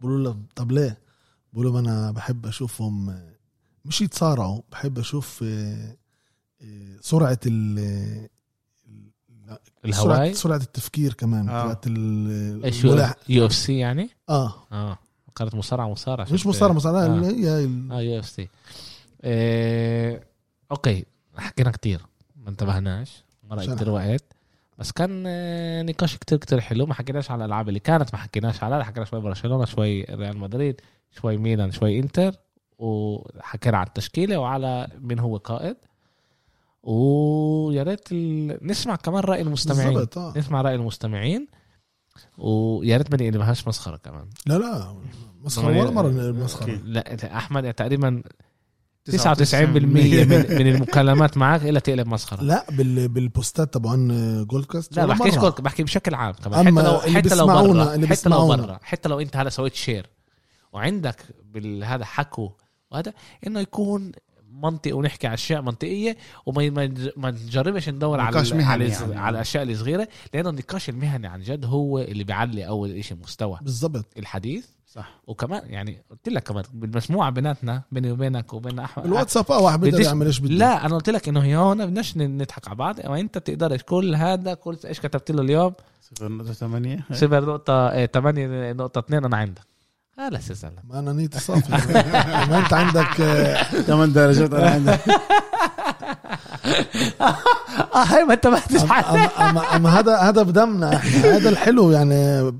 S3: بقول له طب ليه؟ بقول لهم انا بحب اشوفهم آه، مش يتصارعوا بحب اشوف آه، آه، سرعه ال آه، ال-
S1: الهواي
S3: سرعه سرعه التفكير كمان
S2: آه.
S3: تبعت ال-
S1: ايش
S3: الملاح-
S1: يو اف سي يعني؟
S3: اه
S1: اه فكرت مصارعه مصارعه
S3: مش
S1: شفت-
S3: مصارعه مصارعه
S1: آه.
S3: اللي هي ال-
S1: اه يو اف سي اوكي حكينا كتير ما انتبهناش مرق
S3: عشان-
S1: كتير وقت بس كان آه، نقاش كتير كتير حلو ما حكيناش على الالعاب اللي كانت ما حكيناش عليها حكينا شوي برشلونه شوي ريال مدريد شوي ميلان شوي انتر وحكينا على التشكيله وعلى مين هو قائد ويا ريت ال... نسمع كمان راي المستمعين
S3: بالظبط آه.
S1: نسمع راي المستمعين ويا ريت ما نقلبهاش مسخره كمان
S3: لا لا مسخره
S1: ما هي-
S3: ولا مره مسخره
S1: لا لا، احمد تقريبا 99%
S2: 99%
S1: من, من المكالمات معك الا تقلب مسخره لا,
S3: لا بال بالبوستات تبعون جولد كاست
S1: لا
S3: ولا
S1: بحكيش
S3: مرة.
S1: كورك بحكي بشكل عام كمان
S3: أما
S1: حتى لو
S3: اللي
S1: حتى لو
S3: بيسمعونا-
S1: برا
S3: اللي
S1: حتى لو
S3: بيسمعونا.
S1: برا حتى لو انت هلا سويت شير وعندك بالهذا حكو وهذا انه يكون منطق ونحكي على اشياء منطقيه وما ما نج- ما نجربش ندور على
S2: نقاش
S1: على,
S2: مهني
S1: يعني.
S2: يعني.
S1: على الاشياء الصغيره لانه النقاش المهني عن جد هو اللي بيعلي اول شيء مستوى
S3: بالضبط
S1: الحديث
S2: صح
S1: وكمان يعني قلت لك كمان بالمسموعه بيناتنا بيني وبينك وبين احمد
S3: بالواتساب اه واحد بده
S1: بديش-
S3: يعمل ايش بده
S1: لا انا قلت لك انه هي هون بدناش نضحك على بعض وانت بتقدر كل هذا كل ايش كتبت له اليوم
S2: 0.8
S1: صفر نقطة 8 نقطة 2 انا عندك خلص يا زلمة
S3: ما انا نيتي صافي ما انت عندك آه،
S2: 8 درجات انا عندي
S1: اه هي ما انتبهتش
S3: أما- أما- أما- أما هذا هذا بدمنا احنا هذا الحلو يعني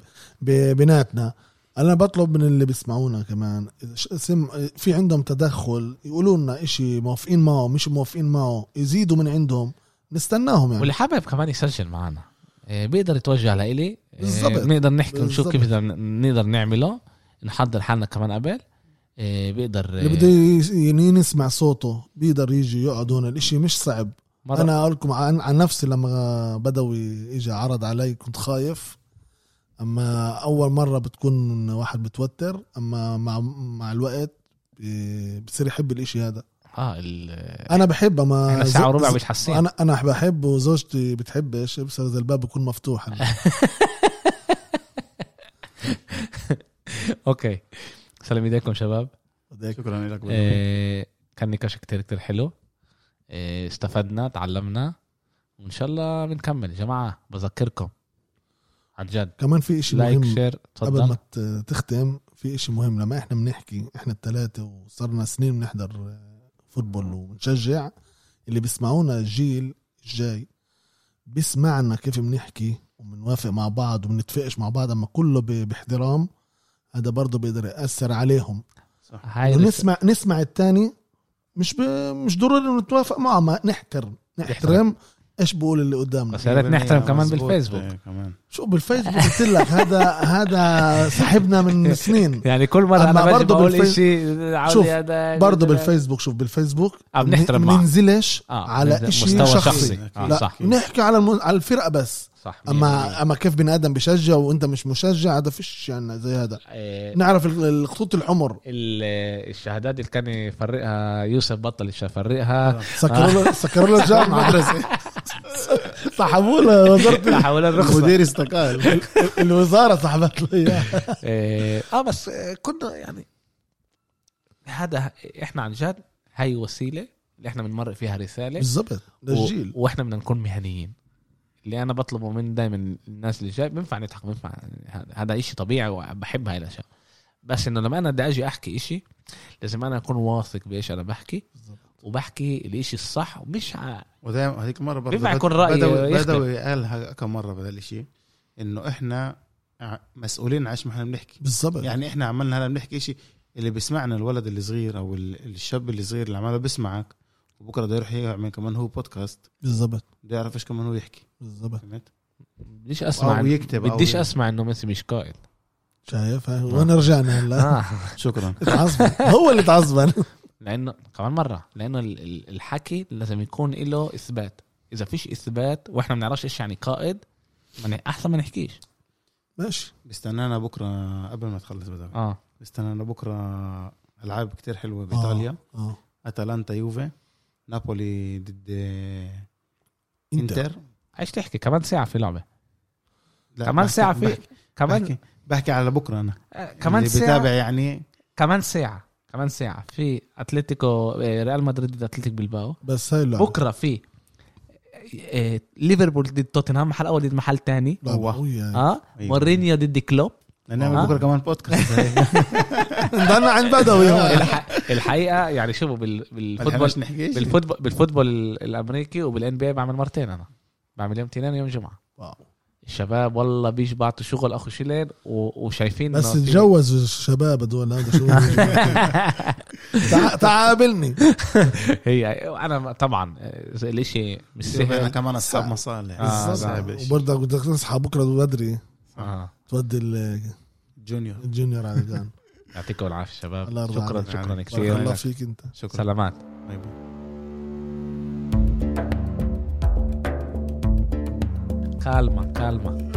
S3: ب- بيناتنا انا بطلب من اللي بيسمعونا كمان إذا ش- سم في عندهم تدخل يقولوا لنا شيء موافقين معه مش موافقين معه يزيدوا من عندهم نستناهم يعني
S1: واللي حابب كمان يسجل معنا آه، بيقدر يتوجه لإلي آه،
S3: بالظبط.
S1: بنقدر نحكي ونشوف
S3: بالظبط.
S1: كيف بدنا- نقدر نعمله نحضر حالنا كمان قبل آه، بيقدر آه،
S3: اللي بده ي- ي- نسمع صوته بيقدر يجي يقعد هون الاشي مش صعب
S1: مرة-
S3: انا اقول لكم عن, عن نفسي لما بدوي اجى عرض علي كنت خايف اما اول مره بتكون واحد متوتر اما مع مع الوقت إيه، بصير يحب الاشي هذا
S1: اه ال-
S3: انا بحب اما
S1: احنا ساعة
S3: زو-
S1: وربع
S3: زو-
S1: مش حاسين
S3: انا انا بحب وزوجتي بتحبش بس هذا الباب بيكون مفتوح أنا.
S1: اوكي سلام ايديكم شباب
S3: بدك-
S2: شكرا لك والله.
S1: آه، كان نقاش كتير كتير حلو آه، استفدنا تعلمنا وان شاء الله بنكمل يا جماعه بذكركم عن جد
S3: كمان في اشي
S1: لايك
S3: مهم
S1: شير
S3: قبل
S1: تفضل
S3: ما ت- تختم في اشي مهم لما احنا بنحكي احنا الثلاثة وصرنا سنين بنحضر آه، فوتبول وبنشجع اللي بيسمعونا الجيل الجاي بيسمعنا كيف بنحكي وبنوافق مع بعض وبنتفقش مع بعض اما كله ب- باحترام هذا برضه بيقدر يأثر عليهم
S2: صح
S1: هاي رس-
S3: ونسمع نسمع الثاني مش ب... مش ضروري انه نتوافق معه ما نحترم نحترم ايش بقول اللي قدامنا
S1: بس يا ريت نحترم كمان
S2: مظبوط.
S1: بالفيسبوك
S2: إيه، كمان
S3: شو بالفيسبوك قلت لك هذا هذا صاحبنا من سنين
S1: يعني كل مره
S3: أما
S1: انا باجي
S3: برضه
S1: بقول
S3: بالفيس-
S1: شيء
S3: شوف، برضه بالفيسبوك شوف بالفيسبوك
S1: آه، بنحترم
S3: من-
S1: بعض.
S3: مننزلش
S1: آه
S3: على
S1: بنزل-
S3: شيء
S1: مستوى
S3: شخصي,
S1: شخصي آه
S3: لا
S1: صح
S3: نحكي على الم... على الفرقه بس
S1: صح
S3: اما اما كيف بني ادم بشجع وانت مش مشجع هذا فيش يعني زي هذا
S1: آه،
S3: نعرف ال- الخطوط الحمر
S1: ال- الشهادات اللي كان يفرقها يوسف بطل يفرقها
S3: سكروا
S1: آه.
S3: له سكروا له الجامعه
S2: المدرسه
S3: سحبوا له وزاره
S1: حول الرخصه
S2: المدير استقال
S3: الوزاره سحبت له اياه
S1: إيه، اه بس آه، كنا يعني هذا احنا عن جد هاي وسيله اللي احنا بنمرق فيها رساله
S3: بالضبط للجيل
S1: و... واحنا بدنا نكون مهنيين اللي انا بطلبه من دائما الناس اللي جاي بينفع نضحك بينفع هذا- هذا إشي طبيعي وبحب هاي الاشياء بس انه لما انا بدي اجي احكي إشي لازم انا اكون واثق بايش انا بحكي
S3: بالظبط.
S1: وبحكي الإشي الصح ومش ع...
S2: ودائما هذيك مره برضه
S1: بينفع
S2: بد-
S1: يكون رأي
S2: بدوي
S1: يختلف.
S2: بدوي قالها كم مره بهذا الشيء انه احنا ع- مسؤولين عن إيش ما احنا بنحكي
S3: بالضبط
S2: يعني احنا عملنا هلا بنحكي شيء اللي بيسمعنا الولد اللي صغير او ال- الشاب اللي صغير اللي عماله بيسمعك وبكره بده يروح يعمل كمان هو بودكاست
S3: بالضبط
S2: بده يعرف ايش كمان هو يحكي
S3: بالضبط
S2: فهمت؟
S1: بديش اسمع
S2: أو يكتب أو
S1: بديش
S2: ي-
S1: اسمع انه ميسي مش قائد
S3: شايف هاي وين رجعنا هلا
S1: آه.
S2: شكرا
S3: اتعصبن هو اللي اتعصبن
S1: لانه كمان مره لانه ال- ال- الحكي لازم يكون له اثبات اذا فيش اثبات واحنا ما بنعرفش ايش يعني قائد ما ن- احسن ما نحكيش
S3: ماشي
S2: بستنانا بكره قبل ما تخلص بدوي
S1: اه
S2: بستنانا بكره العاب كتير حلوه بايطاليا
S3: اه
S2: اتلانتا يوفي نابولي ضد
S3: انت
S2: انتر
S1: ايش تحكي كمان ساعه في لعبه
S2: لا،
S1: كمان
S2: بحكي-
S1: ساعه في
S2: بحكي-
S1: كمان
S2: بحكي بحكي على بكره انا
S1: آه، كمان
S2: اللي
S1: ساعه
S2: بتابع يعني
S1: كمان ساعه كمان ساعه في اتلتيكو آه، ريال مدريد ضد اتلتيك بالباو
S3: بس هاي اللعبه
S1: بكره في آه، ليفربول ضد توتنهام محل اول ضد محل تاني
S2: هو.
S3: قوية
S1: اه
S2: أيوة.
S1: مورينيو ضد كلوب آه.
S2: نعمل بكره كمان بودكاست
S3: ضلنا عند بدوي
S2: أيوة.
S3: هون.
S1: الح- الحقيقه يعني شوفوا بال- بالفوتبول
S2: فوتبول نحكيش
S1: بالفوتبول بالفوتبول الامريكي وبالان بي بعمل مرتين انا بعمل يوم تنين ويوم جمعه
S3: واو.
S1: الشباب والله بيجوا بعتوا شغل اخو شيلين و- وشايفين
S3: بس
S1: إنه في-
S3: تجوزوا الشباب هذول هذا شو تع- تعابلني
S1: هي انا طبعا زي الاشي آه، مش
S2: احنا
S1: سهل
S2: كمان اصحاب مصالح
S1: آه،
S2: صعب إشي.
S3: وبرضك بدك تصحى بكره بدري
S1: آه.
S3: تودي ال-
S2: جونيور
S3: الجونيور على الجان
S1: يعطيكم العافيه
S3: الله
S1: شباب
S3: يرضى
S1: شكرا
S3: عليك. يعني
S1: شكرا
S2: عليك.
S1: كثير
S3: الله فيك انت
S2: شكرا
S1: سلامات
S2: باي باي.
S1: calma, calma.